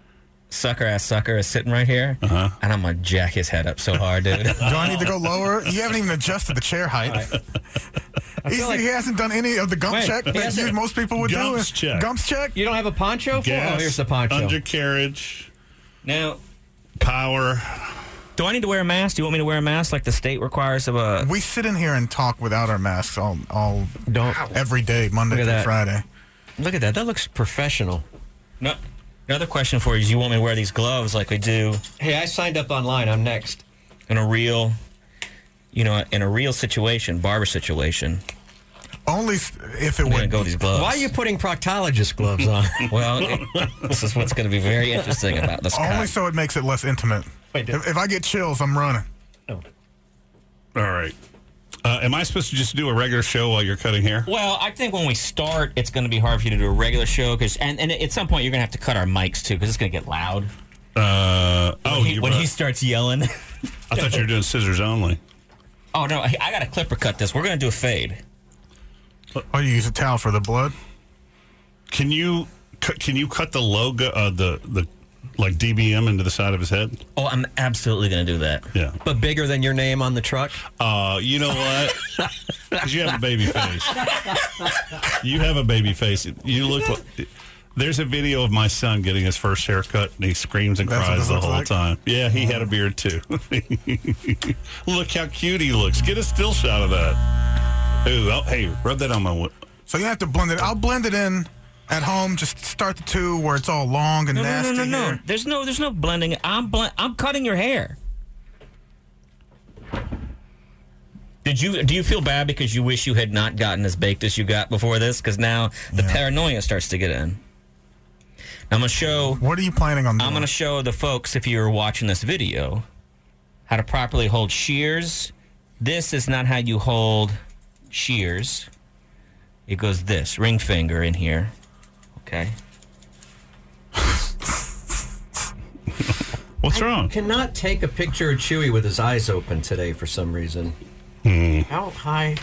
Speaker 5: sucker ass sucker is sitting right here,
Speaker 1: Uh-huh.
Speaker 5: and I'm gonna jack his head up so hard,
Speaker 1: *laughs*
Speaker 5: dude.
Speaker 7: Do I need to go lower? You haven't even adjusted the chair *laughs* height. He's-
Speaker 3: feel like-
Speaker 7: he hasn't done any of the gump
Speaker 3: Wait,
Speaker 7: check
Speaker 3: he
Speaker 7: that
Speaker 3: hasn't-
Speaker 7: you, most people would do.
Speaker 1: Gump's check.
Speaker 7: Gump's check.
Speaker 3: You don't have a poncho? For?
Speaker 1: Gas,
Speaker 3: oh, here's the poncho.
Speaker 1: undercarriage,
Speaker 5: Now,
Speaker 1: power.
Speaker 5: do I need to wear a mask? Do you want me to wear a mask like the state requires of a?
Speaker 7: We sit in here and talk without our masks all, all
Speaker 3: don't
Speaker 7: every day, Monday
Speaker 3: Look at
Speaker 7: through
Speaker 3: that.
Speaker 7: Friday.
Speaker 3: look at that. That looks professional.
Speaker 5: No. Another question for you is: You want me to wear these gloves like we do
Speaker 3: Hey, I signed up online. I'm next.
Speaker 5: in a real, you know, in a real situation, barber situation?
Speaker 7: Only s- if it
Speaker 5: I'm gonna
Speaker 7: would
Speaker 5: go with these gloves.
Speaker 3: Why are you putting proctologist
Speaker 1: *laughs*
Speaker 3: gloves on?
Speaker 5: Well, it- this is what's going to be very interesting about this.
Speaker 7: only
Speaker 5: cock.
Speaker 7: so it makes it less intimate.
Speaker 3: Wait, did-
Speaker 7: if, if I get chills, I'm running.
Speaker 1: All right. Uh, am I supposed to just do a regular show while you're cutting hair?
Speaker 5: Well, I think when we start, it's going to be hard for you to do a regular show because, and, and at some point, you're going to have to cut our mics too because it's going to get loud.
Speaker 1: Uh, oh,
Speaker 5: When he-
Speaker 1: you
Speaker 5: when
Speaker 1: right.
Speaker 5: he starts yelling.
Speaker 1: I thought you were doing scissors only.
Speaker 5: oh no, I I got a clipper cut this. We're going to do a fade.
Speaker 7: Oh, you use a towel for the blood?
Speaker 1: Can you cu- can you cut the logo uh, the the like DBM into the side of his head?
Speaker 5: Oh, I'm absolutely going to do that.
Speaker 1: Yeah.
Speaker 3: But bigger than your name on the truck?
Speaker 1: Uh, you know what? 'Cause you have a baby face. You have a baby face. You look. li- There's a video of my son getting his first haircut, and he screams and
Speaker 7: That's what
Speaker 1: cries
Speaker 7: it
Speaker 1: the
Speaker 7: looks
Speaker 1: whole
Speaker 7: like?
Speaker 1: time. Yeah, he had a beard too. *laughs* look how cute he looks. Get a still shot of that. Ooh, oh, hey, rub that on my. wi-
Speaker 7: So you have to blend it. I'll blend it in at home. Just start the two where it's all long and
Speaker 5: No, no, no,
Speaker 7: nasty.
Speaker 5: no, no,
Speaker 7: here.
Speaker 5: There's no, there's no blending. I'm bl- I'm cutting your hair. Did you do you feel bad because you wish you had not gotten as baked as you got before this? Because now the
Speaker 7: Yeah.
Speaker 5: paranoia starts to get in. I'm gonna show
Speaker 7: What are you planning on doing?
Speaker 5: I'm going to show the folks, if you're watching this video, how to properly hold shears. This is not how you hold shears. It goes this ring finger in here. Okay.
Speaker 1: What's wrong?
Speaker 3: Cannot take a picture of Chewy with his eyes open today for some reason.
Speaker 1: Hmm.
Speaker 4: How high?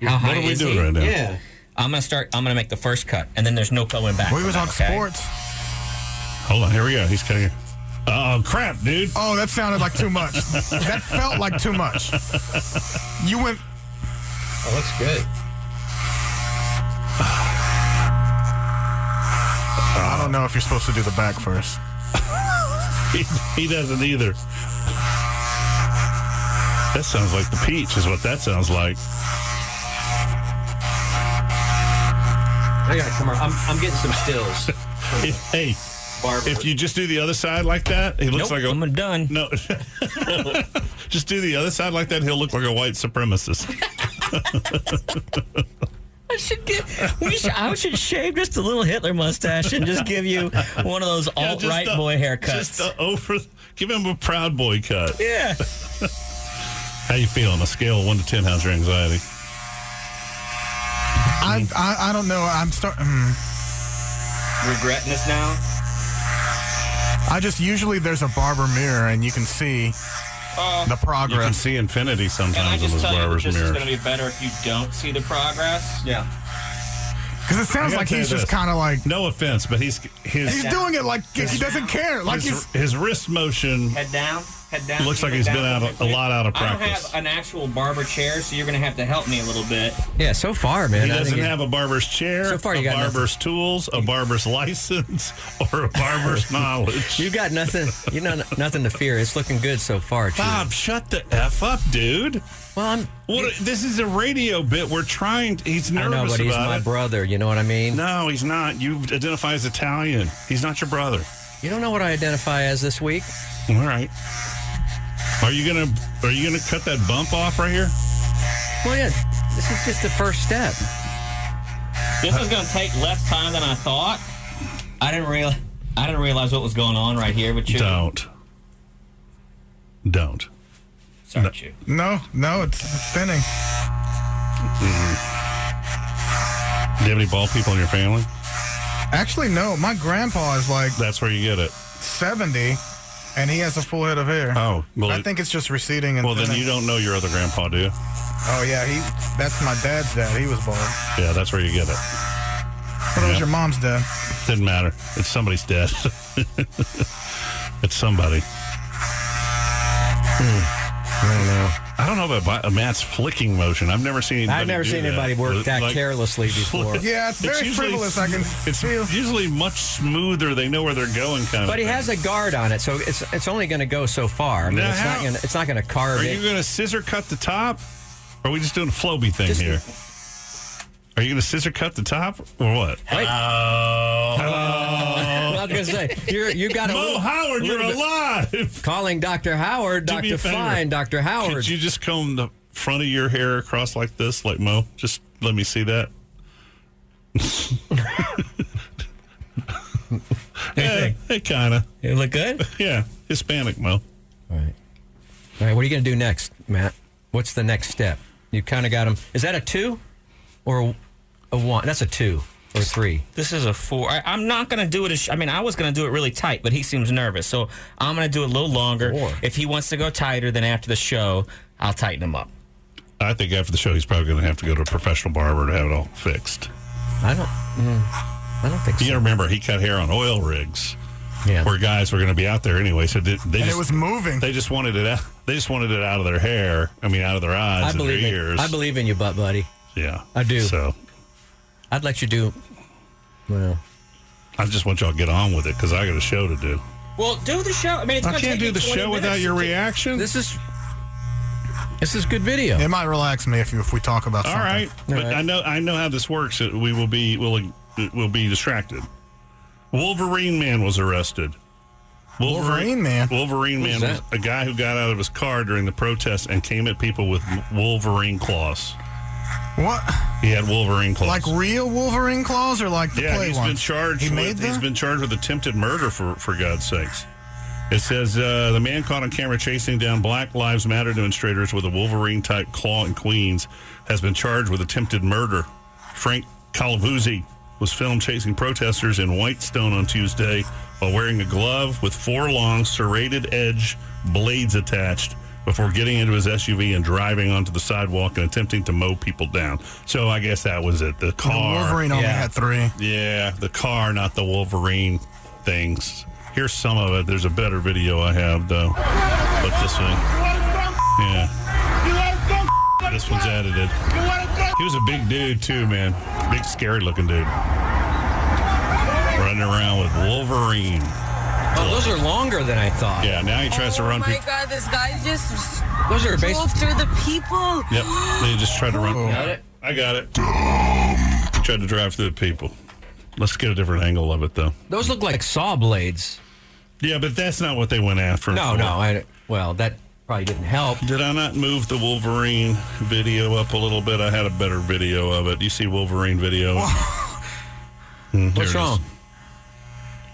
Speaker 5: How
Speaker 1: What
Speaker 5: high
Speaker 1: are we
Speaker 5: is
Speaker 1: doing
Speaker 5: he?
Speaker 1: right now?
Speaker 3: Yeah.
Speaker 5: I'm going to start. I'm going to make the first cut, and then there's no going back.
Speaker 7: we
Speaker 5: from
Speaker 7: were
Speaker 5: that,
Speaker 7: talking
Speaker 5: okay?
Speaker 7: sports.
Speaker 1: Hold on. Here we go. He's cutting. it. Oh crap, dude. *laughs*
Speaker 7: Oh, that sounded like too much. that felt like too much. You went.
Speaker 3: That looks good.
Speaker 7: I don't know if you're supposed to do the back first.
Speaker 1: he, he doesn't either. That sounds like the peach, is what that sounds like.
Speaker 3: I gotta come on. I'm, I'm getting some stills.
Speaker 1: hey,
Speaker 3: Barber.
Speaker 1: if you just do the other side like that, he looks
Speaker 5: Nope,
Speaker 1: like a.
Speaker 5: I'm done.
Speaker 1: no. just do the other side like that, he'll look like a white supremacist.
Speaker 5: I should get. We should, I should shave just a little Hitler mustache and just give you one of those
Speaker 1: *laughs* Yeah,
Speaker 5: alt
Speaker 1: just
Speaker 5: right
Speaker 1: the-
Speaker 5: boy haircuts.
Speaker 1: Just the over. Give him a proud boy cut.
Speaker 5: yeah.
Speaker 1: How you feel on a scale of one to ten? How's your anxiety?
Speaker 7: I, I, I don't know. I'm start. Mm.
Speaker 5: Regretting this now.
Speaker 7: I just usually there's a barber mirror and you can see the
Speaker 1: You can
Speaker 7: progress.
Speaker 1: see infinity
Speaker 5: Can I
Speaker 1: sometimes in
Speaker 5: just
Speaker 1: those
Speaker 5: tell you that
Speaker 1: barber's
Speaker 5: this is
Speaker 1: mirrors.
Speaker 5: going to be better if you don't see the progress?
Speaker 3: yeah.
Speaker 7: Because it
Speaker 1: I
Speaker 7: sounds
Speaker 1: gotta
Speaker 7: like
Speaker 1: tell
Speaker 7: he's
Speaker 1: you
Speaker 7: just
Speaker 1: this.
Speaker 7: kind of like
Speaker 1: no offense, but he's his
Speaker 7: he's doing it like he doesn't care. Like
Speaker 1: his,
Speaker 7: he's
Speaker 1: his wrist motion
Speaker 5: Head down, head down.
Speaker 1: Looks like
Speaker 5: he's
Speaker 1: he's been out of- a lot out of
Speaker 5: I don't
Speaker 1: practice.
Speaker 5: have an actual barber chair, so you're going to have to help me a little bit.
Speaker 3: Yeah, so far, man.
Speaker 1: He
Speaker 3: I
Speaker 1: doesn't
Speaker 3: think it-
Speaker 1: have a barber's chair,
Speaker 3: So far you
Speaker 1: a
Speaker 3: got
Speaker 1: barber's tools, a barber's license, *laughs* or a barber's knowledge.
Speaker 3: You got nothing. You know nothing to fear. It's looking good so far. Chewy.
Speaker 1: Bob, shut the f up, dude.
Speaker 3: Well, I'm.
Speaker 1: What? This is a radio bit. We're trying. He's
Speaker 3: I
Speaker 1: nervous
Speaker 3: know, but
Speaker 1: about
Speaker 3: he's my
Speaker 1: it.
Speaker 3: brother. You know what I mean?
Speaker 1: no, he's not. You identify as Italian. He's not your brother.
Speaker 3: You don't know what I identify as this week.
Speaker 1: All right. Are you gonna Are you gonna cut that bump off right here?
Speaker 3: Well, yeah. This is just the first step.
Speaker 5: This is going to take less time than I thought. I didn't real, I didn't realize what was going on right here with you.
Speaker 1: Don't. Don't.
Speaker 5: Sorry, you.
Speaker 7: no, no, it's it's spinning.
Speaker 1: Do you have any bald people in your family?
Speaker 7: Actually, no. My grandpa is like
Speaker 1: That's where you get it.
Speaker 7: 70 And he has a full head of hair.
Speaker 1: Oh, well,
Speaker 7: I
Speaker 1: it-
Speaker 7: think it's just receding. And
Speaker 1: Well, then you don't know your other grandpa, do you?
Speaker 7: Oh yeah, he. That's my dad's dad. He was bald.
Speaker 1: Yeah, that's where you get it.
Speaker 7: But it was
Speaker 1: Yeah.
Speaker 7: your mom's dad.
Speaker 1: Doesn't matter. It's somebody's dead. *laughs* it's somebody. Hmm. I don't know. I don't know about bi- Matt's flicking motion. I've never seen. Anybody
Speaker 3: I've never
Speaker 1: do
Speaker 3: seen
Speaker 1: that.
Speaker 3: anybody work that
Speaker 1: Like- *laughs*
Speaker 3: carelessly before.
Speaker 7: Yeah, it's very frivolous, I can
Speaker 1: It's usually much smoother. They know where they're going, kind of.
Speaker 3: But he has a guard on it, so it's it's only going to go so far. I mean,
Speaker 1: Now
Speaker 3: it's
Speaker 1: how-
Speaker 3: not going it's not going to carve
Speaker 1: Are
Speaker 3: it.
Speaker 1: you going to scissor cut the top? Or are we just doing a floby thing
Speaker 3: Just-
Speaker 1: here? Are you going to scissor cut the top or what?
Speaker 3: Wait.
Speaker 7: Oh.
Speaker 3: Well, I was going to say you're, you got a
Speaker 1: Mo
Speaker 3: little,
Speaker 1: Howard, you're
Speaker 3: little bit-
Speaker 1: alive.
Speaker 3: Calling Doctor Howard,
Speaker 1: Do me
Speaker 3: Doctor
Speaker 1: a favor.
Speaker 3: Fine, Doctor Howard.
Speaker 1: Could you just comb the front of your hair across like this, like Mo? Just let me see
Speaker 3: *laughs*
Speaker 1: that. yeah, it kind of.
Speaker 3: It look good.
Speaker 1: Yeah, Hispanic Mo.
Speaker 3: All right. All right. What are you going to do next, Matt? What's the next step? You kind of got him. Is that a two or a, a one? That's a two or a three.
Speaker 5: This is a four. I, I'm not going to do it. As, I mean, I was going to do it really tight, but he seems nervous. So I'm going to do it a little longer. If he wants to go tighter, then after the show, I'll tighten him up.
Speaker 1: I think after the show, he's probably going to have to go to a professional barber to have it all fixed.
Speaker 3: I don't. mm, I don't think
Speaker 1: You
Speaker 3: so.
Speaker 1: gotta remember, he cut hair on oil rigs.
Speaker 3: Yeah.
Speaker 1: Where guys were going to be out there anyway, so did, they
Speaker 7: And
Speaker 1: just
Speaker 7: it was moving.
Speaker 1: they just wanted it out. They just wanted it out of their hair. I mean, out of their eyes
Speaker 3: I
Speaker 1: and
Speaker 3: believe
Speaker 1: their
Speaker 3: in,
Speaker 1: ears.
Speaker 3: I believe in you, butt buddy.
Speaker 1: Yeah,
Speaker 3: I do.
Speaker 1: So
Speaker 3: I'd let you do. Well,
Speaker 1: I just want y'all to get on with it because I got a show to do.
Speaker 5: Well, do the show. I mean, it's
Speaker 1: I
Speaker 5: gonna
Speaker 1: can't do
Speaker 5: take me
Speaker 1: the
Speaker 5: 20
Speaker 1: show
Speaker 5: minutes
Speaker 1: without your
Speaker 5: to-
Speaker 1: reaction.
Speaker 3: this is this is good video.
Speaker 7: It might relax me if you, if we talk about.
Speaker 1: All
Speaker 7: something.
Speaker 1: right, but I know I know how this works. It- We will be will will be distracted. Wolverine Man was arrested.
Speaker 7: Wolverine Man?
Speaker 1: Wolverine Man
Speaker 3: Who's
Speaker 1: was a guy who got out of his car during the protest and came at people with Wolverine claws.
Speaker 7: What?
Speaker 1: He had Wolverine claws.
Speaker 7: Like real Wolverine claws or like the
Speaker 1: yeah,
Speaker 7: play
Speaker 1: he's
Speaker 7: ones?
Speaker 1: been charged.
Speaker 7: He made
Speaker 1: with, he's
Speaker 7: them.
Speaker 1: been charged with attempted murder for for God's sakes. It says uh, the man caught on camera chasing down Black Lives Matter demonstrators with a Wolverine type claw in Queens has been charged with attempted murder. Frank Calavuzzi was filmed chasing protesters in Whitestone on Tuesday while wearing a glove with four long serrated edge blades attached before getting into his SUV and driving onto the sidewalk and attempting to mow people down. So I guess that was it. The
Speaker 7: The
Speaker 1: car.
Speaker 7: Wolverine only
Speaker 3: Yeah.
Speaker 7: had three.
Speaker 1: Yeah, the car, not the Wolverine things. Here's some of it. There's a better video I have though. But this thing. Yeah. This one's edited. He was a big dude too, man. Big scary looking dude. Running around with Wolverine.
Speaker 3: Oh, those are longer than I thought.
Speaker 1: Yeah, now he tries to run
Speaker 12: Oh my
Speaker 1: people.
Speaker 12: god, this guy just
Speaker 3: Those are
Speaker 12: drove
Speaker 3: basically.
Speaker 12: through the people.
Speaker 1: Yep. They just tried to run.
Speaker 3: Got it?
Speaker 1: I got it. He tried to drive through the people. Let's get a different angle of it though.
Speaker 3: Those look like saw blades.
Speaker 1: Yeah, but that's not what they went after. him
Speaker 3: No,
Speaker 1: for.
Speaker 3: no. I well, that probably didn't help.
Speaker 1: Did I not move the Wolverine video up a little bit? I had a better video of it. You see Wolverine video? *laughs* Hmm, here it
Speaker 3: What's
Speaker 1: is.
Speaker 3: wrong?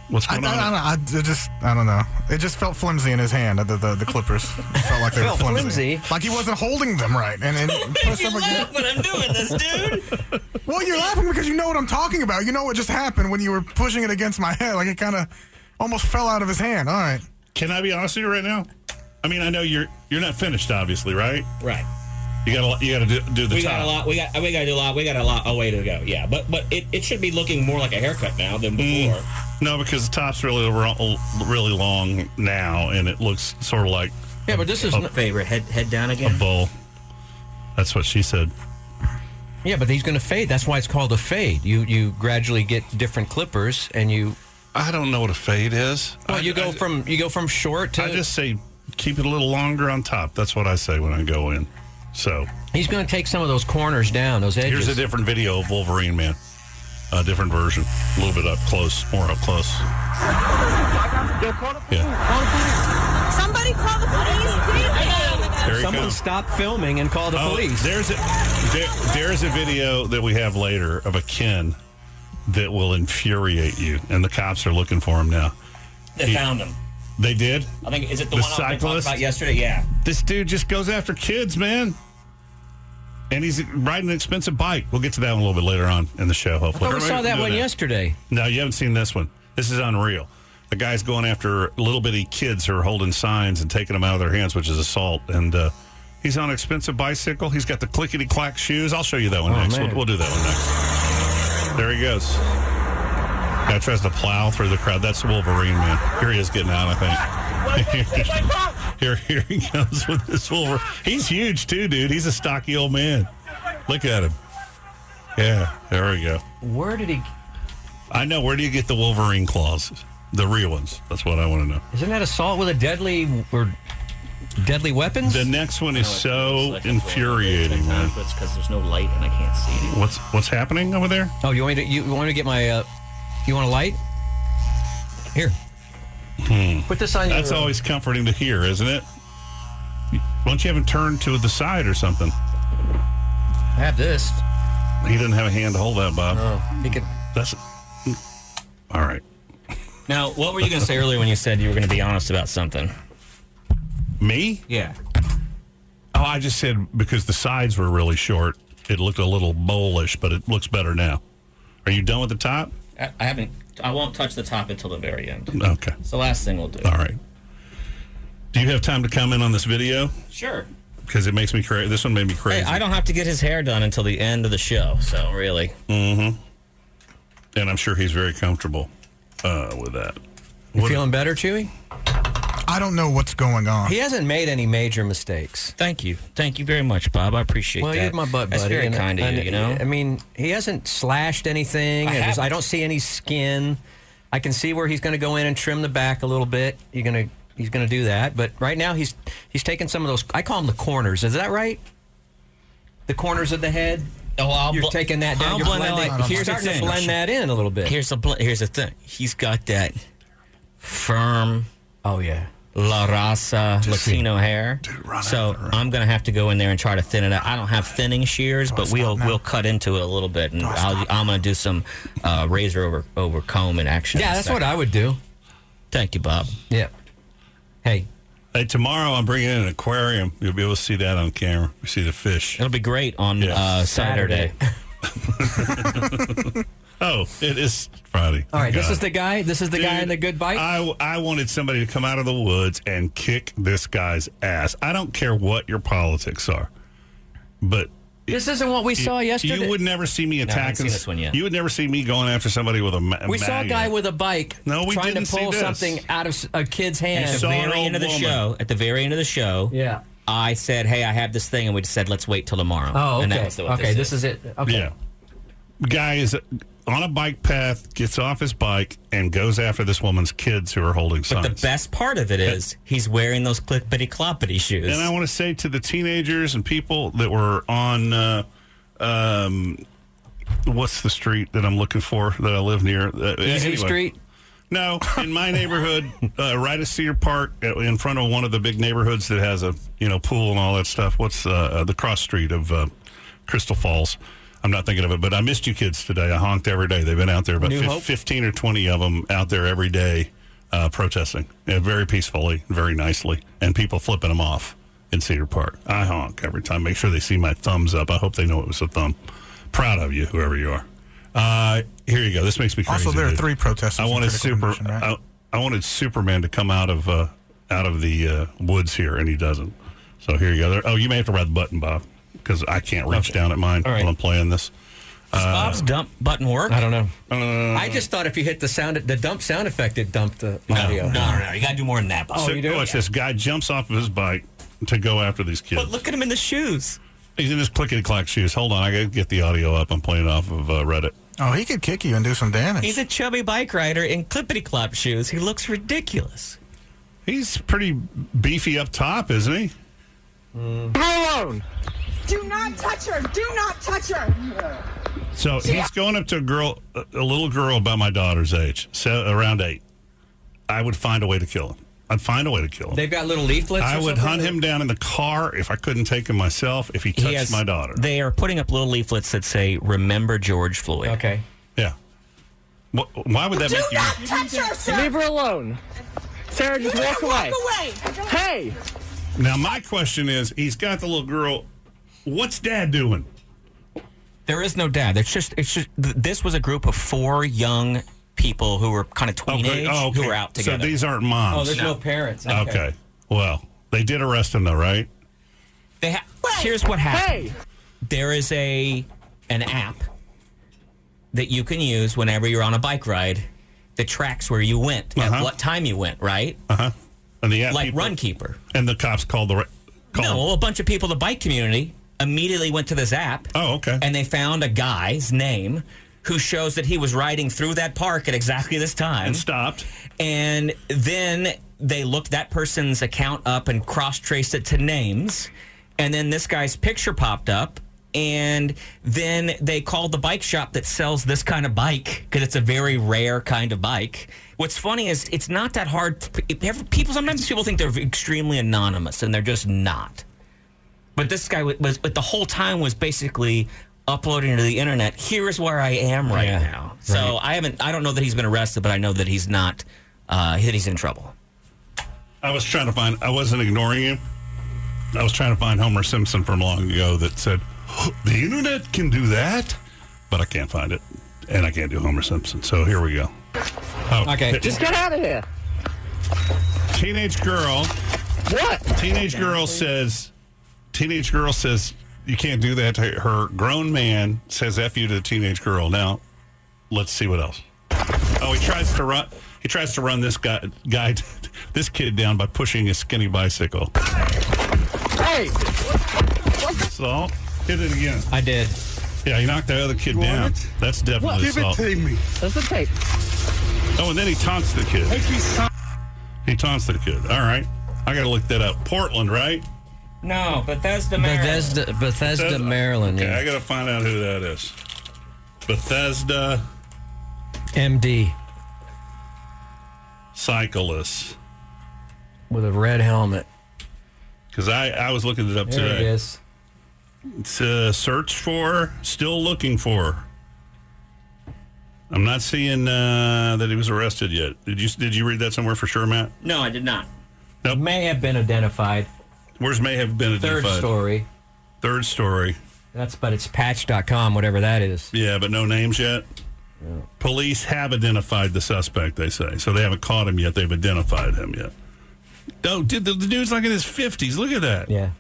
Speaker 1: What's
Speaker 7: I, I,
Speaker 1: going on?
Speaker 7: I, don't know. I it just, I don't know. It just felt flimsy in his hand. The, the, the Clippers It felt like they
Speaker 3: Felt
Speaker 7: were flimsy.
Speaker 3: flimsy?
Speaker 7: Like he wasn't holding them right.
Speaker 1: *laughs*
Speaker 7: And, and pushed up against-
Speaker 5: Look what I'm doing this, dude.
Speaker 7: Well, you're laughing because you know what I'm talking about. You know what just happened when you were pushing it against my head. Like it kind of almost fell out of his hand. All right.
Speaker 1: Can I be honest with you right now? I mean, I know you're you're not finished, obviously, *laughs* right?
Speaker 5: Right.
Speaker 1: You got to you got to do, do the
Speaker 5: We
Speaker 1: top.
Speaker 5: got a lot. We got. We got to do a lot. We got a lot. A way to go. Yeah, but but it, it should be looking more like a haircut now than before.
Speaker 1: No, because the top's really ro- really long now, and it looks sort of like
Speaker 3: Yeah, but this is. n-
Speaker 5: Favorite head head down
Speaker 1: a
Speaker 5: again.
Speaker 1: bowl. That's what she said.
Speaker 3: Yeah, but he's going to fade. That's why it's called a fade. You you gradually get different clippers, and you
Speaker 1: I don't know what a fade is.
Speaker 3: well,
Speaker 1: I-
Speaker 3: you go
Speaker 1: I-
Speaker 3: from you go from short to.
Speaker 1: I just say keep it a little longer on top. That's what I say when I go in. So
Speaker 3: he's going to take some of those corners down, those edges.
Speaker 1: here's a different video of Wolverine Man, a different version, a little bit up close, more up close. Yeah,
Speaker 12: Somebody call the police, please.
Speaker 1: there you
Speaker 3: Someone
Speaker 1: go.
Speaker 3: stop filming and call the
Speaker 1: Oh,
Speaker 3: police.
Speaker 1: There's a there, there's a video that we have later of a Ken that will infuriate you, and the cops are looking for him now.
Speaker 5: They found him.
Speaker 1: They did.
Speaker 5: I think is it the,
Speaker 1: The
Speaker 5: one I talked
Speaker 1: cyclist?
Speaker 5: about yesterday? Yeah.
Speaker 1: This dude just goes after kids, man. And he's riding an expensive bike. We'll get to that one a little bit later on in the show, hopefully.
Speaker 3: Oh, we saw that
Speaker 1: Do
Speaker 3: one yesterday.
Speaker 1: No, you haven't seen this one. This is unreal. a guy's going after little bitty kids who are holding signs and taking them out of their hands, which is assault. And uh, he's on an expensive bicycle. He's got the clickety clack shoes. I'll show you that one
Speaker 13: Oh,
Speaker 1: next.
Speaker 13: man.
Speaker 1: We'll, we'll do that one next. There he goes. Guy tries to plow through the crowd. That's Wolverine, man. Here he is getting out, I think. here, *laughs* here he comes with this Wolverine. He's huge, too, dude. He's a stocky old man. Look at him. Yeah, there we go.
Speaker 3: Where did he?
Speaker 1: I know. Where do you get the Wolverine claws? The real ones. That's what I want to know.
Speaker 3: Isn't that assault with a deadly or deadly weapons?
Speaker 1: The next one is so
Speaker 5: Ten
Speaker 1: infuriating, man.
Speaker 5: times, but it's because there's no light and I can't see anything.
Speaker 1: What's what's happening over there?
Speaker 3: Oh, you want me to? You, you want me to get my? Uh, you want a light? Here.
Speaker 1: Hmm.
Speaker 3: Put this on.
Speaker 1: That's
Speaker 3: your, uh,
Speaker 1: always comforting to hear, isn't it? Why don't you have him turn to the side or something?
Speaker 3: I have this.
Speaker 1: He doesn't have a hand to hold that, Bob.
Speaker 3: he could.
Speaker 1: That's all right.
Speaker 5: Now, what were you going to say earlier when you said you were going to be honest about something?
Speaker 1: Me?
Speaker 5: Yeah.
Speaker 1: Oh, I just said because the sides were really short, it looked a little bowlish, but it looks better now. Are you done with the top?
Speaker 5: I, I haven't. I won't touch the top until the very end.
Speaker 1: Okay.
Speaker 5: It's the last thing we'll do.
Speaker 1: All right. Do you have time to comment on this video?
Speaker 5: Sure.
Speaker 1: Because it makes me crazy. This one made me
Speaker 5: Hey,
Speaker 1: crazy.
Speaker 5: I don't have to get his hair done until the end of the show. So really,
Speaker 1: Mm-hmm. And I'm sure he's very comfortable uh, with that.
Speaker 3: You feeling better, Chewy?
Speaker 7: I don't know what's going on.
Speaker 3: He hasn't made any major mistakes.
Speaker 5: Thank you, thank you very much, Bob. I appreciate
Speaker 3: Well,
Speaker 5: that.
Speaker 3: you're my butt buddy.
Speaker 5: That's very
Speaker 3: and-
Speaker 5: kind of you.
Speaker 3: and-
Speaker 5: You know.
Speaker 3: I mean, he hasn't slashed anything.
Speaker 5: I
Speaker 3: and there's- I,
Speaker 5: haven't.
Speaker 3: don't see any skin. I can see where he's going to go in and trim the back a little bit. You're gonna he's going to do that. But right now he's he's taking some of those. I call them the corners. Is that right? The corners of the head.
Speaker 5: Oh, I'll
Speaker 3: you're
Speaker 5: bl-
Speaker 3: taking that down.
Speaker 5: I'll
Speaker 3: You're
Speaker 5: blend that-
Speaker 3: blending-
Speaker 5: like,
Speaker 3: you're
Speaker 5: here's the
Speaker 3: starting to
Speaker 5: thing.
Speaker 3: blend that in a little bit.
Speaker 5: Here's the bl- here's the thing. He's got that firm.
Speaker 3: Oh yeah.
Speaker 5: La Raza Latino hair. so I'm gonna have to go in there and try to thin it out. I don't have thinning
Speaker 1: Oh,
Speaker 5: shears, but we'll we'll cut into it a little bit, and I'll, I'm gonna do some uh, razor over over comb in action.
Speaker 3: Yeah, that's what I would do.
Speaker 5: Thank you, Bob.
Speaker 3: Yeah. Hey.
Speaker 1: Hey, tomorrow I'm bringing in an aquarium. You'll be able to see that on camera. You see the fish.
Speaker 5: It'll be great on
Speaker 3: uh, Saturday.
Speaker 1: oh, it is Friday.
Speaker 3: All right. This
Speaker 1: God.
Speaker 3: is the guy. This is the guy in the good bike.
Speaker 1: I, I wanted somebody to come out of the woods and kick this guy's ass. I don't care what your politics are, but
Speaker 3: This isn't what we
Speaker 1: you-
Speaker 3: saw yesterday.
Speaker 1: You would never see me
Speaker 3: No, I haven't
Speaker 1: attacking.
Speaker 3: seen this one yet.
Speaker 1: You would never see me going after somebody with a. Ma-
Speaker 3: We saw a
Speaker 1: magnet.
Speaker 3: guy with a bike
Speaker 1: No, we
Speaker 3: trying
Speaker 1: didn't
Speaker 3: to
Speaker 1: see
Speaker 3: pull
Speaker 1: this.
Speaker 3: something out of s- a kid's hand.
Speaker 5: *laughs* At the very end of the show, at the very end of the show,
Speaker 3: yeah,
Speaker 5: I said, "Hey, I have this thing," and we just said, "Let's wait till tomorrow."
Speaker 3: Oh,
Speaker 5: And
Speaker 3: okay.
Speaker 5: that's what
Speaker 3: Okay, this is it. Okay.
Speaker 1: Yeah. Guy is on a bike path, gets off his bike, and goes after this woman's kids who are holding
Speaker 5: But
Speaker 1: signs.
Speaker 5: the best part of it is he's wearing those clippity cloppity shoes.
Speaker 1: And I want to say to the teenagers and people that were on, uh, um, what's the street that I'm looking for that I live near? Uh,
Speaker 3: Easy
Speaker 1: anyway.
Speaker 3: Street.
Speaker 1: No, in my neighborhood, uh, right at Cedar Park, uh, in front of one of the big neighborhoods that has a you know pool and all that stuff. What's uh, uh, the cross street of uh, Crystal Falls? I'm not thinking of it, but I missed you kids today. I honked every day. They've been out there about
Speaker 13: New
Speaker 1: fif-
Speaker 13: Hope?
Speaker 1: 15 or 20 of them out there every day uh, protesting uh, very peacefully, very nicely, and people flipping them off in Cedar Park. I honk every time, make sure they see my thumbs up. I hope they know it was a thumb. Proud of you, whoever you are. Uh, here you go. This makes me crazy.
Speaker 7: Also, there are
Speaker 1: dude.
Speaker 7: three protesters
Speaker 1: I
Speaker 7: in
Speaker 1: wanted
Speaker 7: critical
Speaker 1: super.
Speaker 7: condition, right?
Speaker 1: I, I wanted Superman to come out of uh, out of the uh, woods here, and he doesn't. So here you go. There, oh, you may have to ride the button, Bob, because I can't reach down at mine
Speaker 5: All right.
Speaker 1: while I'm playing this.
Speaker 5: Does Bob's dump button work?
Speaker 3: I don't know.
Speaker 1: Uh,
Speaker 3: I just thought if you hit the sound, the dump sound effect, it dumped the
Speaker 1: No,
Speaker 3: audio.
Speaker 5: no, no, no. Oh, You got to do more than that, Bob.
Speaker 3: Oh,
Speaker 1: so watch this guy jumps off of his bike to go after these kids.
Speaker 5: But look at him in the shoes.
Speaker 1: He's in his clickety clack shoes. Hold on, I gotta get the audio up. I'm playing off of uh, Reddit.
Speaker 7: Oh, he could kick you and do some damage.
Speaker 5: He's a chubby bike rider in clippity clop shoes. He looks ridiculous.
Speaker 1: He's pretty beefy up top, isn't he?
Speaker 12: alone. Do not touch her. Do not touch her.
Speaker 1: So
Speaker 12: Yeah.
Speaker 1: he's going up to a girl, a a little girl about my daughter's age, so around eight. I would find a way to kill him. I'd find a way to kill him.
Speaker 3: They've got little leaflets.
Speaker 1: I
Speaker 3: or
Speaker 1: would
Speaker 3: something?
Speaker 1: hunt him down in the car if I couldn't take him myself. If he touched my daughter,
Speaker 5: They are putting up little leaflets that say "Remember George Floyd."
Speaker 3: Okay.
Speaker 1: yeah. Wh- Why would that
Speaker 12: Do
Speaker 1: make you?
Speaker 12: not touch her, sir.
Speaker 14: Leave her alone. Sarah, just
Speaker 12: You
Speaker 14: walk
Speaker 12: gotta
Speaker 14: away.
Speaker 12: Hey.
Speaker 1: Now my question is, he's got the little girl. What's dad doing?
Speaker 5: There is no dad. It's just, it's just. th- This was a group of four young people who were kind of tween
Speaker 1: Okay.
Speaker 5: age
Speaker 1: Oh, okay.
Speaker 5: who were out together.
Speaker 1: So these aren't moms.
Speaker 5: Oh, there's no parents. Okay.
Speaker 1: okay. Well, they did arrest him though, right?
Speaker 5: They ha- here's what happened. There is a an app that you can use whenever you're on a bike ride that tracks where you went
Speaker 1: Uh-huh.
Speaker 5: at what time you went, right?
Speaker 1: Uh huh. And the app
Speaker 5: like
Speaker 1: people-
Speaker 5: Runkeeper.
Speaker 1: And the cops called the. ra- Called
Speaker 5: No, well, a bunch of people in the bike community immediately went to this app.
Speaker 1: Oh, okay.
Speaker 5: And they found a guy's name who shows that he was riding through that park at exactly this time. And
Speaker 1: stopped.
Speaker 5: And then they looked that person's account up and cross traced it to names. And then this guy's picture popped up. And then they called the bike shop that sells this kind of bike because it's a very rare kind of bike. What's funny is it's not that hard. People sometimes people think they're extremely anonymous, and they're just not. But this guy wa- was, but the whole time was basically uploading to the internet. Here is where I am right now. So I haven't. I don't know that he's been arrested, but I know that he's not. Uh, that he's in trouble.
Speaker 1: I was trying to find. I wasn't ignoring you. I was trying to find Homer Simpson from long ago that said *gasps* the internet can do that, but I can't find it, and I can't do Homer Simpson. So here we go. Oh, it-
Speaker 14: Just get out of here.
Speaker 1: Teenage girl.
Speaker 14: What?
Speaker 1: Teenage girl says. Teenage girl says you can't do that. to her." Her grown man says "f you" to the teenage girl. Now, let's see what else. Oh, he tries to run. He tries to run this guy, guy, *laughs* this kid down by pushing his skinny bicycle.
Speaker 14: Hey!
Speaker 1: Assault. Hit it again. I
Speaker 5: did.
Speaker 1: Yeah, he knocked the other kid down. That's definitely assault.
Speaker 14: me. That's the tape.
Speaker 1: Oh, and then he taunts the kid. He taunts the kid. All right, I got to look that up. Portland, right?
Speaker 5: No, Bethesda,
Speaker 3: Bethesda, Bethesda, Maryland.
Speaker 1: Okay,
Speaker 3: yeah.
Speaker 1: I gotta find out who that is. Bethesda
Speaker 3: MD
Speaker 1: cyclist.
Speaker 3: with a red helmet.
Speaker 1: Because I, I was looking it up
Speaker 3: There it
Speaker 1: today.
Speaker 3: is.
Speaker 1: It's uh, search for, still looking for. I'm not seeing uh, that he was arrested yet. Did you did you read that somewhere for sure, Matt?
Speaker 5: No, I did not.
Speaker 1: Nope.
Speaker 5: May have been identified.
Speaker 1: Where's may have been
Speaker 3: Third
Speaker 1: identified?
Speaker 3: story.
Speaker 1: Third story.
Speaker 3: That's but it's patch.com, whatever that is.
Speaker 1: Yeah, but no names yet. Police have identified the suspect, they say. So they haven't caught him yet. They've identified him yet. Oh, dude, the, the dude's like in his 50s. Look at that.
Speaker 3: Yeah.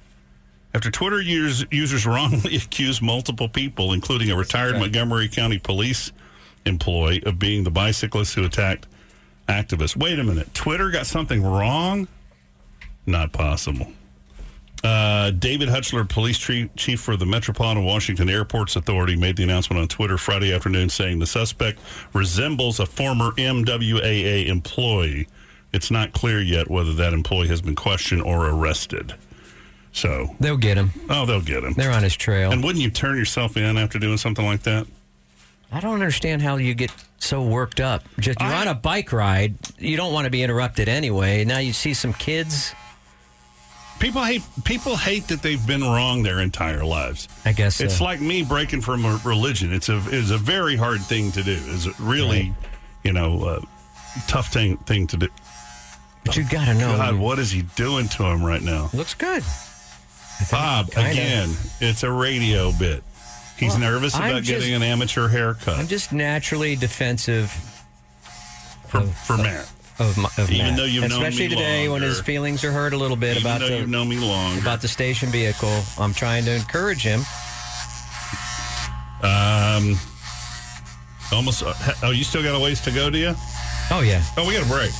Speaker 1: After Twitter users, users wrongly *laughs* accused multiple people, including a retired Montgomery County police employee, of being the bicyclist who attacked activists. Wait a minute. Twitter got something wrong? Not possible. Uh, David Hutchler, police tri- chief for the Metropolitan Washington Airports Authority, made the announcement on Twitter Friday afternoon saying the suspect resembles a former MWAA employee. It's not clear yet whether that employee has been questioned or arrested. So,
Speaker 3: They'll get him.
Speaker 1: oh, they'll get him.
Speaker 3: They're on his trail.
Speaker 1: And wouldn't you turn yourself in after doing something like that?
Speaker 3: I don't understand how you get so worked up. Just you're on a bike ride. You don't want to be interrupted anyway. Now you see some kids.
Speaker 1: People hate people hate that they've been wrong their entire lives.
Speaker 3: I guess uh,
Speaker 1: it's
Speaker 3: so.
Speaker 1: like me breaking from a religion. It's a it's a very hard thing to do. It's a really, you know, uh, tough thing thing to do.
Speaker 3: But you gotta know.
Speaker 1: God, what is he doing to him right now?
Speaker 3: Looks good.
Speaker 1: Bob,
Speaker 3: kinda.
Speaker 1: again, it's a radio bit. He's nervous
Speaker 3: I'm
Speaker 1: about
Speaker 3: just-
Speaker 1: getting an amateur haircut
Speaker 3: I'm just naturally defensive
Speaker 1: for, for Matt.
Speaker 3: of, my, of
Speaker 1: Even
Speaker 3: Matt.
Speaker 1: though you've known
Speaker 3: especially
Speaker 1: me
Speaker 3: today when his
Speaker 1: longer.
Speaker 3: feelings are hurt a little bit
Speaker 1: Even
Speaker 3: about
Speaker 1: though
Speaker 3: the
Speaker 1: you've known me longer.
Speaker 3: about the station vehicle. I'm trying to encourage him.
Speaker 1: Um, almost. Uh, oh, you still got a ways to go, do you?
Speaker 3: Oh yeah.
Speaker 1: Oh, we got a break.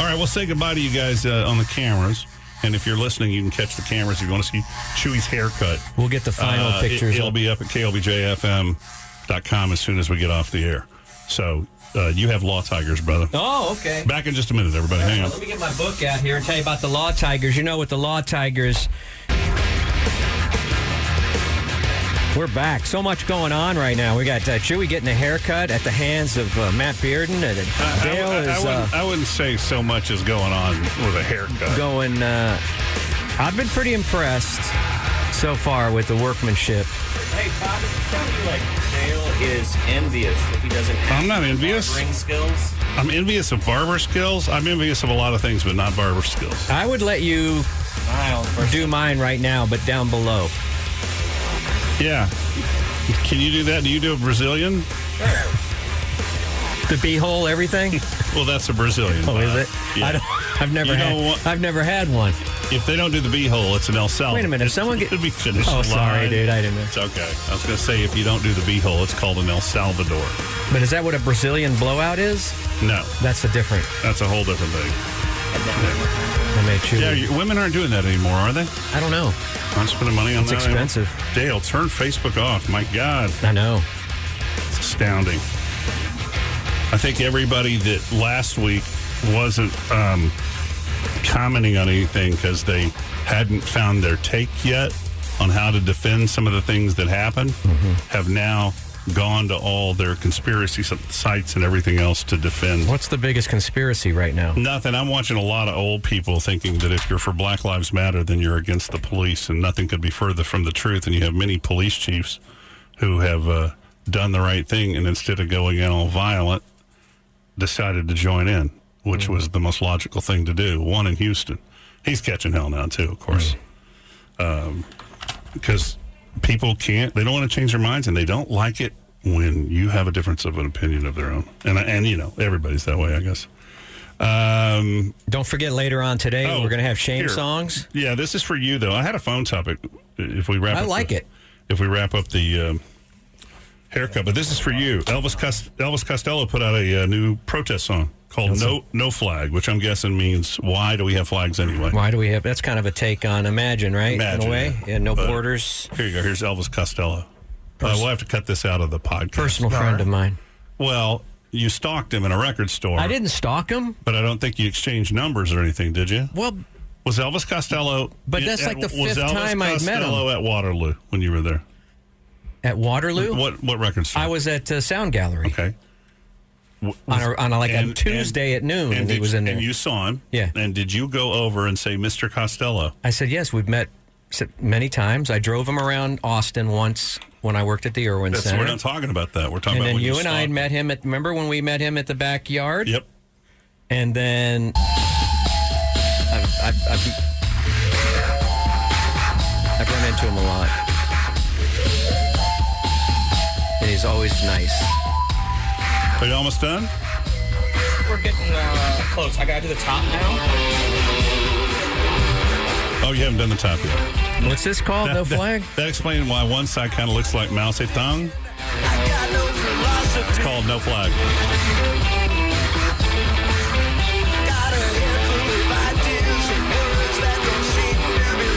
Speaker 1: All right, we'll say goodbye to you guys uh, on the cameras. And if you're listening, you can catch the cameras. If you want to see Chewy's haircut,
Speaker 3: We'll get the final
Speaker 1: Uh,
Speaker 3: pictures
Speaker 1: It, will
Speaker 3: up.
Speaker 1: be up at klbjfm.com as soon as we get off the air. So uh, you have law tigers, brother.
Speaker 3: Oh, okay.
Speaker 1: Back in just a minute, everybody. Hang on.
Speaker 3: Let me get my book out here and tell you about the Law Tigers. You know, with the Law Tigers, we're back. So much going on right now. We got uh, Chewy getting a haircut at the hands of uh, Matt Bearden, and uh,
Speaker 1: I-
Speaker 3: Dale
Speaker 1: I, I,
Speaker 3: is uh,
Speaker 1: wouldn't, I wouldn't say so much is going on with a haircut.
Speaker 3: going. Uh, I've been pretty impressed so far with the workmanship.
Speaker 13: Hey, Bob is telling you like Dale is envious that he doesn't have
Speaker 1: I'm not envious.
Speaker 13: ring skills.
Speaker 1: I'm envious of barber skills. I'm envious of a lot of things, but not barber skills.
Speaker 3: I would let you do mine right now, but down below.
Speaker 1: Yeah. Can you do that? Do you do a Brazilian?
Speaker 3: The beehole,
Speaker 1: *laughs*
Speaker 3: everything.
Speaker 1: well, that's a Brazilian.
Speaker 3: Oh, is
Speaker 1: vibe.
Speaker 3: it?
Speaker 1: Uh, Yeah.
Speaker 3: I don't, I've never
Speaker 1: You
Speaker 3: had.
Speaker 1: don't want-
Speaker 3: I've never had one.
Speaker 1: If they don't do the beehole, it's an El Salvador.
Speaker 3: Wait a minute, if someone get-
Speaker 1: It'd be finished.
Speaker 3: Oh, sorry,
Speaker 1: line.
Speaker 3: dude, I didn't know.
Speaker 1: It's okay. I was going to say if you don't do the beehole, it's called an El Salvador.
Speaker 3: But is that what a Brazilian blowout is?
Speaker 1: No,
Speaker 3: that's a different.
Speaker 1: That's a whole different thing.
Speaker 3: I may choose.
Speaker 1: Yeah, you- women aren't doing that anymore, are they?
Speaker 3: I don't know.
Speaker 1: Aren't spending money on
Speaker 3: It's
Speaker 1: that. anymore?
Speaker 3: expensive.
Speaker 1: Dale, turn Facebook off. My God,
Speaker 3: I know.
Speaker 1: It's astounding. I think everybody that last week wasn't um, commenting on anything because they hadn't found their take yet on how to defend some of the things that happened have now gone to all their conspiracy s- sites and everything else to defend.
Speaker 3: What's the biggest conspiracy right now?
Speaker 1: Nothing. I'm watching a lot of old people thinking that if you're for Black Lives Matter, then you're against the police, and nothing could be further from the truth. And you have many police chiefs who have uh, done the right thing, and instead of going in all violent, decided to join in, which was the most logical thing to do. One in Houston, he's catching hell now too, of course, because people can't. They don't want to change their minds, and they don't like it when you have a difference of an opinion of their own. And I- and you know everybody's that way, I guess. Um,
Speaker 3: Don't forget later on today
Speaker 1: Oh,
Speaker 3: we're gonna have shame
Speaker 1: here.
Speaker 3: songs.
Speaker 1: Yeah, this is for you though. I had a phone topic. uh, If we wrap,
Speaker 3: I
Speaker 1: up
Speaker 3: like
Speaker 1: the-
Speaker 3: it.
Speaker 1: If we wrap up the um, haircut, but this is for you. Elvis Cost- Elvis Costello put out a, uh new protest song called "No No Flag," which I'm guessing means "Why do we have flags anyway?"
Speaker 3: Why do we have? That's kind of a take on Imagine, right? in
Speaker 1: Imagine,
Speaker 3: a way,
Speaker 1: yeah.
Speaker 3: yeah, no
Speaker 1: But-
Speaker 3: borders.
Speaker 1: Here you go. Here's Elvis Costello. uh,
Speaker 3: Pers-
Speaker 1: we'll have to cut this out of the podcast.
Speaker 3: Personal friend of mine.
Speaker 1: Well, you stalked him in a record store.
Speaker 3: I didn't stalk him.
Speaker 1: but I don't think you exchanged numbers or anything, did you?
Speaker 3: Well,
Speaker 1: Was Elvis Costello?
Speaker 3: But that's like the
Speaker 1: was
Speaker 3: fifth
Speaker 1: Elvis
Speaker 3: time I'd met him.
Speaker 1: Costello at Waterloo when you were there.
Speaker 3: at Waterloo,
Speaker 1: What what record store?
Speaker 3: I was at uh, Sound Gallery
Speaker 1: okay. W-
Speaker 3: on a, on a, like a
Speaker 1: and-
Speaker 3: Tuesday at noon, and, he
Speaker 1: did-
Speaker 3: was in there.
Speaker 1: And you saw him.
Speaker 3: Yeah.
Speaker 1: And did you go over and say, Mr. Costello?
Speaker 3: I said yes. We've met s- many times. I drove him around Austin once when I worked at the Irwin
Speaker 1: That's,
Speaker 3: Center.
Speaker 1: we're not talking about that. We're talking
Speaker 3: and
Speaker 1: about
Speaker 3: then
Speaker 1: when
Speaker 3: you and I had
Speaker 1: stalked-
Speaker 3: met him at. Remember when we met him at the backyard?
Speaker 1: Yep.
Speaker 3: And then I've, I've, I've, I've run into him a lot, and he's always nice.
Speaker 1: Are you almost done?
Speaker 5: We're getting uh, close. I gotta do the top now.
Speaker 1: Oh, you haven't done the top yet.
Speaker 3: What's this
Speaker 1: *laughs*
Speaker 3: called?
Speaker 1: That,
Speaker 3: no
Speaker 1: that-
Speaker 3: flag.
Speaker 1: That, explains why one side kind of looks like Mao Zedong. It's called No Flag.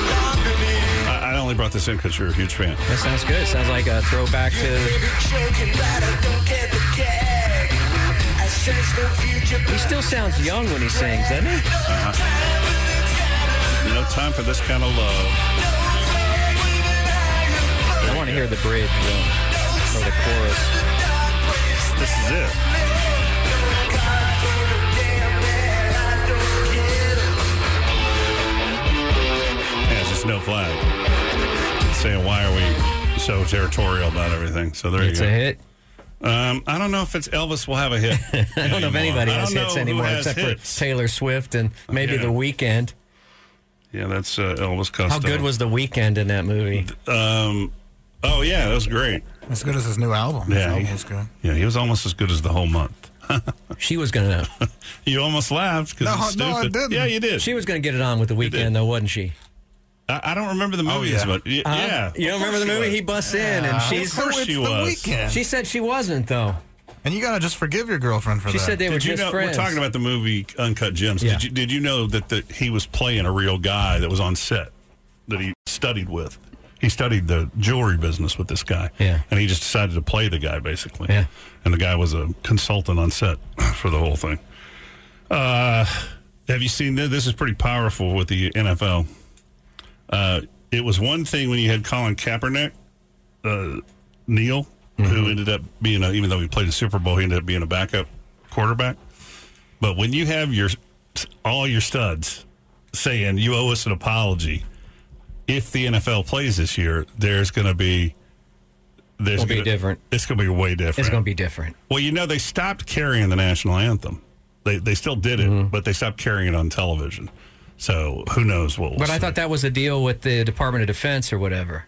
Speaker 1: I, I only brought this in because you're a huge fan.
Speaker 3: That sounds good. Sounds like a throwback to. He still sounds young when he sings, doesn't he?
Speaker 1: Uh-huh. No time for this kind of love.
Speaker 3: I want to hear the bridge though, or the chorus.
Speaker 1: This is it. Yeah, it's just no flag. Saying why are we so territorial about everything? So there
Speaker 3: It's
Speaker 1: you
Speaker 3: a
Speaker 1: go.
Speaker 3: hit.
Speaker 1: Um, I don't know if it's Elvis will have a hit.
Speaker 3: *laughs* I don't know if anybody has hits anymore except for Taylor Swift and maybe
Speaker 1: Yeah.
Speaker 3: The Weekend.
Speaker 1: Yeah, that's uh, Elvis Costello.
Speaker 3: How good was The Weekend in that movie?
Speaker 1: Um, oh yeah, that was great.
Speaker 7: As good as his new album. His
Speaker 1: Yeah,
Speaker 7: album
Speaker 1: he-
Speaker 7: was good.
Speaker 1: Yeah, he was almost as good as the whole month.
Speaker 3: She was gonna.
Speaker 1: You almost laughed because it's
Speaker 7: No, no, I
Speaker 1: stupid.
Speaker 7: didn't.
Speaker 1: Yeah, you did.
Speaker 3: She was gonna get it on with The Weekend though, wasn't she?
Speaker 1: I, I don't remember the
Speaker 7: Oh,
Speaker 1: movies,
Speaker 7: yeah.
Speaker 1: but y- yeah,
Speaker 3: Huh? Uh-huh. You don't
Speaker 1: Of
Speaker 3: remember the
Speaker 1: course she
Speaker 3: movie?
Speaker 1: was.
Speaker 3: He busts in and
Speaker 7: Yeah.
Speaker 3: she's.
Speaker 1: Of course she was.
Speaker 7: The weekend.
Speaker 3: She said she wasn't though.
Speaker 7: and you gotta just forgive your girlfriend for
Speaker 3: She
Speaker 7: that.
Speaker 3: said they were
Speaker 1: Did you
Speaker 3: just
Speaker 1: know, we're
Speaker 3: friends.
Speaker 1: talking about the movie Uncut Gems.
Speaker 3: Yeah.
Speaker 1: Did, you, did you know that the, he was playing a real guy that was on set that he studied with? He studied the jewelry business with this guy.
Speaker 3: Yeah.
Speaker 1: And he just decided to play the guy, basically.
Speaker 3: Yeah.
Speaker 1: And the guy was a consultant on set *laughs* for the whole thing. Uh, have you seen this? This is pretty powerful with the NFL. Uh, it was one thing when you had Colin Kaepernick, uh, Neil, who ended up being, a, even though he played the Super Bowl, he ended up being a backup quarterback. But when you have your all your studs saying you owe us an apology, if the NFL plays this year, there's going to be there's
Speaker 3: It'll be
Speaker 1: gonna,
Speaker 3: different.
Speaker 1: It's going to be way different.
Speaker 3: It's gonna be different.
Speaker 1: Well, you know, they stopped carrying the national anthem. They they still did it,
Speaker 3: Mm-hmm.
Speaker 1: but they stopped carrying it on television. So who knows what? We'll
Speaker 3: But I
Speaker 1: see.
Speaker 3: thought that was a deal with the Department of Defense or whatever.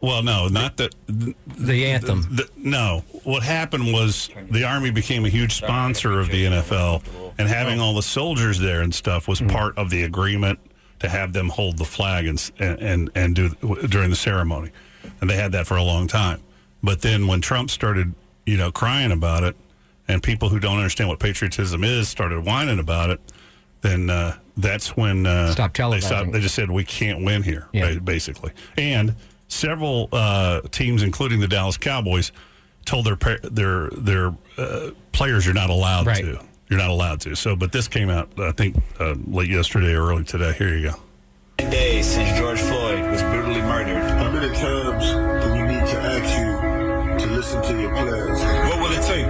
Speaker 1: Well, no, not the the,
Speaker 3: anthem.
Speaker 1: no, what happened was the army became a huge sponsor of the NFL, and having all the soldiers there and stuff was part of the agreement to have them hold the flag and s- and and, and do during the ceremony, and they had that for a long time. But then when Trump started, you know, crying about it, and people who don't understand what patriotism is started whining about it, then uh, that's when uh,
Speaker 3: Stop
Speaker 1: they
Speaker 3: televising.
Speaker 1: stopped. They just said we can't win here,
Speaker 3: Yeah.
Speaker 1: ba- basically. And several uh, teams, including the Dallas Cowboys, told their pa- their their uh, players you're not allowed
Speaker 3: Right.
Speaker 1: to. You're not allowed to. So, but this came out, I think, uh, late yesterday or early today. Here you go.
Speaker 15: Nine days since George Floyd was brutally murdered. How many times do we need to ask you to listen to your players? What will it take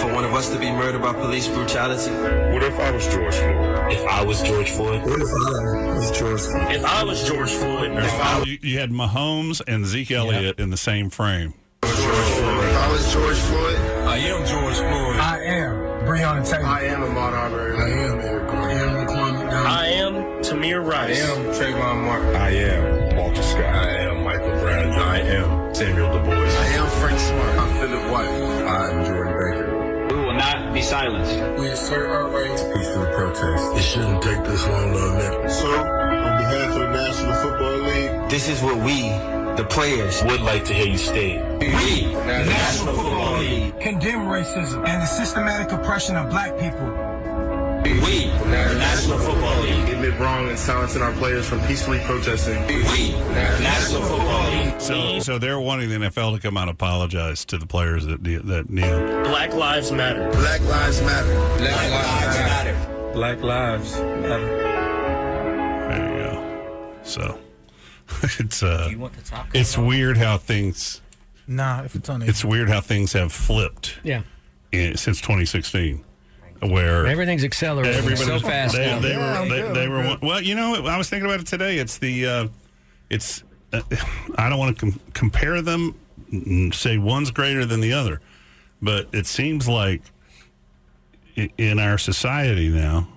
Speaker 15: for one of us to be murdered by police brutality? What if I was George Floyd? If I was George Floyd? What if I was George Floyd? If I was George Floyd?
Speaker 1: You, you had Mahomes and Zeke Elliott in the same frame.
Speaker 15: If I was George Floyd, I am George Floyd. I am Breonna Taylor. I am Ahmaud Arbery. I am Eric I am Kwame I am Tamir Rice. I am Trayvon Martin. I am Walter Scott. I am Michael Brown. I am Samuel Du Bois. I am Frank Smart. I'm Philip White. I am Jordan Baker. We will not be silenced. We assert our rights. Peaceful protest. It shouldn't take this long to admit. So, on behalf of the National Football League, this is what we, the players, would like to hear you state. We, National Football League, condemn racism and the systematic oppression of black people. We, the National Football League, admit wrong and silencing our players from peacefully protesting. We, National Football League,
Speaker 1: So, so they're wanting the NFL to come out and apologize to the players that that kneel.
Speaker 15: Black Lives Matter. Black Lives Matter. Black, Lives Matter. Black Lives Matter.
Speaker 1: There you go. So *laughs* it's uh,
Speaker 5: you want the top cut
Speaker 1: it's
Speaker 5: off?
Speaker 1: weird how things.
Speaker 7: Nah, if it's on
Speaker 1: It's weird how things have flipped.
Speaker 3: Yeah.
Speaker 1: in, since 2016, where
Speaker 3: Everything's accelerating so
Speaker 1: was-
Speaker 3: fast.
Speaker 1: They,
Speaker 3: now.
Speaker 1: they were. They, they were. one- Well, you know, I was thinking about it today. It's the. Uh, it's. Uh, I don't want to com- compare them. n- Say one's greater than the other, but it seems like i- in our society now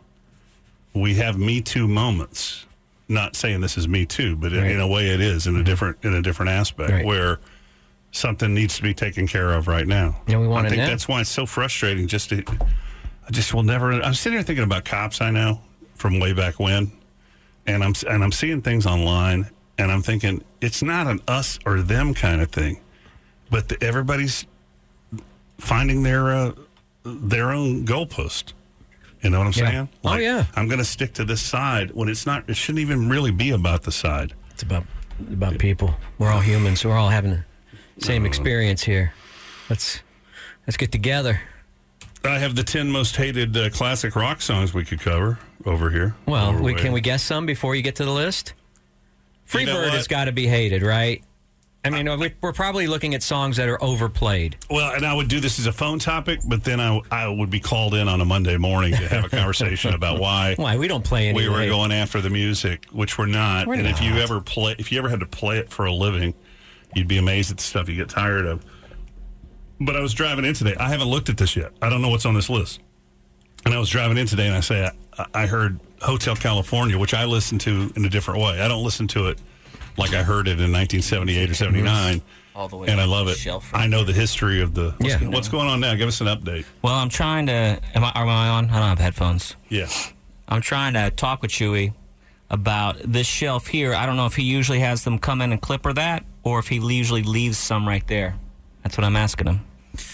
Speaker 1: we have Me Too moments. Not saying this is Me Too, but in, in a way it is in a different in a different aspect
Speaker 3: Mm-hmm. Right.
Speaker 1: where something needs to be taken care of right now.
Speaker 3: Yeah, we want
Speaker 1: I
Speaker 3: it
Speaker 1: think
Speaker 3: now.
Speaker 1: that's why it's so frustrating. Just to, I just will never. I'm sitting here thinking about cops I know from way back when, and I'm and I'm seeing things online, and I'm thinking it's not an us or them kind of thing, but the, everybody's finding their uh, their own goalpost. You know what I'm
Speaker 3: Yeah.
Speaker 1: saying?
Speaker 3: Oh, yeah.
Speaker 1: I'm going to stick to this side when it's not. It shouldn't even really be about the side.
Speaker 3: It's about about people. We're all humans. We're all having the
Speaker 1: Uh-huh.
Speaker 3: same experience here. Let's let's get together.
Speaker 1: I have the ten most hated uh, classic rock songs we could cover over here.
Speaker 3: Well,
Speaker 1: Over
Speaker 3: we,
Speaker 1: way.
Speaker 3: can we guess some before you get to the list? Freebird
Speaker 1: You know
Speaker 3: has
Speaker 1: what?
Speaker 3: got to be hated, right? I mean, we- we're probably looking at songs that are overplayed.
Speaker 1: Well, and I would do this as a phone topic, but then I, I would be called in on a Monday morning to
Speaker 3: *laughs*
Speaker 1: have a conversation about why
Speaker 3: Why we don't play any
Speaker 1: we were
Speaker 3: late.
Speaker 1: going after the music, which we're not.
Speaker 3: We're
Speaker 1: and if you
Speaker 3: not.
Speaker 1: ever play, if you ever had to play it for a living, you'd be amazed at the stuff you get tired of. But I was driving in today. I haven't looked at this yet. I don't know what's on this list. And I was driving in today, and I say I, I heard Hotel California, which I listen to in a different way. I don't listen to it like I heard it in 1978 or 79.
Speaker 5: All the way
Speaker 1: and I
Speaker 5: off
Speaker 1: love
Speaker 5: the
Speaker 1: it.
Speaker 5: shelf right
Speaker 1: I know the history of the. What's,
Speaker 5: Yeah.
Speaker 1: go- what's going on now? Give us an update.
Speaker 5: Well, I'm trying to. Am I, am I on? I don't have headphones.
Speaker 1: Yeah.
Speaker 5: I'm trying to talk with Chewy about this shelf here. I don't know if he usually has them come in and clipper that, or if he usually leaves some right there. That's what I'm asking him.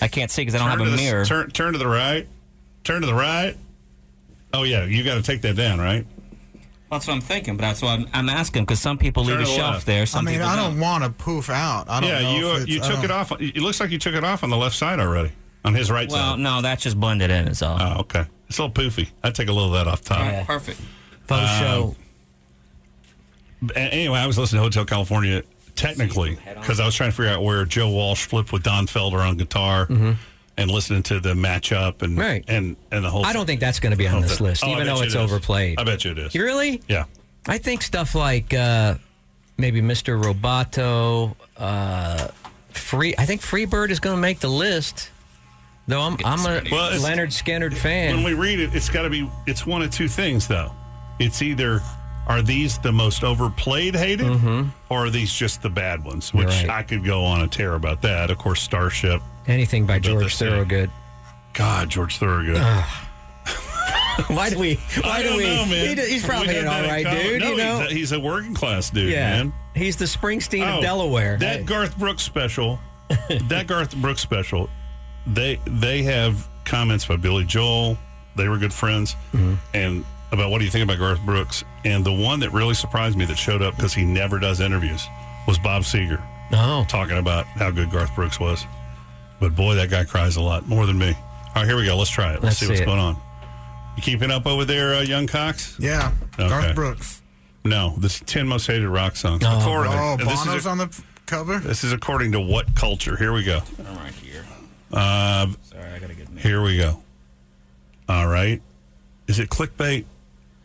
Speaker 5: I can't see because I don't
Speaker 1: Turn
Speaker 5: have a
Speaker 1: to the s-
Speaker 5: mirror.
Speaker 1: turn, turn to the right. Turn to the right. Oh yeah, you got to take that down, right?
Speaker 5: That's what I'm thinking, but that's what I'm, I'm asking because some people
Speaker 1: Turn
Speaker 5: leave a
Speaker 1: to the
Speaker 5: shelf
Speaker 1: left.
Speaker 5: there. Some
Speaker 7: I mean,
Speaker 5: people
Speaker 7: I don't want to poof out. I don't
Speaker 1: yeah,
Speaker 7: know
Speaker 1: you uh,
Speaker 7: if it's-
Speaker 1: you
Speaker 7: I
Speaker 1: took
Speaker 7: don't-
Speaker 1: it off. It looks like you took it off on the left side already, on his right
Speaker 5: Well,
Speaker 1: side.
Speaker 5: no, that's just blended in. Is all.
Speaker 1: Oh, okay. It's a little poofy. I take a little of that off top.
Speaker 5: Yeah. Perfect.
Speaker 1: Um,
Speaker 5: Faux show.
Speaker 1: a- Anyway, I was listening to Hotel California technically because I was trying to figure out where Joe Walsh flipped with Don Felder on guitar and listening to the matchup and
Speaker 3: Right.
Speaker 1: and and the whole. Oh,
Speaker 3: I don't think that's going to be on this list, even though it's overplayed.
Speaker 1: I bet you it is.
Speaker 3: You really?
Speaker 1: Yeah.
Speaker 3: I think stuff like uh, maybe Mr. Roboto, uh, Free. I think Freebird is going to make the list. Though I'm, I'm a
Speaker 1: Well, it's-
Speaker 3: Leonard Skinnard
Speaker 1: When
Speaker 3: fan.
Speaker 1: we read it, it's got to be. It's one of two things though. It's either Are these the most overplayed hated, or are these just the bad ones? Which
Speaker 3: Mm-hmm. Right.
Speaker 1: I could go on a tear about that. Of course, Starship.
Speaker 3: Anything by George
Speaker 1: Thorogood. God, George Thorogood.
Speaker 3: why do we? Why
Speaker 1: I
Speaker 3: do
Speaker 1: don't
Speaker 3: we?
Speaker 1: know, man.
Speaker 3: he d- he's
Speaker 1: We
Speaker 3: probably
Speaker 1: did
Speaker 3: an
Speaker 1: that
Speaker 3: all
Speaker 1: in
Speaker 3: right
Speaker 1: college.
Speaker 3: dude.
Speaker 1: No,
Speaker 3: you know,
Speaker 1: he's a, he's a working class dude,
Speaker 3: Yeah.
Speaker 1: man.
Speaker 3: He's the Springsteen
Speaker 1: Oh,
Speaker 3: of Delaware.
Speaker 1: That
Speaker 3: Hey.
Speaker 1: Garth Brooks special,
Speaker 7: *laughs*
Speaker 1: that Garth Brooks special, they they have comments by Billy Joel. They were good friends,
Speaker 7: Mm-hmm.
Speaker 1: and about what do you think about Garth Brooks? And the one that really surprised me that showed up because he never does interviews was Bob Seger.
Speaker 3: Oh,
Speaker 1: talking about how good Garth Brooks was, but boy, that guy cries a lot more than me. All right, here we go. Let's try it. Let's,
Speaker 7: Let's
Speaker 1: see,
Speaker 7: see
Speaker 1: what's
Speaker 7: it.
Speaker 1: going on. You keeping up over there, uh, young Cox?
Speaker 7: Yeah,
Speaker 1: Okay.
Speaker 7: Garth Brooks.
Speaker 1: No, this is ten most hated rock songs. According-
Speaker 7: oh
Speaker 1: and this is
Speaker 7: Bono's
Speaker 1: a-
Speaker 7: on the f- cover.
Speaker 1: this is according to what culture? Here we go.
Speaker 5: I'm right here.
Speaker 1: Uh,
Speaker 5: Sorry, I gotta get.
Speaker 1: here we go. All right. Is it clickbait?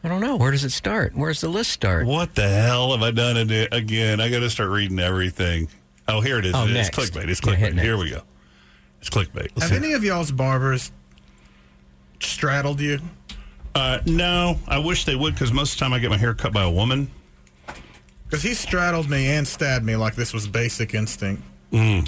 Speaker 3: I don't know. Where does it start? Where's the list start?
Speaker 1: What the hell have I done it a- again? I got to start reading everything. Oh, here it is.
Speaker 3: Oh,
Speaker 1: it's
Speaker 3: next.
Speaker 1: clickbait. It's
Speaker 3: Yeah, hit
Speaker 1: clickbait. Here we go. It's clickbait. Let's
Speaker 7: Have
Speaker 1: see.
Speaker 7: any of y'all's barbers straddled you?
Speaker 1: Uh, no, I wish they would because most of the time I get my hair cut by a woman.
Speaker 7: Because he straddled me and stabbed me like this was basic instinct.
Speaker 5: I,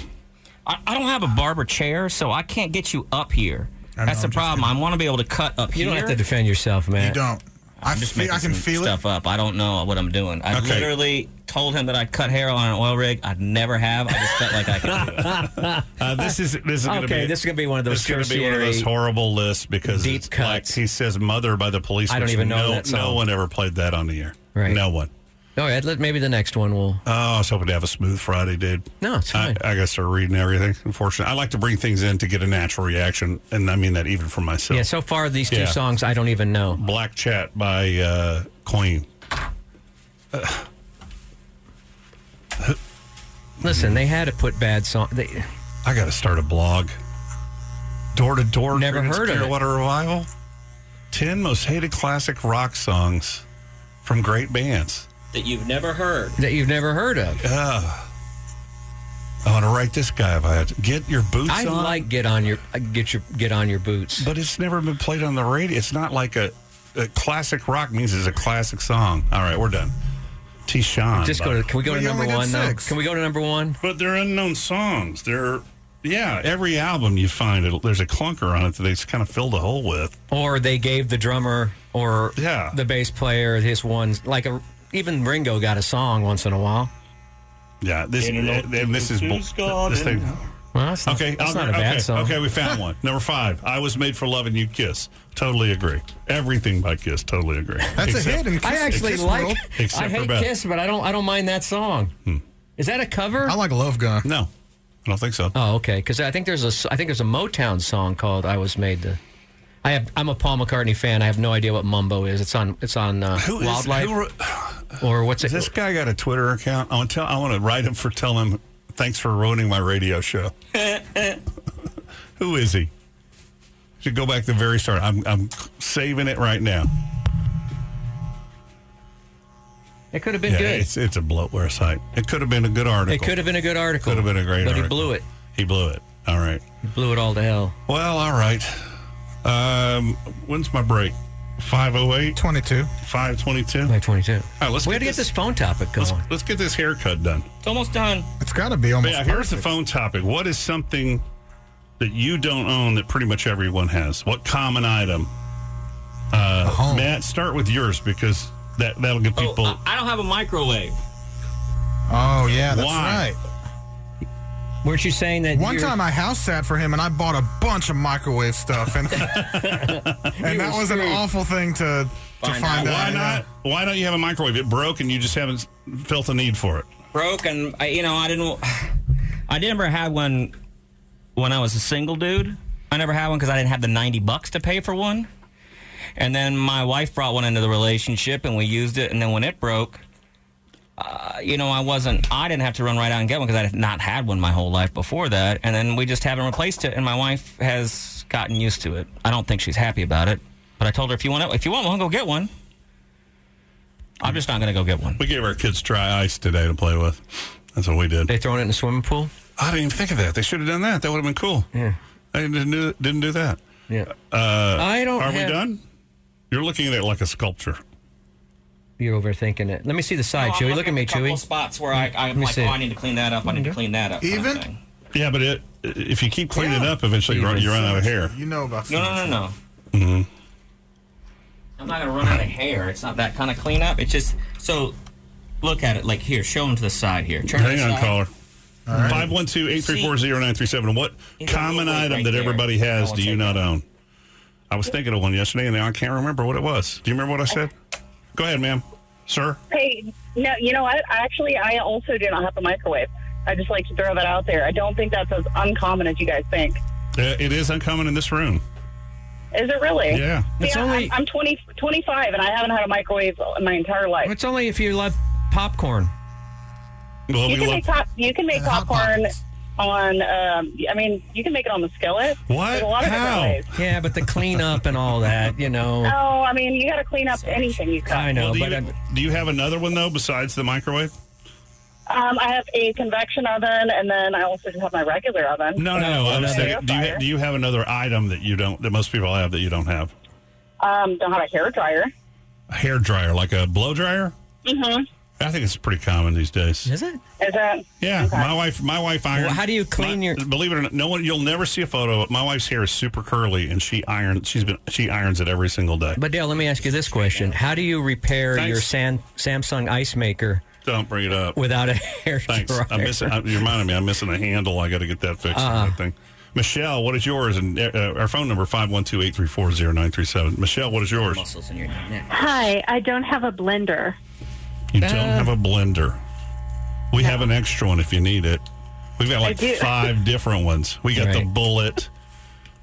Speaker 5: I don't have a barber chair, so I can't get you up here. That's the problem. I want to be able to cut up
Speaker 3: You
Speaker 5: here.
Speaker 3: don't have to defend yourself, man.
Speaker 7: You don't.
Speaker 5: I'm just making some stuff up. I don't know what I'm doing. I
Speaker 3: Okay.
Speaker 5: literally told him that I cut hair on an oil rig. I'd never have. I just felt like I could do it.
Speaker 1: *laughs* Uh, this is this is gonna
Speaker 3: Okay,
Speaker 1: be,
Speaker 3: this is gonna be one of those
Speaker 1: This is gonna be one of
Speaker 3: tertiary
Speaker 1: those horrible lists because
Speaker 3: deep
Speaker 1: it's like he says "Mother" by the Police.
Speaker 3: I don't
Speaker 1: which
Speaker 3: even know
Speaker 1: no,
Speaker 3: that
Speaker 1: No
Speaker 3: song.
Speaker 1: one ever played that on the air.
Speaker 3: Right.
Speaker 1: No one.
Speaker 3: All right, Oh, let, maybe the next one will.
Speaker 7: Uh,
Speaker 1: Oh, I was hoping to have a smooth Friday, dude.
Speaker 3: No, it's
Speaker 1: I,
Speaker 3: fine.
Speaker 1: I gotta start reading everything. Unfortunately, I like to bring things in to get a natural reaction, and I mean that even for myself.
Speaker 3: yeah, so far these two
Speaker 1: Yeah.
Speaker 3: songs I don't even know.
Speaker 1: Black Chat by uh, Queen.
Speaker 3: Listen, they had to put bad song. They,
Speaker 1: I got to start a blog. Door to door.
Speaker 3: Never
Speaker 1: Creedence
Speaker 3: heard of it.
Speaker 1: Clearwater Revival. Ten most hated classic rock songs from great bands.
Speaker 5: *laughs* That you've never heard.
Speaker 3: that you've never heard of.
Speaker 1: Uh, I want to write this guy if I had to. Get your boots
Speaker 3: I
Speaker 1: on.
Speaker 3: like get on your uh, get your get on your boots.
Speaker 1: but it's never been played on the radio. It's not like a, a classic rock means it's a classic song. All right, we're done. T-Shawn.
Speaker 3: Just go to. Can we go to number one now? Can we go to number one?
Speaker 1: But they're unknown songs. They're yeah. Every album you find, it, there's a clunker on it that they just kind of filled a hole with.
Speaker 3: Or they gave the drummer or
Speaker 1: Yeah.
Speaker 3: the bass player his one like a even Ringo got a song once in a while.
Speaker 1: Yeah, this eh, and this is bull- this thing.
Speaker 3: Well, that's not,
Speaker 1: Okay,
Speaker 3: that's
Speaker 1: I'll-
Speaker 3: not a bad
Speaker 1: okay,
Speaker 3: song.
Speaker 1: okay, we found
Speaker 3: *laughs*
Speaker 1: one. Number five, "I Was Made for Loving You." Kiss, totally agree. Everything by Kiss, totally agree.
Speaker 7: That's a hit in Kiss-
Speaker 3: I actually
Speaker 7: Kiss
Speaker 3: like.
Speaker 7: world.
Speaker 1: Except
Speaker 3: I
Speaker 1: for
Speaker 3: hate
Speaker 1: Beth. Hmm.
Speaker 3: Kiss, but I don't. I don't mind that song. Is that a cover?
Speaker 7: I like Love Gun.
Speaker 1: No, I don't think so.
Speaker 3: Oh, okay. Because I think there's a s- I think there's a Motown song called "I Was Made to." I have I'm a Paul McCartney fan. I have no idea what Mumbo is. It's on it's on uh,
Speaker 1: Who is-
Speaker 3: Wildlife
Speaker 1: who wrote-
Speaker 3: or what's it?
Speaker 1: This guy got a Twitter account. I want to tell. I want to write him for telling him thanks for ruining my radio show. *laughs* Who is he? Should go back to the very start. I'm I'm saving it right now.
Speaker 3: It could have been
Speaker 1: Yeah,
Speaker 3: good.
Speaker 1: It's it's a bloatware site. It could have been a good article.
Speaker 3: It could have been a good article.
Speaker 1: Could have been a great
Speaker 3: But
Speaker 1: article.
Speaker 3: he blew it.
Speaker 1: He blew it. All right.
Speaker 3: He blew it all to hell.
Speaker 1: Well, all right. Um, when's my break? 508?
Speaker 7: 22.
Speaker 1: 522?
Speaker 3: Like 22. All
Speaker 1: right, let's
Speaker 3: we had to get this phone topic going.
Speaker 1: Let's, let's get this haircut done.
Speaker 5: It's almost done.
Speaker 7: It's got to be almost.
Speaker 1: yeah, here's the phone topic. What is something that you don't own that pretty much everyone has? What common item? Uh, Matt, start with yours because that, that'll give people.
Speaker 5: Oh, I, I don't have a microwave.
Speaker 7: Oh yeah, that's
Speaker 1: Why?
Speaker 7: right.
Speaker 3: Weren't you saying that
Speaker 7: One
Speaker 3: you're-
Speaker 7: time I house sat for him and I bought a bunch of microwave stuff and *laughs* and that was an awful thing to to find, out.
Speaker 1: why not? Why don't you have a microwave? It broke, and you just haven't felt the need for it.
Speaker 5: broke and I, you know i didn't *sighs* i never had one when i was a single dude i never had one because i didn't have the 90 bucks to pay for one and then my wife brought one into the relationship and we used it and then when it broke uh, you know i wasn't i didn't have to run right out and get one because i had not had one my whole life before that and then we just haven't replaced it and my wife has gotten used to it i don't think she's happy about it but i told her if you want it, if you want one go get one i'm just not going to go get one
Speaker 1: We gave our kids dry ice today to play with. That's what we did.
Speaker 3: They throwing it in the swimming pool?
Speaker 1: I didn't even think of that. They should have done that. That would have been cool. Yeah. I didn't do, didn't do that.
Speaker 3: Yeah.
Speaker 1: Uh,
Speaker 3: I don't
Speaker 1: Are
Speaker 3: have-
Speaker 1: we done? You're looking at it like a sculpture.
Speaker 3: you're overthinking it. Let me see the side,
Speaker 5: No, I'm
Speaker 3: Chewy. Look at me,
Speaker 5: a couple
Speaker 3: Chewy.
Speaker 5: spots where I, I'm
Speaker 3: me
Speaker 5: like,
Speaker 3: see.
Speaker 5: oh, I need to clean that up. I need to clean that up. kind of
Speaker 7: Even?
Speaker 5: thing.
Speaker 1: Yeah, but it, if you keep cleaning up, eventually you run, you run out of hair.
Speaker 7: You know about
Speaker 5: No, no, no, no.
Speaker 1: hmm
Speaker 3: Mm-hmm.
Speaker 5: I'm not gonna run out of hair. It's not that kind of cleanup. It's just so. Look at it like here. Show them to the side here. Turn
Speaker 1: Hang
Speaker 5: to the
Speaker 1: on,
Speaker 5: side.
Speaker 1: caller. 512-834-0937. What common item that everybody has do you not own? I was thinking of one yesterday, and now I can't remember what it was. Do you remember what I said? Go ahead, ma'am. Sir? uh,
Speaker 11: Hey, no, you know what? Actually, I also do not have a microwave. I just like to throw that out there. I don't think that's as uncommon as you guys think.
Speaker 1: Uh, it is uncommon in this room.
Speaker 11: Is it really?
Speaker 1: Yeah.
Speaker 11: It's only... I'm, I'm 20, 25, and I haven't had a microwave in my entire life.
Speaker 3: It's only if you love popcorn.
Speaker 1: Well,
Speaker 11: you can make pop, you can make popcorn on. Um, I mean, you can make it on the skillet. There's a lot of different ways.
Speaker 3: Yeah, but the cleanup and all that, you
Speaker 5: *laughs*
Speaker 3: know.
Speaker 11: Oh, I mean, you got to clean up anything you cook.
Speaker 1: Well, do, you, do you have another one, though, besides the microwave?
Speaker 11: Um, I have a convection oven, and then I also just have my regular oven.
Speaker 1: No, no, no. I was thinking, do, you ha- do you have another item that you don't, that most people have that you don't have?
Speaker 11: Um, don't have a hair dryer.
Speaker 1: A hair dryer, like a blow dryer?
Speaker 11: Mm-hmm.
Speaker 1: I think it's pretty common these days. Is
Speaker 3: it?
Speaker 11: Is that?
Speaker 1: Yeah, my wife. My wife irons.
Speaker 3: how do you clean
Speaker 1: my,
Speaker 3: your-
Speaker 1: Believe it or not, no one. You'll never see a photo. of it. My wife's hair is super curly, and she irons. She's been. She irons it every single day.
Speaker 3: But Dale, let me ask you this question: How do you repair
Speaker 1: Thanks.
Speaker 3: your San, Samsung ice maker
Speaker 1: Don't bring it up.
Speaker 3: without a *laughs* hair
Speaker 1: Thanks.
Speaker 3: dryer?
Speaker 1: I'm missing. I, you reminded me. I'm missing a handle. I got to get that fixed. on
Speaker 3: Uh-uh.
Speaker 1: that thing. Michelle, what is yours? And uh, our phone number 512-834-0937. Michelle, what is yours?
Speaker 5: Muscles in your neck.
Speaker 16: Hi, I don't have a blender.
Speaker 1: You don't
Speaker 16: Uh,
Speaker 1: have a blender. We have an extra one if you need it. We've got
Speaker 16: I
Speaker 1: like
Speaker 3: *laughs*
Speaker 16: do.
Speaker 1: five different ones. We got the
Speaker 16: Right.
Speaker 1: bullet.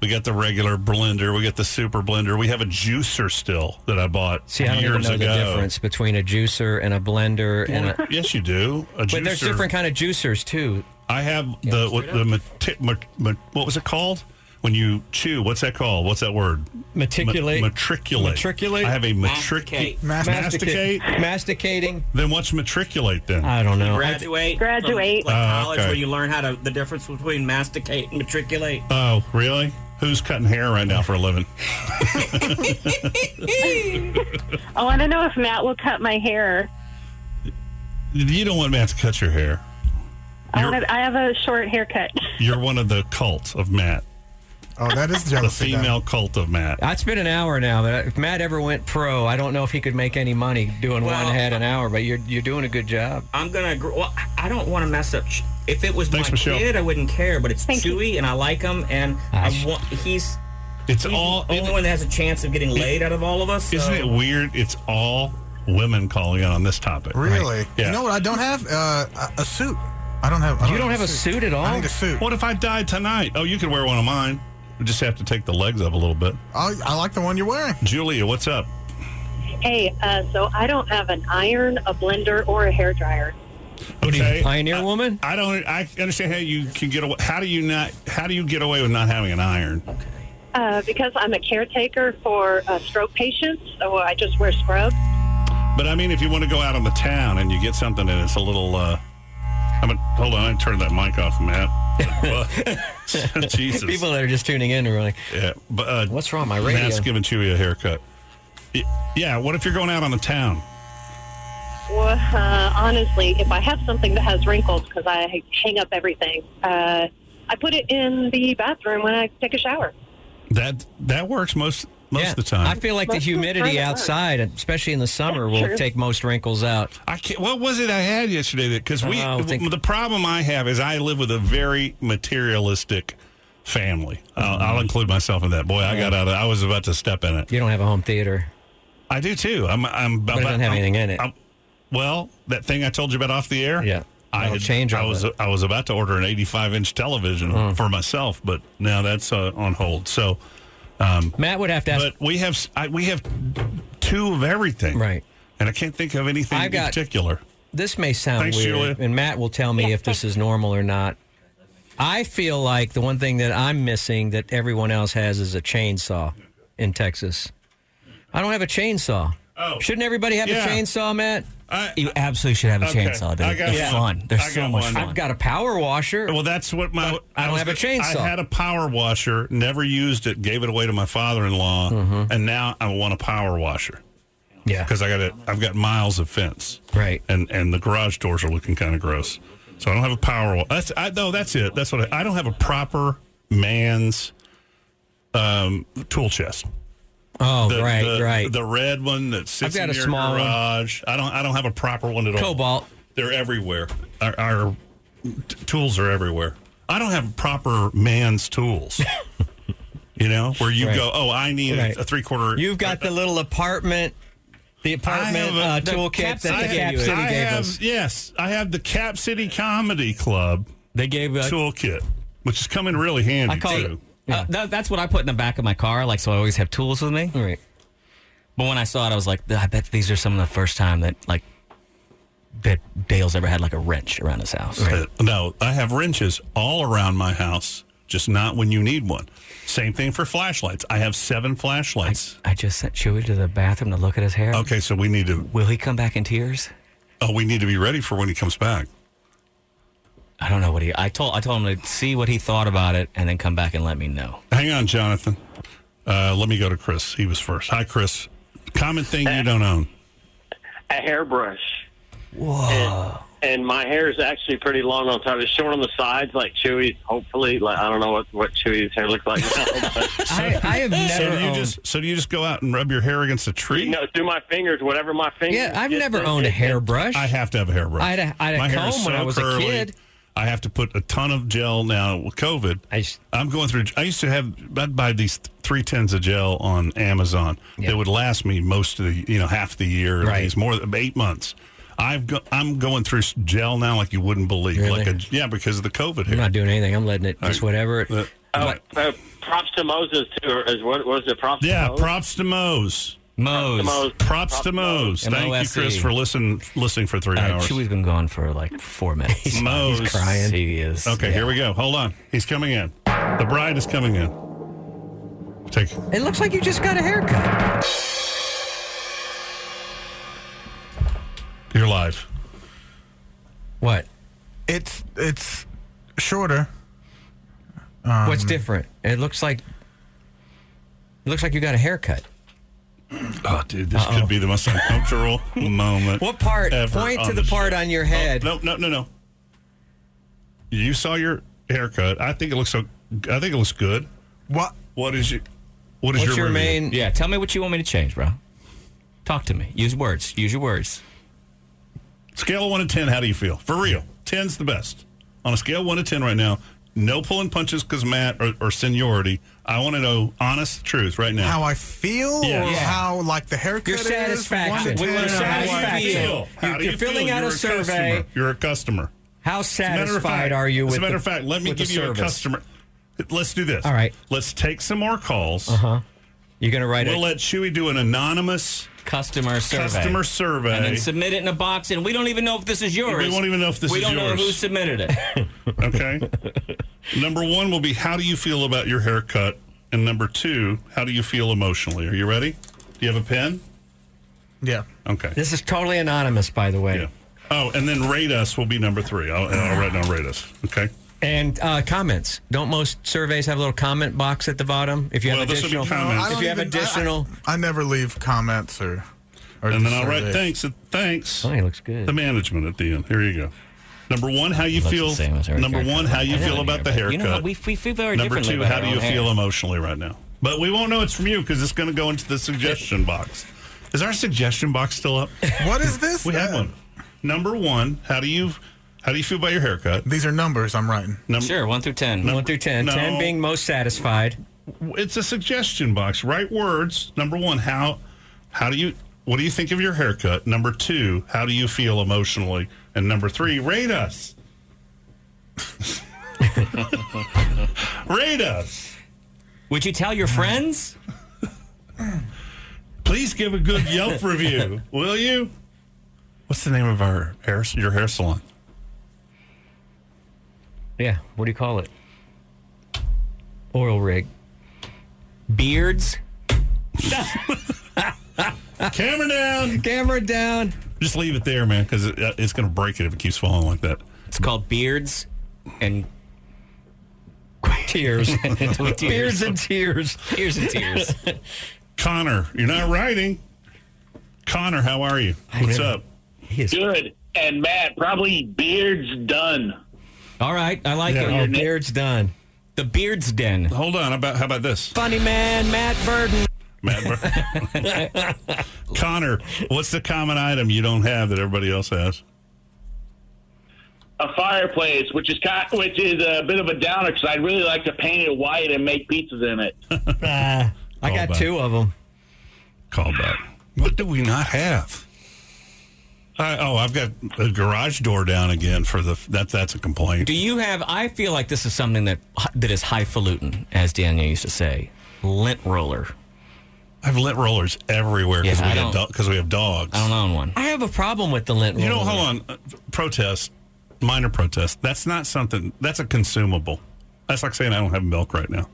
Speaker 1: We got the regular blender. We got the super blender. We have a juicer still that I bought
Speaker 3: *laughs* See, I don't even
Speaker 1: years
Speaker 3: know
Speaker 1: ago.
Speaker 3: the difference between a juicer and a blender. And a,
Speaker 1: yes, you do. A
Speaker 3: but there's
Speaker 1: juicer-
Speaker 3: different kind of juicers too.
Speaker 1: I have the what, the mati- ma- ma- what was it called when you chew? What's that called? What's that word?
Speaker 3: Matriculate.
Speaker 1: Ma- matriculate.
Speaker 3: Matriculate?
Speaker 1: I have a matriculate.
Speaker 3: Masticate. Masticating.
Speaker 1: Then what's matriculate? Then
Speaker 3: I don't know.
Speaker 5: Graduate.
Speaker 16: Graduate.
Speaker 5: From, like
Speaker 1: Oh,
Speaker 5: college,
Speaker 1: okay.
Speaker 5: where you learn how to the difference between masticate and matriculate.
Speaker 1: Oh, really? Who's cutting hair right now for a living?
Speaker 16: I want to know if Matt will cut my hair.
Speaker 1: You don't want Matt to cut your hair.
Speaker 16: I, wanna, I have a short haircut.
Speaker 1: You're one of the cult of Matt.
Speaker 7: Oh, that is jealousy,
Speaker 1: The female cult of Matt.
Speaker 3: It's been an hour now, but if Matt ever went pro, I don't know if he could make any money doing
Speaker 5: Well,
Speaker 3: one head an hour. But you're you're doing a good job.
Speaker 5: I'm gonna. agree- Well, I- I don't want to mess up. Ch- If it was
Speaker 3: Thanks,
Speaker 5: my
Speaker 3: Michelle.
Speaker 5: kid, I wouldn't care. But it's Chewy, and I like him, and I want. He's.
Speaker 1: It's
Speaker 5: all the only one that has a chance of getting laid out of all of us. so-
Speaker 1: Isn't it weird? It's all women calling in on this topic.
Speaker 7: Really?
Speaker 1: Right. Yeah.
Speaker 7: You know what? I don't have uh, a- a suit. I don't have. I I need a suit.
Speaker 1: What if I died tonight? Oh, you could wear one of mine. We just have to take the legs up a little bit.
Speaker 7: I, I like the one you're wearing.
Speaker 1: Julia, what's up?
Speaker 17: Hey, uh, so I don't have an iron, a blender, or a hair dryer.
Speaker 1: Okay.
Speaker 3: pioneer woman?
Speaker 1: I don't. I understand how you can get away. How do you not? How do you get away with not having an iron?
Speaker 17: Uh, because I'm a caretaker for uh, stroke patients, so I just wear scrubs.
Speaker 1: But I mean, if you want to go out on the town and you get something and it's a little, uh, I'm gonna hold on. I turned that mic off, Matt. What? *laughs* Jesus.
Speaker 3: People that are just tuning in are like,
Speaker 1: yeah, but uh,
Speaker 3: what's wrong? My radio.
Speaker 1: Matt's giving Chewy a haircut. Y- Yeah. What if you're going out on the town?
Speaker 17: Well, uh, honestly, if I have something that has wrinkles, because I hang up everything, uh, I put it in the bathroom when I take a shower.
Speaker 1: That that works most most
Speaker 3: Yeah.
Speaker 1: of the time.
Speaker 3: I feel like the
Speaker 17: Most of the
Speaker 3: humidity
Speaker 17: time it works.
Speaker 3: outside, especially in the summer, will
Speaker 17: True.
Speaker 3: take most wrinkles out.
Speaker 1: I can't, what was it I had yesterday? That because we
Speaker 3: Oh, I think-
Speaker 1: the problem I have is I live with a very materialistic family. I'll,
Speaker 3: Mm-hmm.
Speaker 1: I'll include myself in that. Boy, I got out. Of, I was about to step in it.
Speaker 3: You don't have a home theater.
Speaker 1: I do too. I'm. I'm.
Speaker 3: But it doesn't have anything in it.
Speaker 1: I'm- well, that thing I told you about off the air.
Speaker 3: Yeah.
Speaker 1: I
Speaker 3: That'll
Speaker 1: had,
Speaker 3: change
Speaker 1: I
Speaker 3: all Mm.
Speaker 1: was.
Speaker 3: that.
Speaker 1: I was about to order an 85 inch television for myself, but now that's uh, on hold. So. Um,
Speaker 3: Matt would have to ask.
Speaker 1: But we have s I we have two of everything, right? And I can't think of anything
Speaker 3: I've
Speaker 1: in
Speaker 3: got-
Speaker 1: particular.
Speaker 3: This may sound
Speaker 1: Thanks,
Speaker 3: weird,
Speaker 1: Julia.
Speaker 3: and Matt will tell me if this is normal or not. I feel like the one thing that I'm missing that everyone else has is a chainsaw in Texas. I don't have a chainsaw. Oh. Shouldn't everybody have
Speaker 5: Yeah.
Speaker 3: a chainsaw, Matt?
Speaker 5: you absolutely should have a
Speaker 3: Okay.
Speaker 5: chainsaw, dude.
Speaker 3: I got
Speaker 5: They're
Speaker 3: one.
Speaker 5: fun. They're
Speaker 3: I
Speaker 5: so
Speaker 3: got
Speaker 5: much
Speaker 3: one.
Speaker 5: fun.
Speaker 3: I've got a power washer.
Speaker 1: Well, that's what my.
Speaker 3: I don't
Speaker 1: was
Speaker 3: have a
Speaker 1: gonna-
Speaker 3: chainsaw.
Speaker 1: I had a power washer,
Speaker 3: Mm-hmm.
Speaker 1: never used it, gave it away to my father in law, and now I want a power washer. Yeah, because I got it. I've got miles of fence.
Speaker 3: Right,
Speaker 1: and and the garage doors are looking kind of gross. So I don't have a power wall. That's I, no, that's it. That's what I, I don't have a proper man's um, tool chest.
Speaker 3: Oh,
Speaker 1: the,
Speaker 3: right,
Speaker 1: the,
Speaker 3: right.
Speaker 1: The red one that sits
Speaker 3: I've
Speaker 1: in
Speaker 3: got a
Speaker 1: your
Speaker 3: small one.
Speaker 1: garage. I don't. I don't have a proper one at all.
Speaker 3: Cobalt.
Speaker 1: They're everywhere. Our, our t- tools are everywhere. I don't have proper man's
Speaker 3: *laughs*
Speaker 1: tools. you know, where you
Speaker 3: Right.
Speaker 1: go. Oh, I need
Speaker 3: Right.
Speaker 1: a, three quarter.
Speaker 3: You've got the little apartment, the apartment uh, toolkit that the Cap City
Speaker 1: I
Speaker 3: gave
Speaker 1: have,
Speaker 3: us.
Speaker 1: Yes, I have the Cap City Comedy Club.
Speaker 3: They gave a
Speaker 1: toolkit, which is coming really handy
Speaker 5: I call
Speaker 1: too.
Speaker 5: it. Uh, that, that's what I put in the back of my car, like so I always have tools with me.
Speaker 3: Right.
Speaker 5: But when I saw it, I was like, I bet these are some of the first time that like that Dale's ever had like a wrench around his house.
Speaker 1: Uh, No, I have wrenches all around my house, just not when you need one. Same thing for flashlights. I have seven flashlights.
Speaker 5: I just sent Chewy to the bathroom to look at his hair.
Speaker 1: Okay, so we need to.
Speaker 5: Will he come back in tears?
Speaker 1: Oh, we need to be ready for when he comes back.
Speaker 5: I don't know what he. I told I told him to see what he thought about it and then come back and let me know.
Speaker 1: Hang on, Jonathan. Uh, let me go to Chris. He was first. Hi, Chris. Common thing
Speaker 3: Uh,
Speaker 1: you don't own.
Speaker 18: a hairbrush. Whoa. And, and my hair is actually pretty long on top. It's short on the sides, like Chewy's. Hopefully, like I don't know what what Chewy's hair looks like now. But,
Speaker 3: I, I have
Speaker 1: So
Speaker 3: never
Speaker 1: do you
Speaker 3: owned.
Speaker 1: just so do you just go out and rub your hair against a tree?
Speaker 18: you know, through my fingers, whatever my fingers.
Speaker 3: yeah, I've
Speaker 18: get
Speaker 3: never
Speaker 18: to,
Speaker 3: owned a
Speaker 18: it-
Speaker 3: hairbrush.
Speaker 1: I have to have a hairbrush.
Speaker 3: I had a- I had a
Speaker 1: My hair is
Speaker 3: comb when I was a kid.
Speaker 1: I have to put a ton of gel now with COVID. I am going through. I used to have. I'd buy these three tins of gel on Amazon that would last me most of the you know half the year. at
Speaker 3: Right.
Speaker 1: least, more than eight months. I've go, I'm going through s- gel now like you wouldn't believe. Like a, yeah, because of the COVID.
Speaker 3: I'm
Speaker 1: Here.
Speaker 3: not doing anything. I'm letting it just whatever. It,
Speaker 18: Oh, uh, props to Moses too. Or is what was it? Props.
Speaker 1: Yeah,
Speaker 18: To Moses?
Speaker 1: props to Mose.
Speaker 5: Mose.
Speaker 18: Mose.
Speaker 1: Props to Mose. Thank you,
Speaker 5: M-O-S-E.
Speaker 3: E.
Speaker 1: Chris, for listen, listening for three
Speaker 5: Uh,
Speaker 1: hours.
Speaker 5: Chewy's been gone for like four minutes.
Speaker 1: Mose.
Speaker 5: *laughs* He's crying. He is.
Speaker 1: Okay, here we go. Hold on. He's coming in. The bride is coming in. Take
Speaker 3: it looks like you just got a haircut.
Speaker 1: you're live.
Speaker 3: What?
Speaker 7: It's it's shorter.
Speaker 3: What's
Speaker 7: Um,
Speaker 3: different? It looks like. It looks like you got a haircut.
Speaker 1: Oh, dude, this could be the most *laughs* uncomfortable moment.
Speaker 3: What part?
Speaker 1: ever
Speaker 3: Point
Speaker 1: on
Speaker 3: to the
Speaker 1: this
Speaker 3: part
Speaker 1: show.
Speaker 3: on your head.
Speaker 1: Oh, no, no, no, no. You saw your haircut. I think it looks so. I think it looks good.
Speaker 7: What?
Speaker 1: What is your? What is your, review?
Speaker 5: Yeah, tell me what you want me to change, bro. Talk to me. Use words. Use your words.
Speaker 1: Scale of one to ten. How do you feel? For real, ten's the best. On a scale of one to ten right now, no pulling punches because Matt or, or seniority. I want to know honest truth right now.
Speaker 7: How I feel,
Speaker 1: Yeah.
Speaker 7: or
Speaker 1: Yeah.
Speaker 7: how like the haircut
Speaker 3: Your
Speaker 7: is?
Speaker 3: satisfaction.
Speaker 7: One to
Speaker 3: We
Speaker 7: ten,
Speaker 3: wanna know
Speaker 7: how
Speaker 3: how
Speaker 7: I
Speaker 3: you
Speaker 7: feel.
Speaker 3: feel.
Speaker 1: How
Speaker 3: You're-
Speaker 1: do
Speaker 3: you're
Speaker 1: you
Speaker 3: filling
Speaker 1: feel?
Speaker 3: out a
Speaker 1: You're
Speaker 3: survey.
Speaker 1: customer. You're a customer.
Speaker 3: How
Speaker 1: As a matter of
Speaker 3: satisfied
Speaker 1: fact-
Speaker 3: are you with?
Speaker 1: As a matter
Speaker 3: the-
Speaker 1: of fact, let me
Speaker 3: with the
Speaker 1: give you
Speaker 3: service?
Speaker 1: a customer. Let's do this.
Speaker 3: All right.
Speaker 1: Let's take some more calls.
Speaker 3: Uh huh. You're gonna write
Speaker 1: We'll
Speaker 3: a
Speaker 1: let Chewy do an anonymous
Speaker 5: Customer survey.
Speaker 1: customer survey.
Speaker 5: And then submit it in a box, and we don't even know if this is yours.
Speaker 1: We won't even know if this
Speaker 5: We
Speaker 1: is
Speaker 5: don't know
Speaker 1: yours.
Speaker 5: who submitted *laughs* it.
Speaker 1: *laughs*
Speaker 3: *laughs*
Speaker 1: Okay. number one will be how do you feel about your haircut? And number two, how do you feel emotionally? Are you ready? Do you have a pen?
Speaker 7: Yeah.
Speaker 1: Okay.
Speaker 3: This is totally anonymous, by the way.
Speaker 1: Oh, and then rate us will be number three. I'll, I'll write down rate us. Okay.
Speaker 3: And uh, comments. Don't most surveys have a little comment box at the bottom? If you have
Speaker 1: Well, this would be
Speaker 3: additional,
Speaker 1: comments.
Speaker 7: I
Speaker 3: if
Speaker 7: don't
Speaker 3: you have
Speaker 7: even- I-
Speaker 3: additional,
Speaker 7: I, I never leave comments or. or
Speaker 1: And then I'll
Speaker 7: surveys.
Speaker 1: write thanks. uh, Thanks.
Speaker 3: Oh, he looks good.
Speaker 1: The management at the end. Here you go. Number one, how you feel. Number one, how you feel about the haircut.
Speaker 5: You know, we, we feel very
Speaker 1: Number
Speaker 5: differently
Speaker 1: two,
Speaker 5: about
Speaker 1: how
Speaker 5: our
Speaker 1: do you
Speaker 5: own hair.
Speaker 1: feel emotionally right now? But we won't know it's from you because it's going to go into the
Speaker 5: *laughs*
Speaker 1: suggestion box. Is our suggestion box still up?
Speaker 7: What is this?
Speaker 1: We have one. Number one, how do you how do you feel about your haircut?
Speaker 7: These are numbers I'm writing.
Speaker 1: Num-
Speaker 5: Sure, one through ten.
Speaker 1: Number-
Speaker 3: one through ten.
Speaker 1: No.
Speaker 3: Ten being most satisfied.
Speaker 1: It's a suggestion box. Write words. Number one, how how do you what do you think of your haircut? Number two, how do you feel emotionally? And number three, rate us. *laughs* rate us.
Speaker 5: Would you tell
Speaker 3: Mm-hmm.
Speaker 5: your friends?
Speaker 1: Please give a good Yelp review, will you? What's the name of our hair your hair salon?
Speaker 3: Yeah. What do you call it? Oral rig.
Speaker 5: Beards?
Speaker 1: Camera down.
Speaker 3: Camera down.
Speaker 1: Just leave it there, man, because it, uh, it's going to break it if it keeps falling like that.
Speaker 5: It's called Beards and *laughs*
Speaker 3: Tears. *laughs*
Speaker 5: Tears.
Speaker 3: Beards and tears. *laughs*
Speaker 5: Tears and Tears.
Speaker 1: Connor, you're not writing. Connor, how are you? What's up?
Speaker 19: Good. And Matt, probably beard's done.
Speaker 5: All right, I like
Speaker 19: Yeah.
Speaker 5: it.
Speaker 19: Oh, beard's
Speaker 5: done. The beard's den.
Speaker 1: Hold on. About how about this?
Speaker 20: Funny man, Matt Burden.
Speaker 1: Matt Bur- Connor, what's the common item you don't have that everybody else has?
Speaker 19: A fireplace, which is kind, which is a bit of a downer because I'd really like to paint it white and make pizzas in it.
Speaker 3: Ah, I got
Speaker 19: back.
Speaker 3: two of them.
Speaker 1: Call back. What do we not have? I, oh, I've got a garage door down again for the that. That's a complaint.
Speaker 5: Do you have? I feel like this is something that that is highfalutin, as Daniel used to say, lint roller.
Speaker 1: I have lint rollers everywhere because
Speaker 5: Yeah, I
Speaker 1: we
Speaker 5: don't-
Speaker 1: got because we have dogs. I don't
Speaker 5: own one. I have a problem with the lint.
Speaker 1: You know,
Speaker 5: roller.
Speaker 1: hold on. Uh, Protest, minor protest. That's not something. That's a consumable. That's like saying I don't have milk right now.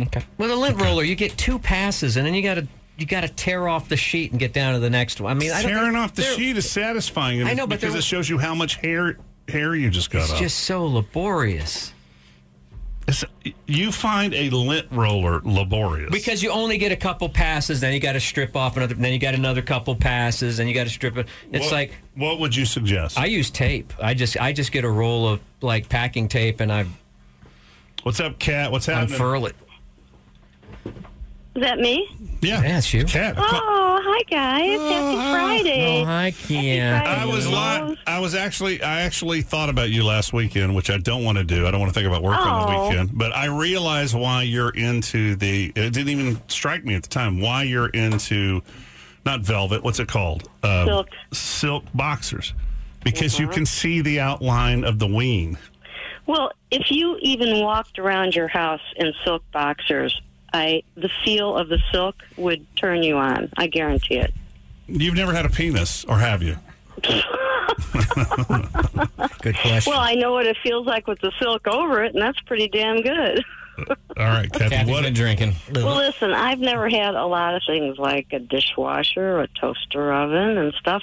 Speaker 5: Okay.
Speaker 3: With a lint roller, you get two passes, and then you got to you got to tear off the sheet and get down to the next one. I mean, I don't
Speaker 1: tearing off the sheet is satisfying. and
Speaker 3: I know,
Speaker 1: it's
Speaker 3: but
Speaker 1: because
Speaker 3: there-
Speaker 1: it shows you how much hair hair you just got.
Speaker 3: It's
Speaker 1: off.
Speaker 3: just so laborious.
Speaker 1: It's, you find a lint roller laborious.
Speaker 3: Because you only get a couple passes, then you got to strip off another, then you got another couple passes, and you got to strip it. It's
Speaker 1: What-
Speaker 3: like
Speaker 1: what would you suggest?
Speaker 3: I use tape. I just I just get a roll of like packing tape, and I
Speaker 1: what's up, Cat? What's happening?
Speaker 3: Unfurl it.
Speaker 16: Is that me?
Speaker 1: Yeah,
Speaker 3: that's you.
Speaker 1: Cat.
Speaker 16: Oh, hi guys. Happy Friday.
Speaker 3: hi, Cat.
Speaker 1: I was li- I was actually I actually thought about you last weekend, which I don't want to do. I don't want to think about work on
Speaker 16: Oh.
Speaker 1: the weekend. But I realize why you're into the. It didn't even strike me at the time why you're into not velvet. What's it called? Um,
Speaker 16: Silk.
Speaker 1: Silk boxers, because you can see the outline of the ween.
Speaker 16: Well, if you even walked around your house in silk boxers, I the feel of the silk would turn you on. I guarantee it.
Speaker 1: You've never had a penis, or have you?
Speaker 3: Good question.
Speaker 16: Well, I know what it feels like with the silk over it, and that's pretty damn good. *laughs*
Speaker 1: All right, Kathy.
Speaker 5: Kathy's
Speaker 1: what
Speaker 5: been drinking?
Speaker 16: Well, listen, I've never had a lot of things like a dishwasher, a toaster oven, and stuff.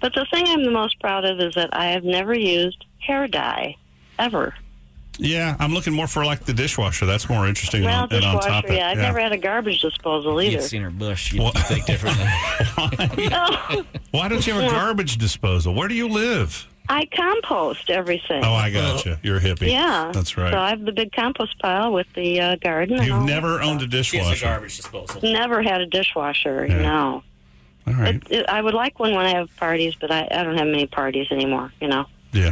Speaker 16: But the thing I'm the most proud of is that I have never used hair dye ever.
Speaker 1: Yeah, I'm looking more for like the dishwasher. That's more interesting and
Speaker 16: well,
Speaker 1: on- and on
Speaker 16: dishwasher,
Speaker 1: topic.
Speaker 16: yeah. I've never had a garbage disposal either.
Speaker 5: her bush. You think
Speaker 3: *laughs*
Speaker 5: differently.
Speaker 1: Why don't you have a garbage disposal? Where do you live?
Speaker 16: I compost everything.
Speaker 1: Oh, I got you. You're a hippie.
Speaker 16: Yeah,
Speaker 1: that's
Speaker 16: So I
Speaker 1: right.
Speaker 16: have the big compost pile with the uh, garden. and all.
Speaker 1: You've never owned a dishwasher.
Speaker 5: garbage disposal.
Speaker 16: never had a dishwasher. No,
Speaker 1: All right.
Speaker 16: It- I would like one when I have parties, but I, I don't have many parties anymore. You know. *laughs*
Speaker 1: Yeah.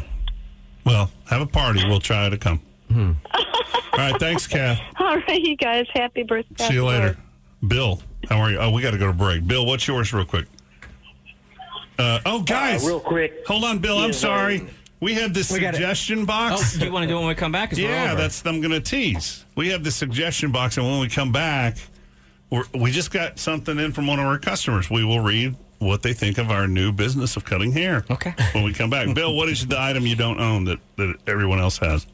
Speaker 1: Well, have a party. We'll try to come. All right. Thanks,
Speaker 16: *laughs*
Speaker 1: Kath.
Speaker 16: All right, you guys. Happy birthday.
Speaker 1: See you later. Bill, how are you? Oh, we got to go to break. Bill, what's yours, real quick? Uh, oh, guys.
Speaker 5: real
Speaker 1: quick. Hold on, Bill. I'm
Speaker 5: Yeah.
Speaker 1: sorry. We have this
Speaker 5: We gotta-
Speaker 1: suggestion box.
Speaker 5: Oh, *laughs* do you want to do it when we come back? Is we're
Speaker 1: Yeah,
Speaker 5: over.
Speaker 1: that's I'm going to tease. We have the suggestion box, and when we come back, we're, we just got something in from one of our customers. We will read what they think of our new business of cutting hair. Okay. When we come
Speaker 5: *laughs*
Speaker 1: back, Bill, what is the item you don't own that that everyone else has?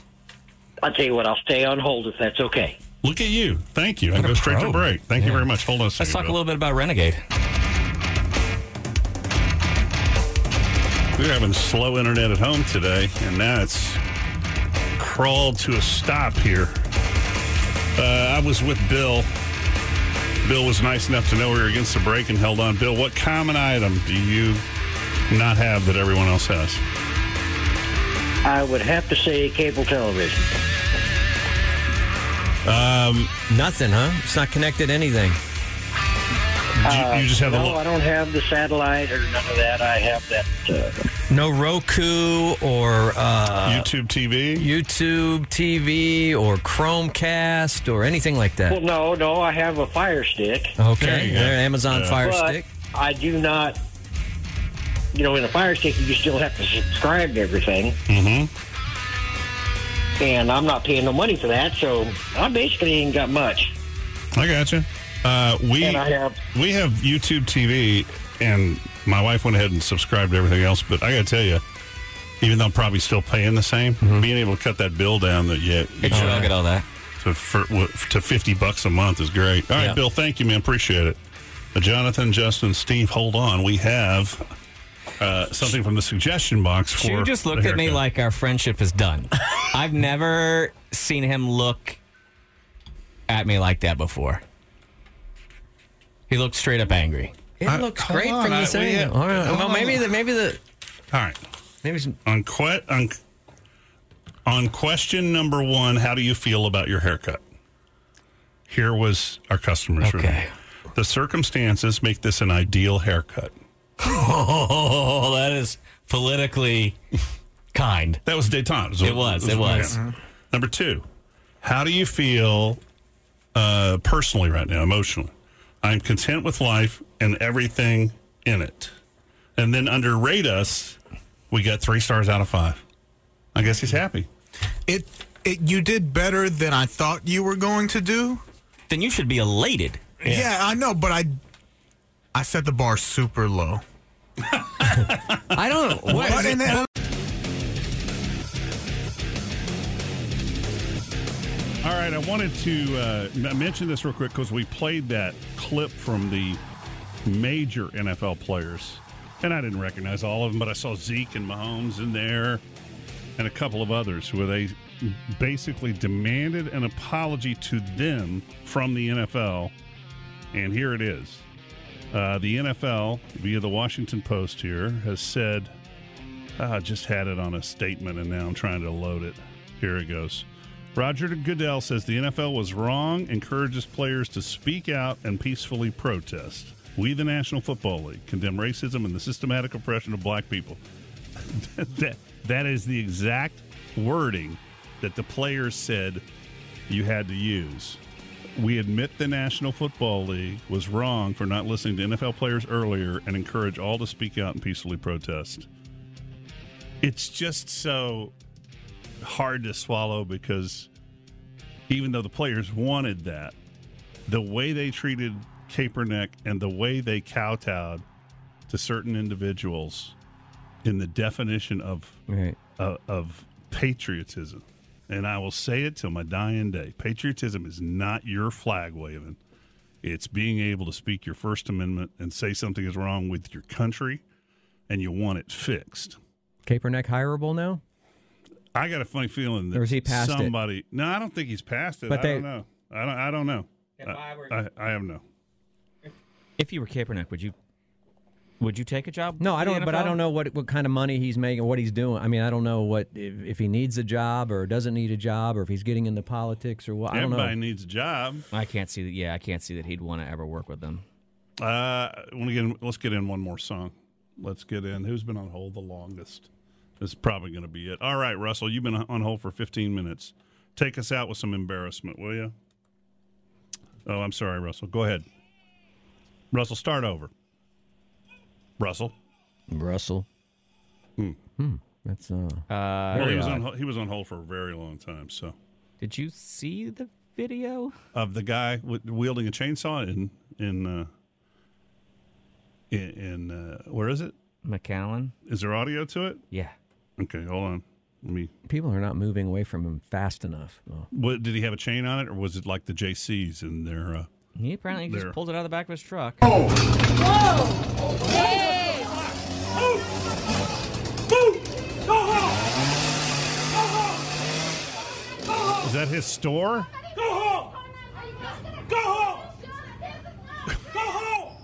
Speaker 21: I'll tell you what, I'll stay on hold if that's okay.
Speaker 1: Look at you. Thank you. I go straight to break. Thank you very much. Hold on. A second,
Speaker 5: Let's talk
Speaker 1: Bill.
Speaker 5: a little bit about Renegade.
Speaker 1: We were having slow internet at home today, and now it's crawled to a stop here. Uh, I was with Bill. Bill was nice enough to know we were against the break and held on. Bill, what common item do you not have that everyone else has?
Speaker 21: I would have to say cable television.
Speaker 1: Um,
Speaker 3: nothing, huh? It's not connected to anything.
Speaker 21: Uh, no, I don't have the satellite or none of that. I have that. Uh,
Speaker 3: No Roku or uh,
Speaker 1: YouTube TV,
Speaker 3: YouTube TV or Chromecast or anything like
Speaker 21: well,
Speaker 3: that.
Speaker 21: no, no, I have a Fire Stick.
Speaker 3: Okay, There you go. there, Amazon Fire
Speaker 21: But
Speaker 3: Stick.
Speaker 21: I do not. You know, in a Fire Stick, you still have to subscribe to everything,
Speaker 1: Mm-hmm.
Speaker 21: and I'm not paying no money for that, so I basically ain't got much.
Speaker 1: I gotcha. Uh, we
Speaker 21: And I have-
Speaker 1: we have YouTube TV, and my wife went ahead and subscribed to everything else. But I got to tell you, even though I'm probably still paying the same, being able to cut that bill down that yet
Speaker 5: Good job. I get Mm-hmm. all that.
Speaker 1: to for, w- to fifty bucks a month is great. All right,
Speaker 5: Yeah.
Speaker 1: Bill, thank you, man. Appreciate it. Uh, Jonathan, Justin, Steve, hold on. We have uh, something from the suggestion box for.
Speaker 5: Stu just
Speaker 1: the
Speaker 5: looked at me
Speaker 1: haircut.
Speaker 5: like our friendship is done. I've never seen him look at me like that before. He looked straight up angry.
Speaker 22: It looks great from this angle. All right. Well, maybe the maybe the.
Speaker 23: All right.
Speaker 22: Maybe some
Speaker 23: on que- on on question number one. How do you feel about your haircut? Here was our customer's okay. The circumstances make this an ideal haircut.
Speaker 3: *laughs* Oh, that is politically kind.
Speaker 23: That was detente.
Speaker 3: It was, it was.
Speaker 23: Yeah. Number two, how do you feel uh, personally right now, emotionally? I'm content with life and everything in it. And then under rate us, we got three stars out of five. I guess he's happy.
Speaker 7: It, it you did better than I thought you were going to do.
Speaker 3: Then you should be elated.
Speaker 7: Yeah, I know, but I I set the bar super low.
Speaker 22: I don't
Speaker 3: *laughs*
Speaker 22: know.
Speaker 7: What in the-
Speaker 1: All right, I wanted to uh, m- mention this real quick because we played that clip from the major NFL players, and I didn't recognize all of them, but I saw Zeke and Mahomes in there, and a couple of others where they basically demanded an apology to them from the NFL, and here it is. Uh, the NFL, via the Washington Post, here has said, ah, I just had it on a statement and now I'm trying to load it. Here it goes. Roger Goodell says the NFL was wrong, encourages players to speak out and peacefully protest. We, the National Football League, condemn racism and the systematic oppression of black people. *laughs* that, that is the exact wording that the players said you had to use. We admit the National Football League was wrong for not listening to NFL players earlier and encourage all to speak out and peacefully protest. It's just so hard to swallow because even though the players wanted that, the way they treated Capernick and the way they kowtowed to certain individuals in the definition of uh, of patriotism. And I will say it till my dying day. Patriotism is not your flag waving. It's being able to speak your First Amendment and say something is wrong with your country and you want it fixed.
Speaker 22: Caperneck hireable now?
Speaker 1: I got a funny feeling that
Speaker 22: Or is he past it?
Speaker 1: somebody. No, I don't think he's past it.
Speaker 22: But
Speaker 1: I
Speaker 22: they-
Speaker 1: don't know. I don't. I don't know. I, I, I have no.
Speaker 3: If you were Kaepernick, would you would you take a job?
Speaker 22: No,
Speaker 3: with
Speaker 22: I
Speaker 3: the
Speaker 22: don't. But I
Speaker 3: NFL?
Speaker 22: don't know what what kind of money he's making, what he's doing. I mean, I don't know what if, if he needs a job or doesn't need a job, or if he's getting into politics or what. I don't know.
Speaker 1: needs a job.
Speaker 3: I can't see that. Yeah, I can't see that he'd want to ever work with them.
Speaker 1: Uh, want to get in, let's get in one more song. Let's get in. Who's been on hold the longest? This is probably going to be it. All right, Russell, you've been on hold for 15 minutes. Take us out with some embarrassment, will you? Oh, I'm sorry, Russell. Go ahead. Russell, start over. Russell.
Speaker 22: Russell.
Speaker 1: Hmm.
Speaker 22: Hmm. That's uh.
Speaker 1: well,
Speaker 22: very
Speaker 1: he was
Speaker 22: odd.
Speaker 1: on he was on hold for a very long time. So,
Speaker 3: did you see the video
Speaker 1: of the guy wi- wielding a chainsaw in in uh, in, in uh, where is it?
Speaker 3: McAllen.
Speaker 1: Is there audio to it?
Speaker 3: Yeah.
Speaker 1: Okay, hold on. Let me.
Speaker 22: People are not moving away from him fast enough. Oh.
Speaker 1: What, did he have a chain on it, or was it like the JCs in their? Uh,
Speaker 3: He apparently
Speaker 1: There.
Speaker 3: just pulled it out of the back of his truck.
Speaker 1: is that his store?
Speaker 21: Go home! Go home! Go home!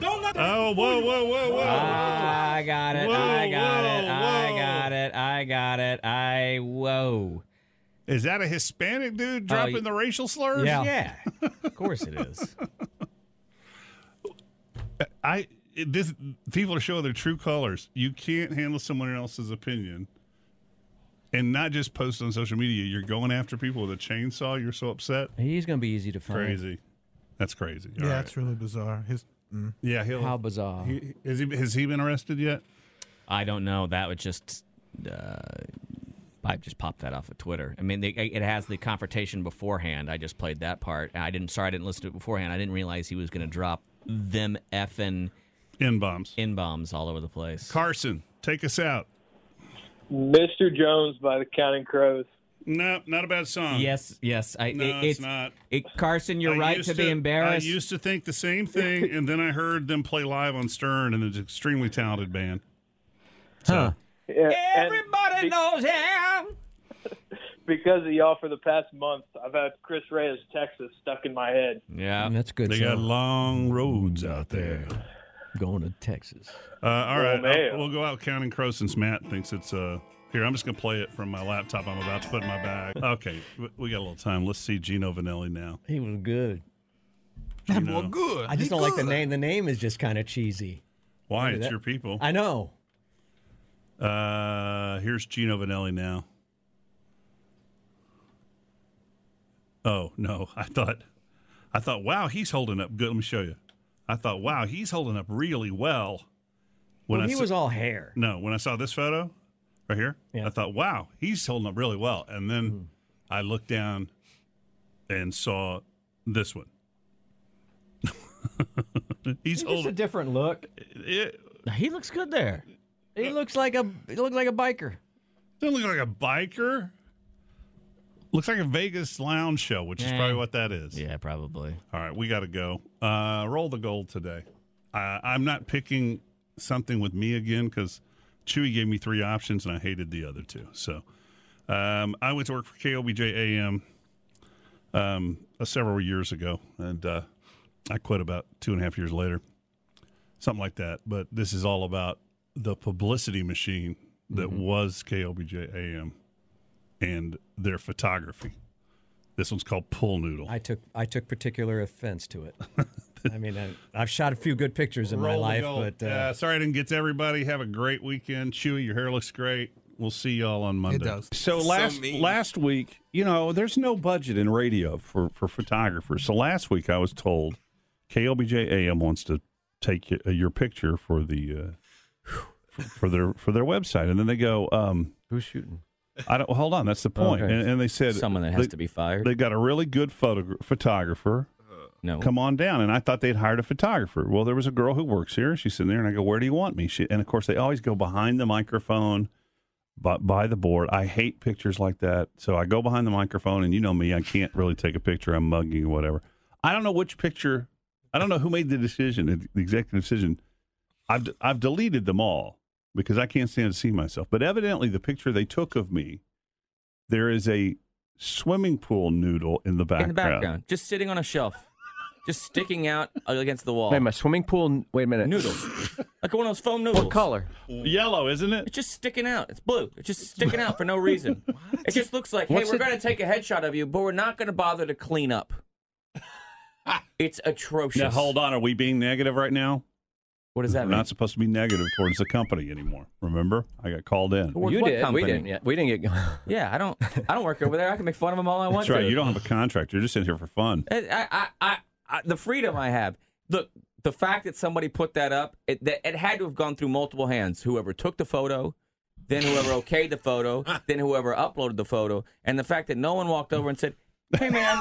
Speaker 21: Don't let
Speaker 1: Oh, whoa, whoa, whoa, whoa!
Speaker 3: Uh, I got it. I
Speaker 21: Whoa,
Speaker 3: got
Speaker 21: whoa,
Speaker 3: it. I
Speaker 21: whoa.
Speaker 3: got it. I got it. I whoa.
Speaker 1: Is that a Hispanic dude
Speaker 3: Oh, y-
Speaker 1: dropping the racial slurs?
Speaker 3: Yeah. Yeah. of course it is.
Speaker 1: I it- this people are showing their true colors. You can't handle someone else's opinion, and not just post on social media. You're going after people with a chainsaw. You're so upset.
Speaker 22: He's going to be easy to find.
Speaker 1: Crazy. That's crazy.
Speaker 7: Yeah,
Speaker 1: All right.
Speaker 7: it's really bizarre. His mm.
Speaker 1: Yeah, he'll,
Speaker 22: How bizarre.
Speaker 1: He, is he has he been arrested yet?
Speaker 3: I don't know. That would just. Uh, I just popped that off of Twitter. I mean, they, it has the confrontation beforehand. I just played that part. And I didn't. Sorry, I didn't listen to it beforehand. I didn't realize he was going to drop them effing
Speaker 1: in bombs,
Speaker 3: in bombs all over the place.
Speaker 1: Carson, take us out.
Speaker 9: Mr. Jones by the Counting Crows.
Speaker 1: No, not a bad song.
Speaker 3: Yes, yes. I,
Speaker 1: No,
Speaker 3: it-
Speaker 1: it's not.
Speaker 3: It, Carson, you're
Speaker 1: I
Speaker 3: right
Speaker 1: used
Speaker 3: to be embarrassed.
Speaker 1: I used to think the same
Speaker 3: *laughs*
Speaker 1: thing, and then I heard them play live on Stern, and it's an extremely talented band.
Speaker 22: Huh.
Speaker 9: Everybody
Speaker 3: knows him.
Speaker 9: because of y'all for the past month, I've had Chris Reyes, Texas, stuck in my head.
Speaker 5: Yeah,
Speaker 3: Mm, that's good.
Speaker 1: They got
Speaker 3: song.
Speaker 1: long roads out there.
Speaker 3: Going to Texas.
Speaker 1: Uh, all
Speaker 9: Oh,
Speaker 1: right,
Speaker 9: man.
Speaker 1: I'll- we'll go out counting crow since Matt thinks it's uh here. I'm just gonna play it from my laptop. I'm about to put in my bag. Okay, we- we got a little time. Let's see Gino Vanelli
Speaker 3: *laughs*
Speaker 1: now.
Speaker 3: He was good.
Speaker 1: Gino.
Speaker 7: good.
Speaker 3: I just don't like the name. The name is just kind of cheesy.
Speaker 1: Why?
Speaker 3: Look at
Speaker 1: It's
Speaker 3: that.
Speaker 1: your people.
Speaker 3: I know.
Speaker 1: Uh, here's Gino Vanelli now. Oh no, I thought, I thought, wow, he's holding up good. Let me show you. I thought, wow, he's holding up really well.
Speaker 3: Well, he
Speaker 1: sa-
Speaker 3: was all hair.
Speaker 1: No, when I saw this photo right here,
Speaker 3: Yeah. Hmm.
Speaker 1: I thought, wow, he's holding up really well. And then I looked down and saw this one. *laughs* he's
Speaker 3: It's just a
Speaker 1: holding.
Speaker 3: different look.
Speaker 1: It,
Speaker 3: He looks good there. He looks like a he looks like a biker.
Speaker 1: Doesn't look like a biker. Looks like a Vegas lounge show, which is
Speaker 5: Yeah.
Speaker 1: probably what that is.
Speaker 5: Yeah, probably.
Speaker 1: All right, we got to go. Uh, roll the gold today. Uh, I'm not picking something with me again because Chewy gave me three options and I hated the other two. So um, I went to work for KOBJ AM um, uh, several years ago and uh, I quit about two and a half years later, something like that. But this is all about the publicity machine that was KOBJ AM and their photography. This one's called Pull Noodle.
Speaker 3: I took I took particular offense to it. I mean, I, I've shot a few good pictures in
Speaker 1: Roll the
Speaker 3: my life,
Speaker 1: gold.
Speaker 3: but uh,
Speaker 1: Uh, sorry I didn't get to everybody. Have a great weekend, Chewy. Your hair looks great. We'll see y'all on Monday.
Speaker 7: does.
Speaker 1: So
Speaker 7: So
Speaker 1: last
Speaker 7: mean.
Speaker 1: last week, you know, there's no budget in radio for for photographers. So last week I was told KLBJ AM wants to take y- uh, your picture for the uh, for, for their for their website, and then they go, um,
Speaker 3: "Who's shooting?"
Speaker 1: I don't. Hold on, that's the point.
Speaker 5: Okay.
Speaker 1: And, and they said
Speaker 5: Someone that has
Speaker 1: they-
Speaker 5: to be fired?
Speaker 1: They got a really good photogra- photographer.
Speaker 5: No.
Speaker 1: Come on down. And I thought they'd hired a photographer. Well, there was a girl who works here. She's sitting there, and I go, Where do you want me? She, and of course, they always go behind the microphone, by, by the board. I hate pictures like that. So I go behind the microphone, and you know me, I can't really take a picture. I'm mugging or whatever. I don't know which picture, I don't know who made the decision, the executive decision. I've, I've deleted them all because I can't stand to see myself. But evidently, the picture they took of me, there is a swimming pool noodle in the background.
Speaker 5: In the background, just sitting on a shelf, just sticking out against the wall.
Speaker 1: Wait,
Speaker 5: my swimming pool. Wait a minute. Noodles, like one of those foam noodles. What color?
Speaker 1: Yellow, isn't it?
Speaker 5: It's just sticking out. It's blue. It's just sticking
Speaker 3: *laughs*
Speaker 5: out for no reason. It just looks like, hey,
Speaker 3: What's
Speaker 5: we're
Speaker 3: it-
Speaker 5: going to take a headshot of you, but we're not going to bother to clean up.
Speaker 3: *laughs*
Speaker 5: it's atrocious.
Speaker 1: Now hold on, are we being negative right now?
Speaker 5: What does that
Speaker 1: We're
Speaker 5: mean?
Speaker 1: not supposed to be negative towards the company anymore. Remember, I got called in.
Speaker 5: Towards You what did, we company? didn't
Speaker 3: yet. We
Speaker 5: *laughs*
Speaker 3: didn't get.
Speaker 5: Yeah, I don't. I don't work over there. I can make fun of them all I want.
Speaker 1: That's right.
Speaker 5: to.
Speaker 1: You don't have a contract. You're just in here for
Speaker 3: *laughs*
Speaker 1: fun.
Speaker 5: I, I, I, I, the freedom I have. Look, the fact that somebody put that up, it, that it had to have gone through multiple hands. Whoever took the photo, then whoever okayed the photo, then whoever uploaded the photo, and the fact that no one walked over and said, "Hey, man,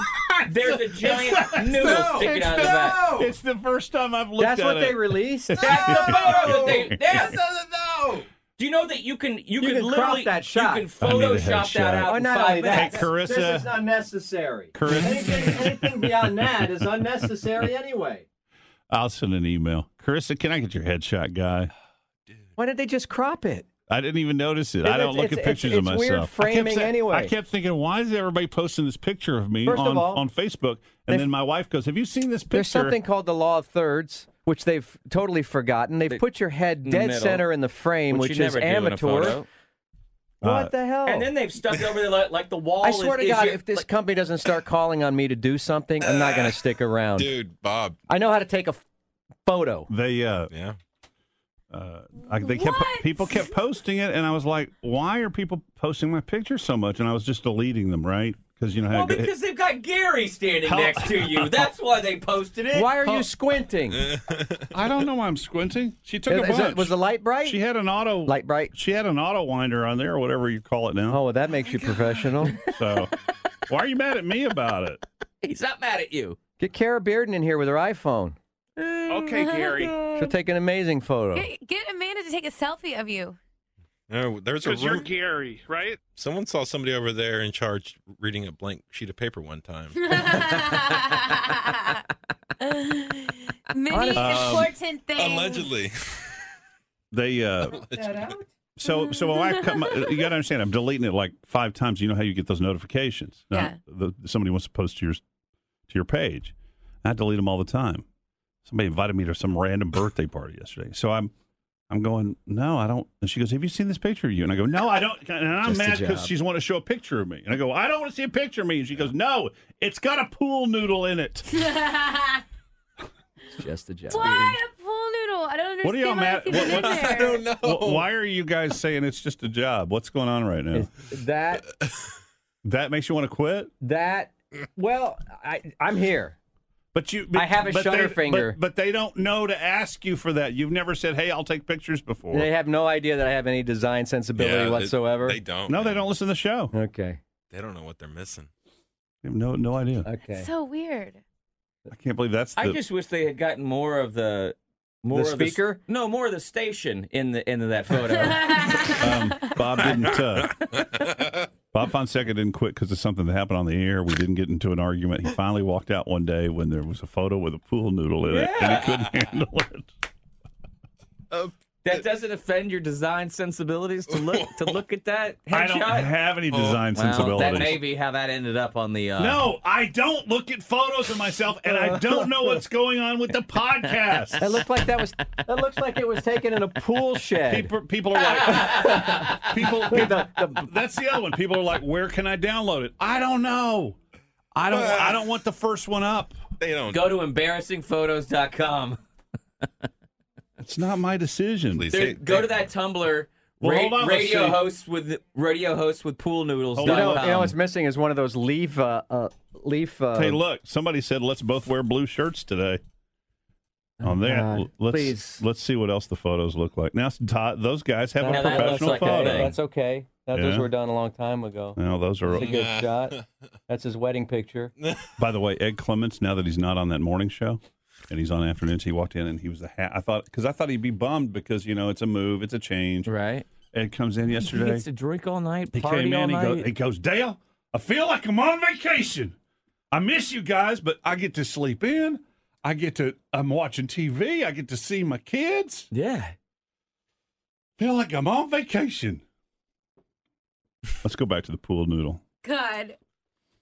Speaker 5: there's a giant noodle sticking out of that."
Speaker 1: It's the first time I've looked
Speaker 3: That's
Speaker 1: at
Speaker 3: what
Speaker 1: it.
Speaker 3: they released.
Speaker 5: That's the photo that they. Yes.
Speaker 3: no.
Speaker 5: Do you know that you can you,
Speaker 3: You
Speaker 5: can,
Speaker 3: can crop
Speaker 5: literally
Speaker 3: that shot.
Speaker 5: you can
Speaker 1: I need a
Speaker 5: Photoshop
Speaker 1: headshot.
Speaker 5: that out
Speaker 3: Or
Speaker 5: in
Speaker 3: Oh, not
Speaker 5: five
Speaker 3: only that,
Speaker 5: minutes?
Speaker 1: Hey, Carissa.
Speaker 3: This is unnecessary.
Speaker 1: Carissa.
Speaker 3: Anything,
Speaker 1: *laughs*
Speaker 3: anything beyond that is unnecessary anyway.
Speaker 1: I'll send an email. Carissa, can I get your headshot guy?
Speaker 3: Why didn't they just crop it?
Speaker 1: I didn't even notice it.
Speaker 3: It's-
Speaker 1: I don't look
Speaker 3: it's-
Speaker 1: at pictures
Speaker 3: it's-
Speaker 1: of myself.
Speaker 3: it's weird
Speaker 1: I kept
Speaker 3: framing anyway.
Speaker 1: I kept thinking, why is everybody posting this picture of me
Speaker 3: First of
Speaker 1: on,
Speaker 3: all,
Speaker 1: on Facebook? And
Speaker 3: they-
Speaker 1: then my wife goes, "Have you seen this picture?"
Speaker 3: There's something called the law of thirds, which they've totally forgotten. They've put your head
Speaker 5: the
Speaker 3: dead
Speaker 5: middle,
Speaker 3: center in the frame,
Speaker 5: which
Speaker 3: which,
Speaker 5: you
Speaker 3: is
Speaker 5: never do in a
Speaker 3: amateur.
Speaker 5: photo. Uh,
Speaker 3: What the hell?
Speaker 5: And then they've stuck it over there like, like the wall.
Speaker 3: I swear
Speaker 5: is,
Speaker 3: to
Speaker 5: is
Speaker 3: God,
Speaker 5: your-
Speaker 3: if this company doesn't start calling on me to do something, I'm not going to stick around.
Speaker 2: Dude, Bob.
Speaker 3: I know how to take a f- photo.
Speaker 1: They uh yeah. Uh, I, they kept people kept posting it, and I was like, "Why are people posting my picture so much?" And I was just deleting them, right? Because you know how
Speaker 5: Well, because they've got Gary standing
Speaker 1: How-
Speaker 5: next to you. That's why they posted it.
Speaker 3: Why are you
Speaker 5: *laughs*
Speaker 3: squinting?
Speaker 1: I don't know why I'm squinting. She took a
Speaker 3: Is- is it-
Speaker 1: bunch.
Speaker 3: was the light bright?
Speaker 1: she had an auto light
Speaker 3: bright.
Speaker 1: She had an auto winder on there, or whatever you call it now.
Speaker 3: Oh, well, that makes you professional.
Speaker 1: So, why are you mad at me about it?
Speaker 5: He's not mad at you.
Speaker 3: Get Kara Bearden in here with her iPhone.
Speaker 2: Okay, Gary.
Speaker 3: She'll take an amazing photo.
Speaker 21: *laughs* Get, get Amanda to take a selfie of
Speaker 3: *laughs*
Speaker 21: you.
Speaker 2: No, Oh, there's a
Speaker 21: Because you're
Speaker 2: room.
Speaker 21: Gary, right?
Speaker 2: Someone saw somebody over there in charge reading a blank sheet of paper one time.
Speaker 21: Many
Speaker 2: Honestly. Um,
Speaker 21: important
Speaker 2: *laughs*
Speaker 21: things. *laughs*
Speaker 2: Allegedly.
Speaker 1: They uh, So, so my wife, cut my, you got to understand, I'm deleting it like five times. You know how you get those notifications? Now,
Speaker 24: Yeah.
Speaker 1: the, somebody wants to post to your to your page. I delete them all the time. Somebody invited me to some random birthday party yesterday, so I'm I'm going. No, I don't. And she goes, "Have you seen this picture of you?" And I go, "No, I don't." And I'm
Speaker 24: Just a
Speaker 1: mad because
Speaker 24: job.
Speaker 1: she's want to show a picture of me, and I go, "I don't want to see a picture of me." And she goes, "No, it's got a pool noodle
Speaker 24: *laughs*
Speaker 1: in it."
Speaker 3: Just a job.
Speaker 5: *laughs*
Speaker 21: Why a pool noodle? I don't understand.
Speaker 1: What are y'all
Speaker 21: why
Speaker 1: mad?
Speaker 21: that's even in there.
Speaker 1: Wh- Why are you guys saying it's just a job? What's going on
Speaker 24: *laughs*
Speaker 1: right now?
Speaker 3: That
Speaker 1: that makes you want to quit.
Speaker 3: That well, I I'm here.
Speaker 1: But you,
Speaker 3: I have a
Speaker 1: but
Speaker 3: shutter
Speaker 1: they-
Speaker 3: finger.
Speaker 1: But, but they don't know to ask you for that. You've never said, "Hey, I'll take pictures before."
Speaker 3: They have no idea that I have any design sensibility
Speaker 1: Yeah, they-
Speaker 3: whatsoever.
Speaker 1: they don't, No, they man. don't listen to the show.
Speaker 3: Okay.
Speaker 2: They don't know what they're missing.
Speaker 1: They have no, no idea.
Speaker 3: Okay.
Speaker 21: So weird.
Speaker 1: I can't believe that's. The,
Speaker 5: I just wish they had gotten more of the more of
Speaker 3: speaker?
Speaker 5: The, no, more of the station in the in that *laughs* photo.
Speaker 1: um, Bob didn't. Uh,
Speaker 5: *laughs*
Speaker 1: Bob Fonseca didn't quit because of something that happened on the air. We didn't get into an argument. He finally walked out one day when there was a photo with a pool noodle in it, and he couldn't handle it.
Speaker 5: that doesn't offend your design sensibilities to look to look at that. Headshot?
Speaker 1: I don't have any design
Speaker 5: Well,
Speaker 1: sensibilities.
Speaker 5: That may be how that ended up on the. Uh,
Speaker 1: No, I don't look at photos of myself, and I don't
Speaker 5: *laughs*
Speaker 1: know what's going on with the podcast.
Speaker 3: That looked like that was. That looks like it was taken in a
Speaker 5: *laughs*
Speaker 3: pool shed.
Speaker 1: People, people are like, *laughs* people.
Speaker 5: *laughs*
Speaker 1: people- that's the other one. People are like, where can I download it? I don't know. I don't. I don't want the first one up.
Speaker 2: They don't.
Speaker 5: Go to embarrassingphotos.com.
Speaker 1: It's not my decision.
Speaker 5: There- go to that Tumblr.
Speaker 1: Well,
Speaker 5: ra-
Speaker 1: hold on, let's
Speaker 5: radio
Speaker 1: see.
Speaker 5: hosts with radio hosts with pool noodles.
Speaker 3: You know,
Speaker 5: Um,
Speaker 3: you know what's missing is one of those leaf. Uh, uh, leaf. Uh,
Speaker 1: hey, look, somebody said let's both wear blue shirts today. On there,
Speaker 3: God,
Speaker 1: L- let's
Speaker 3: please.
Speaker 1: let's see what else the photos look like. Now, Todd, those guys have
Speaker 3: Now
Speaker 1: a
Speaker 3: that looks
Speaker 1: professional
Speaker 3: like
Speaker 1: photo.
Speaker 3: okay. That's okay. That, Those
Speaker 1: Yeah.
Speaker 3: were done a long time ago.
Speaker 1: No, those are-
Speaker 3: That's a good
Speaker 1: Nah.
Speaker 3: shot. That's his wedding picture.
Speaker 1: By the way, Ed Clements, now that he's not on that morning show and he's on afternoons, he walked in and he was the hat. I thought, because I thought he'd be bummed because, you know, it's a move, it's a change.
Speaker 5: Right.
Speaker 1: Ed comes in
Speaker 5: He
Speaker 1: yesterday.
Speaker 5: gets to drink all night,
Speaker 1: He
Speaker 5: party
Speaker 1: came
Speaker 5: all
Speaker 1: in, he
Speaker 5: night.
Speaker 1: goes, he goes, Dale, I feel like I'm on vacation. I miss you guys, but I get to sleep in. I get to, I'm watching TV. I get to see my kids.
Speaker 5: Yeah.
Speaker 1: Feel like I'm on vacation. Let's go back to the pool noodle.
Speaker 21: God.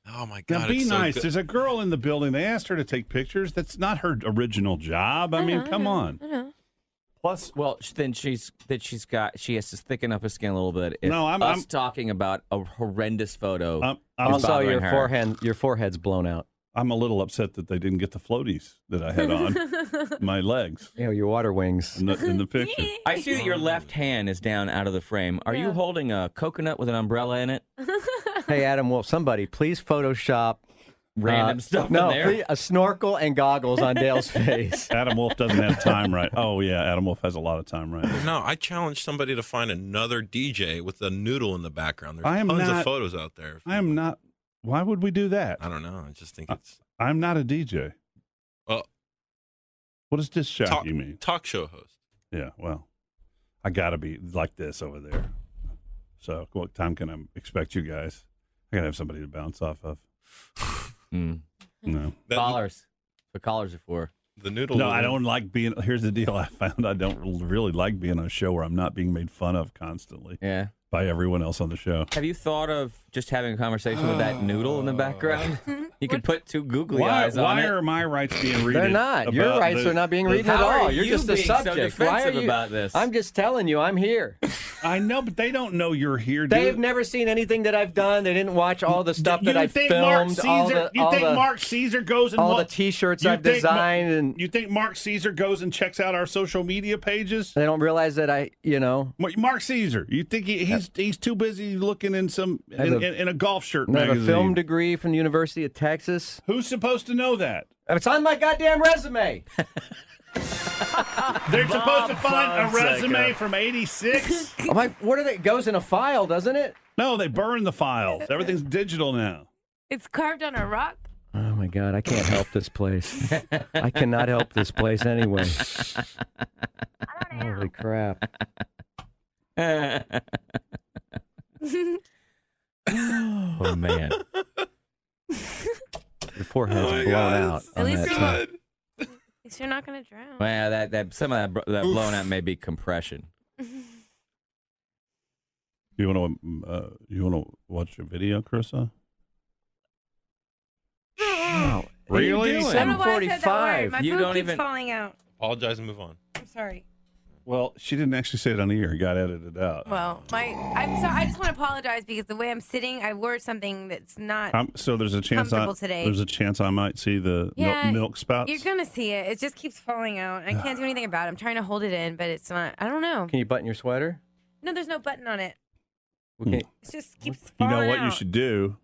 Speaker 2: Oh my
Speaker 1: Now
Speaker 2: god!
Speaker 1: be
Speaker 2: it's so
Speaker 1: nice.
Speaker 2: good.
Speaker 1: There's a girl in the building. They asked her to take pictures. That's not her original job. I, mean, come on.
Speaker 5: Plus, well, sh- then she's that she's got she has to thicken up her skin a little bit.
Speaker 1: No, I'm-
Speaker 5: us
Speaker 1: I'm-
Speaker 5: talking about a horrendous photo.
Speaker 1: I'm- I'm-
Speaker 5: is
Speaker 1: Also,
Speaker 5: bothering
Speaker 1: your
Speaker 5: her.
Speaker 1: forehead-
Speaker 3: your forehead's blown out.
Speaker 1: I'm a little upset that they didn't get the floaties that I had *laughs* on my legs
Speaker 3: You know, your water wings.
Speaker 5: *laughs*
Speaker 1: in the, in the picture.
Speaker 5: I see that your left hand is down out of the frame. Are you holding a coconut with an umbrella in it?
Speaker 3: hey, Adam Wolf, somebody please Photoshop uh,
Speaker 5: Random stuff in
Speaker 3: No,
Speaker 5: there.
Speaker 3: please- a snorkel and goggles on Dale's
Speaker 5: *laughs*
Speaker 3: face.
Speaker 1: Adam Wolf doesn't have time right. Oh yeah, Adam Wolf has a lot of time right.
Speaker 2: No, I challenge somebody to find another DJ with a noodle in the background. There's
Speaker 1: I am
Speaker 2: tons
Speaker 1: not-
Speaker 2: of photos out there.
Speaker 1: I am not. Why would we do that?
Speaker 2: I don't know. I
Speaker 1: Uh,
Speaker 2: just think it's
Speaker 1: I'm not a DJ.
Speaker 2: Well-
Speaker 1: what does disc jockey mean?
Speaker 2: talk show host.
Speaker 1: Yeah, well, I gotta be like this over there. So what time can I expect you guys? I gotta have somebody to bounce off of. No.
Speaker 5: collars. That's What collars are for?
Speaker 2: The noodle.
Speaker 1: No, I
Speaker 2: noodle.
Speaker 1: don't like being. Here's the deal: I found I don't really like being on a show where I'm not being made fun of constantly.
Speaker 5: Yeah.
Speaker 1: by everyone else on the show.
Speaker 5: Have you thought of just having a conversation with that noodle in the background? You could put two googly
Speaker 1: Why,
Speaker 5: eyes on
Speaker 1: why
Speaker 5: it.
Speaker 1: are my rights being read?
Speaker 3: They're not. Your rights are not being read at
Speaker 5: How
Speaker 3: all.
Speaker 5: are
Speaker 3: You're
Speaker 5: you
Speaker 3: just the
Speaker 5: being so
Speaker 3: subject. Why are
Speaker 5: defensive
Speaker 3: you
Speaker 5: about this?
Speaker 3: I'm just telling you, I'm here.
Speaker 1: I know, but they don't know you're here. dude.
Speaker 3: They've never seen anything that I've done. They didn't watch all the stuff that I filmed. all the,
Speaker 1: you
Speaker 3: all
Speaker 1: think
Speaker 3: the-
Speaker 1: Mark Caesar goes and
Speaker 3: all
Speaker 1: wa-
Speaker 3: the T-shirts
Speaker 1: You
Speaker 3: I've
Speaker 1: think Ma-
Speaker 3: designed, and
Speaker 1: you think Mark Caesar goes and checks out our social media pages?
Speaker 3: they don't realize that I, you know,
Speaker 1: Mar- Mark Caesar, you think he, he's he's too busy looking in some
Speaker 3: I
Speaker 1: in, in,
Speaker 3: have a-
Speaker 1: in a golf shirt
Speaker 3: I have
Speaker 1: magazine?
Speaker 3: a film degree from the University of Texas.
Speaker 1: Who's supposed to know that?
Speaker 3: It's on my goddamn
Speaker 5: *laughs*
Speaker 3: resume.
Speaker 1: They're supposed to find a
Speaker 3: Fonseca.
Speaker 1: resume from '86.
Speaker 3: I'm like, what are they? It goes in a file, doesn't it?
Speaker 1: no, they burn the files. Everything's digital now.
Speaker 21: It's carved on a rock.
Speaker 3: Oh my God, I can't help this place. I cannot help this place anyway. Holy crap.
Speaker 5: *laughs* oh man. Oh,
Speaker 3: Your forehead's blown out.
Speaker 21: At
Speaker 3: on
Speaker 21: least,
Speaker 3: that
Speaker 21: you're
Speaker 3: time.
Speaker 21: not, at least you're not gonna drown.
Speaker 5: Well, that that some of that, bro- that blown out may be compression.
Speaker 1: You want to uh, you want to watch a video, Carissa? Really?
Speaker 21: I don't know why I said that word.
Speaker 25: 7:45.
Speaker 21: My
Speaker 25: You
Speaker 21: food
Speaker 25: don't
Speaker 21: keeps
Speaker 25: even-
Speaker 21: falling out.
Speaker 25: Apologize and move on.
Speaker 21: I'm sorry.
Speaker 1: Well, she didn't actually say it on the air. It got edited out.
Speaker 21: Well, my I'm so I just want to apologize because the way I'm sitting, I wore something that's not.
Speaker 1: Um, so there's a chance I
Speaker 21: Comfortable today.
Speaker 1: there's a chance I might see the
Speaker 21: Yeah,
Speaker 1: mil- milk spouts.
Speaker 21: You're gonna see it. It just keeps falling out. I
Speaker 1: *sighs*
Speaker 21: can't do anything about it. I'm trying to hold it in, but it's not. I don't know.
Speaker 3: Can you button your sweater?
Speaker 21: No, there's no button on it.
Speaker 5: Hmm.
Speaker 3: We can't-
Speaker 21: It just keeps
Speaker 1: You
Speaker 21: falling
Speaker 1: know what
Speaker 21: out.
Speaker 1: you should do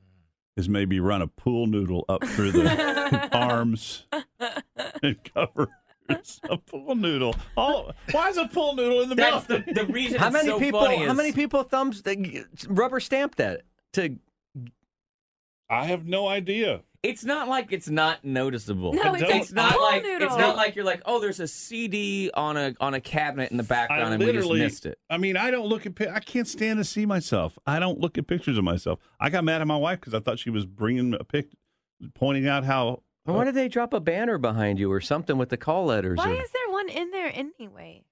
Speaker 1: is maybe run a pool noodle up through
Speaker 21: *laughs*
Speaker 1: the arms and cover. It's a pool noodle. Oh, why is a pool noodle in the
Speaker 5: That's
Speaker 1: milk?
Speaker 5: the- the reason
Speaker 3: How
Speaker 5: it's
Speaker 3: many
Speaker 5: so
Speaker 3: people?
Speaker 5: funny
Speaker 3: how
Speaker 5: is-
Speaker 3: many people thumbs they, rubber stamped that to?
Speaker 1: I have no idea.
Speaker 5: It's not like it's not noticeable.
Speaker 26: No, it's a
Speaker 5: not
Speaker 26: pool
Speaker 5: like
Speaker 26: noodle.
Speaker 5: it's not like you're like, oh, there's a CD on a on a cabinet in the
Speaker 1: I
Speaker 5: background, and we just
Speaker 1: literally
Speaker 5: missed it.
Speaker 1: I mean, I don't look at. pi- I can't stand to see myself. I don't look at pictures of myself. I got mad at my wife because I thought she was bringing a pic, pointing out how.
Speaker 3: Why did they drop a banner behind you or something with the call letters?
Speaker 21: Why
Speaker 3: or,
Speaker 21: is there one in there anyway?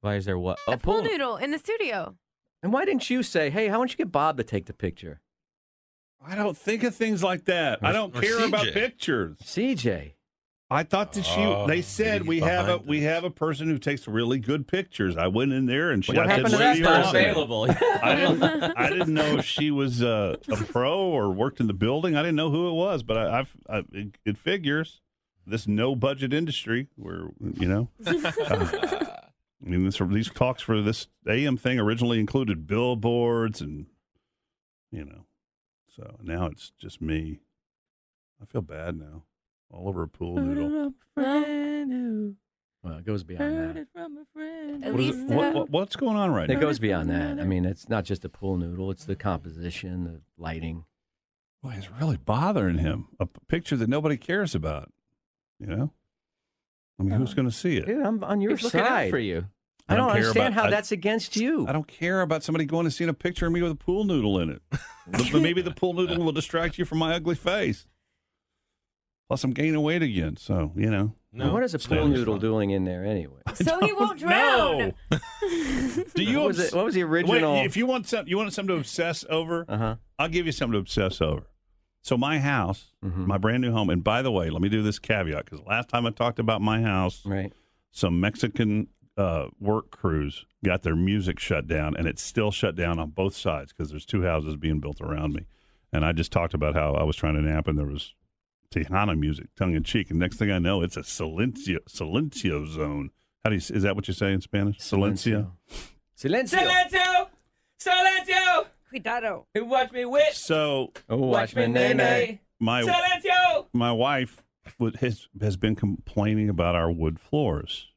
Speaker 3: why is there what?
Speaker 21: A pool noodle in the studio.
Speaker 3: And why didn't you say, hey, how don't you get Bob to take the picture?
Speaker 1: I don't think of things like that. I
Speaker 3: Or-
Speaker 1: don't
Speaker 3: or
Speaker 1: care
Speaker 3: CJ.
Speaker 1: about pictures.
Speaker 3: CJ.
Speaker 1: I thought that she.
Speaker 3: Oh,
Speaker 1: they said
Speaker 3: he's
Speaker 1: we have a
Speaker 3: behind
Speaker 1: we have a person who takes really good pictures. I went in there and she. I
Speaker 5: What happened
Speaker 1: did
Speaker 5: to that
Speaker 1: video
Speaker 5: person?
Speaker 1: on it.
Speaker 5: Available.
Speaker 1: I *laughs*
Speaker 21: *laughs*
Speaker 1: didn't. I didn't know if she was uh, a pro or worked in the building. I didn't know who it was, but I, I've I, it, it figures this no budget industry where you
Speaker 21: *laughs*
Speaker 1: know. uh, I mean, this, these talks for this AM thing originally included billboards and, you know, so now it's just me. I feel bad now, all over a pool noodle.
Speaker 3: Well, it goes beyond that.
Speaker 21: At
Speaker 3: What is
Speaker 21: least
Speaker 3: it- what-
Speaker 21: uh,
Speaker 3: what-
Speaker 1: What's going on right
Speaker 3: It
Speaker 1: now?
Speaker 3: goes beyond that. I mean, it's not just a pool noodle, it's the composition, the lighting.
Speaker 1: Boy, it's really bothering him. A p- picture that nobody cares about. You know, I mean,
Speaker 3: Uh,
Speaker 1: who's going to see it?
Speaker 3: Dude, I'm on your
Speaker 1: He's looking out
Speaker 3: side.
Speaker 1: for you.
Speaker 3: I
Speaker 1: I
Speaker 3: don't,
Speaker 1: don't care
Speaker 3: understand
Speaker 1: about-
Speaker 3: how
Speaker 1: I-
Speaker 3: that's against you.
Speaker 1: I don't care about somebody going and seeing a picture of me with a pool noodle in it. But Maybe the pool noodle will distract you from my ugly face. Plus, I'm gaining weight again, so you know.
Speaker 3: And what is a pool noodle doing in there anyway?
Speaker 21: so he won't drown.
Speaker 1: Do *laughs* you
Speaker 3: What was
Speaker 1: obs-
Speaker 3: it- what was the
Speaker 1: Wait,
Speaker 3: original-
Speaker 1: if you want some, you want something to obsess over.
Speaker 3: Uh-huh.
Speaker 1: I'll give you something to obsess over. So my house,
Speaker 3: Mm-hmm.
Speaker 1: my brand new home, and by the way, let me do this caveat because last time I talked about my house,
Speaker 3: right?
Speaker 1: Some Mexican uh, work crews got their music shut down, and it's still shut down on both sides because there's two houses being built around me. And I just talked about how I was trying to nap, and there was Tejano music, tongue in cheek, and next thing I know, it's a silencio silencio zone. How do you is that what you say in Spanish? Silencio.
Speaker 3: Silencio.
Speaker 5: Silencio! Silencio!
Speaker 21: Cuidado.
Speaker 5: And watch me witch.
Speaker 1: So
Speaker 3: oh,
Speaker 5: Watchmen, nay, nay.
Speaker 1: My
Speaker 5: Silencio!
Speaker 1: my wife would, has has been complaining about our wood floors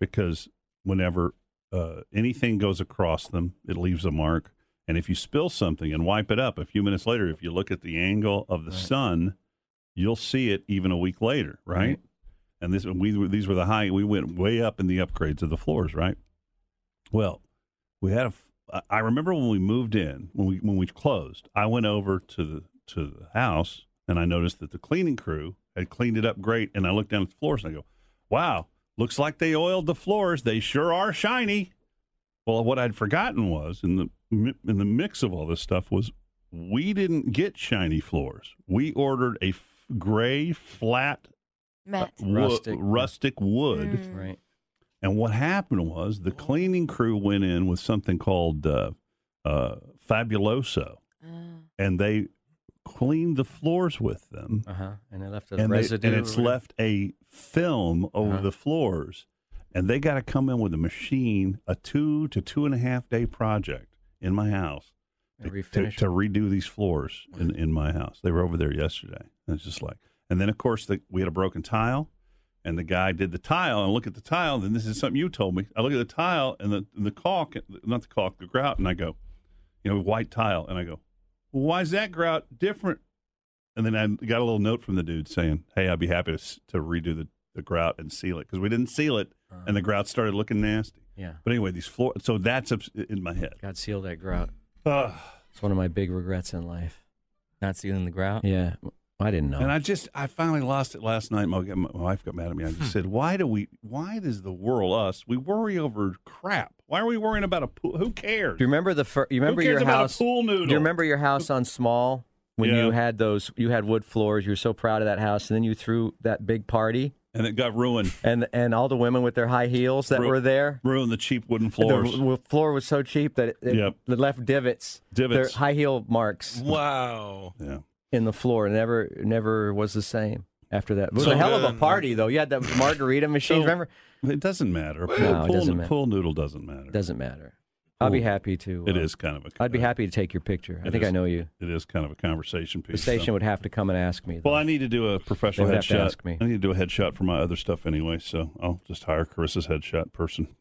Speaker 1: because whenever uh, anything goes across them, it leaves a mark. And if you spill something and wipe it up, a few minutes later, if you look at the angle of the sun, you'll see it even a week later, right?
Speaker 3: Right.
Speaker 1: And this we were- these were the high. We went way up in the upgrades of the floors, right? Well, we had a. f- I- I remember when we moved in, when we when we closed, I went over to the to the house and I noticed that the cleaning crew had cleaned it up great. And I looked down at the floors and I go, "Wow, looks like they oiled the floors. They sure are shiny." Well, what I'd forgotten was in the mi- in the mix of all this stuff was we didn't get shiny floors. We ordered a f- gray flat uh,
Speaker 21: Matt.
Speaker 1: wo-
Speaker 3: Rustic.
Speaker 1: rustic wood.
Speaker 3: Right.
Speaker 1: And what happened was the cleaning crew went in with something called uh, uh, Fabuloso, and they cleaned the floors with them.
Speaker 3: Uh huh. And they left a
Speaker 1: And, they-
Speaker 3: residue.
Speaker 1: and it's
Speaker 3: or-
Speaker 1: left a film over the floors, and they got to come in with a machine, a two to two and a half day project in my house to,
Speaker 3: And
Speaker 1: to,
Speaker 3: refinish
Speaker 1: to redo these floors in, in my house. They were over there yesterday. And it's just like, and then of course the, we had a broken tile, and the guy did the tile. And look at the tile. And this is something you told me. I look at the tile and the the caulk, not the caulk, the grout, and I go, you know, white tile, and I go, well, why is that grout different? And then I got a little note from the dude saying, hey, I'd be happy to, s- to redo the, the grout and seal it because we didn't seal it,
Speaker 3: Uh-huh.
Speaker 1: and the grout started looking nasty.
Speaker 3: Yeah.
Speaker 1: But anyway, these floor. So that's ups- in my head.
Speaker 3: God, seal that grout.
Speaker 1: Ugh.
Speaker 3: It's one of my big regrets in life.
Speaker 5: Not sealing the grout.
Speaker 3: Yeah. I didn't know.
Speaker 1: And I just, I finally lost it last night. My, my wife got mad at me. I
Speaker 3: Hmm.
Speaker 1: just said, "Why do we? Why does the world us? We worry over crap. Why are we worrying about a pool? Who cares?
Speaker 3: Do you remember the fir- you remember
Speaker 1: cares
Speaker 3: your
Speaker 1: about a
Speaker 3: house?
Speaker 1: pool
Speaker 3: do
Speaker 1: noodle?
Speaker 3: you remember your house on Small when
Speaker 1: Yeah.
Speaker 3: you had those you had wood floors? You were so proud of that house, and then you threw that big party,
Speaker 1: and it got
Speaker 3: *laughs*
Speaker 1: ruined.
Speaker 3: And and all the women with their high heels that
Speaker 1: Ru-
Speaker 3: were there
Speaker 1: ruined the cheap wooden floors.
Speaker 3: The w- floor was so cheap that it, it,
Speaker 1: Yep.
Speaker 3: it left divots,
Speaker 1: Divots.
Speaker 3: their high heel marks
Speaker 1: Wow. Yeah.
Speaker 3: in the floor. Never never was the same after that. It was
Speaker 1: So
Speaker 3: a hell of a
Speaker 1: good.
Speaker 3: party though. You had that margarita machine.
Speaker 1: *laughs* So-
Speaker 3: remember?
Speaker 1: It doesn't matter. A
Speaker 3: No,
Speaker 1: pool,
Speaker 3: it
Speaker 1: pool,
Speaker 3: doesn't matter.
Speaker 1: pool noodle doesn't matter.
Speaker 3: Doesn't matter. I'll be
Speaker 1: Ooh.
Speaker 3: happy to. uh,
Speaker 1: It is kind of a.
Speaker 3: I'd be happy to take your picture. I
Speaker 1: It
Speaker 3: think I
Speaker 1: is-
Speaker 3: know you.
Speaker 1: It is kind of a conversation piece.
Speaker 3: The station
Speaker 1: so.
Speaker 3: would have to come and ask me.
Speaker 1: Well, I need to do a professional
Speaker 3: They would have to
Speaker 1: headshot.
Speaker 3: ask me.
Speaker 1: I need to do a headshot for my other stuff anyway, so I'll just hire Carissa's headshot person.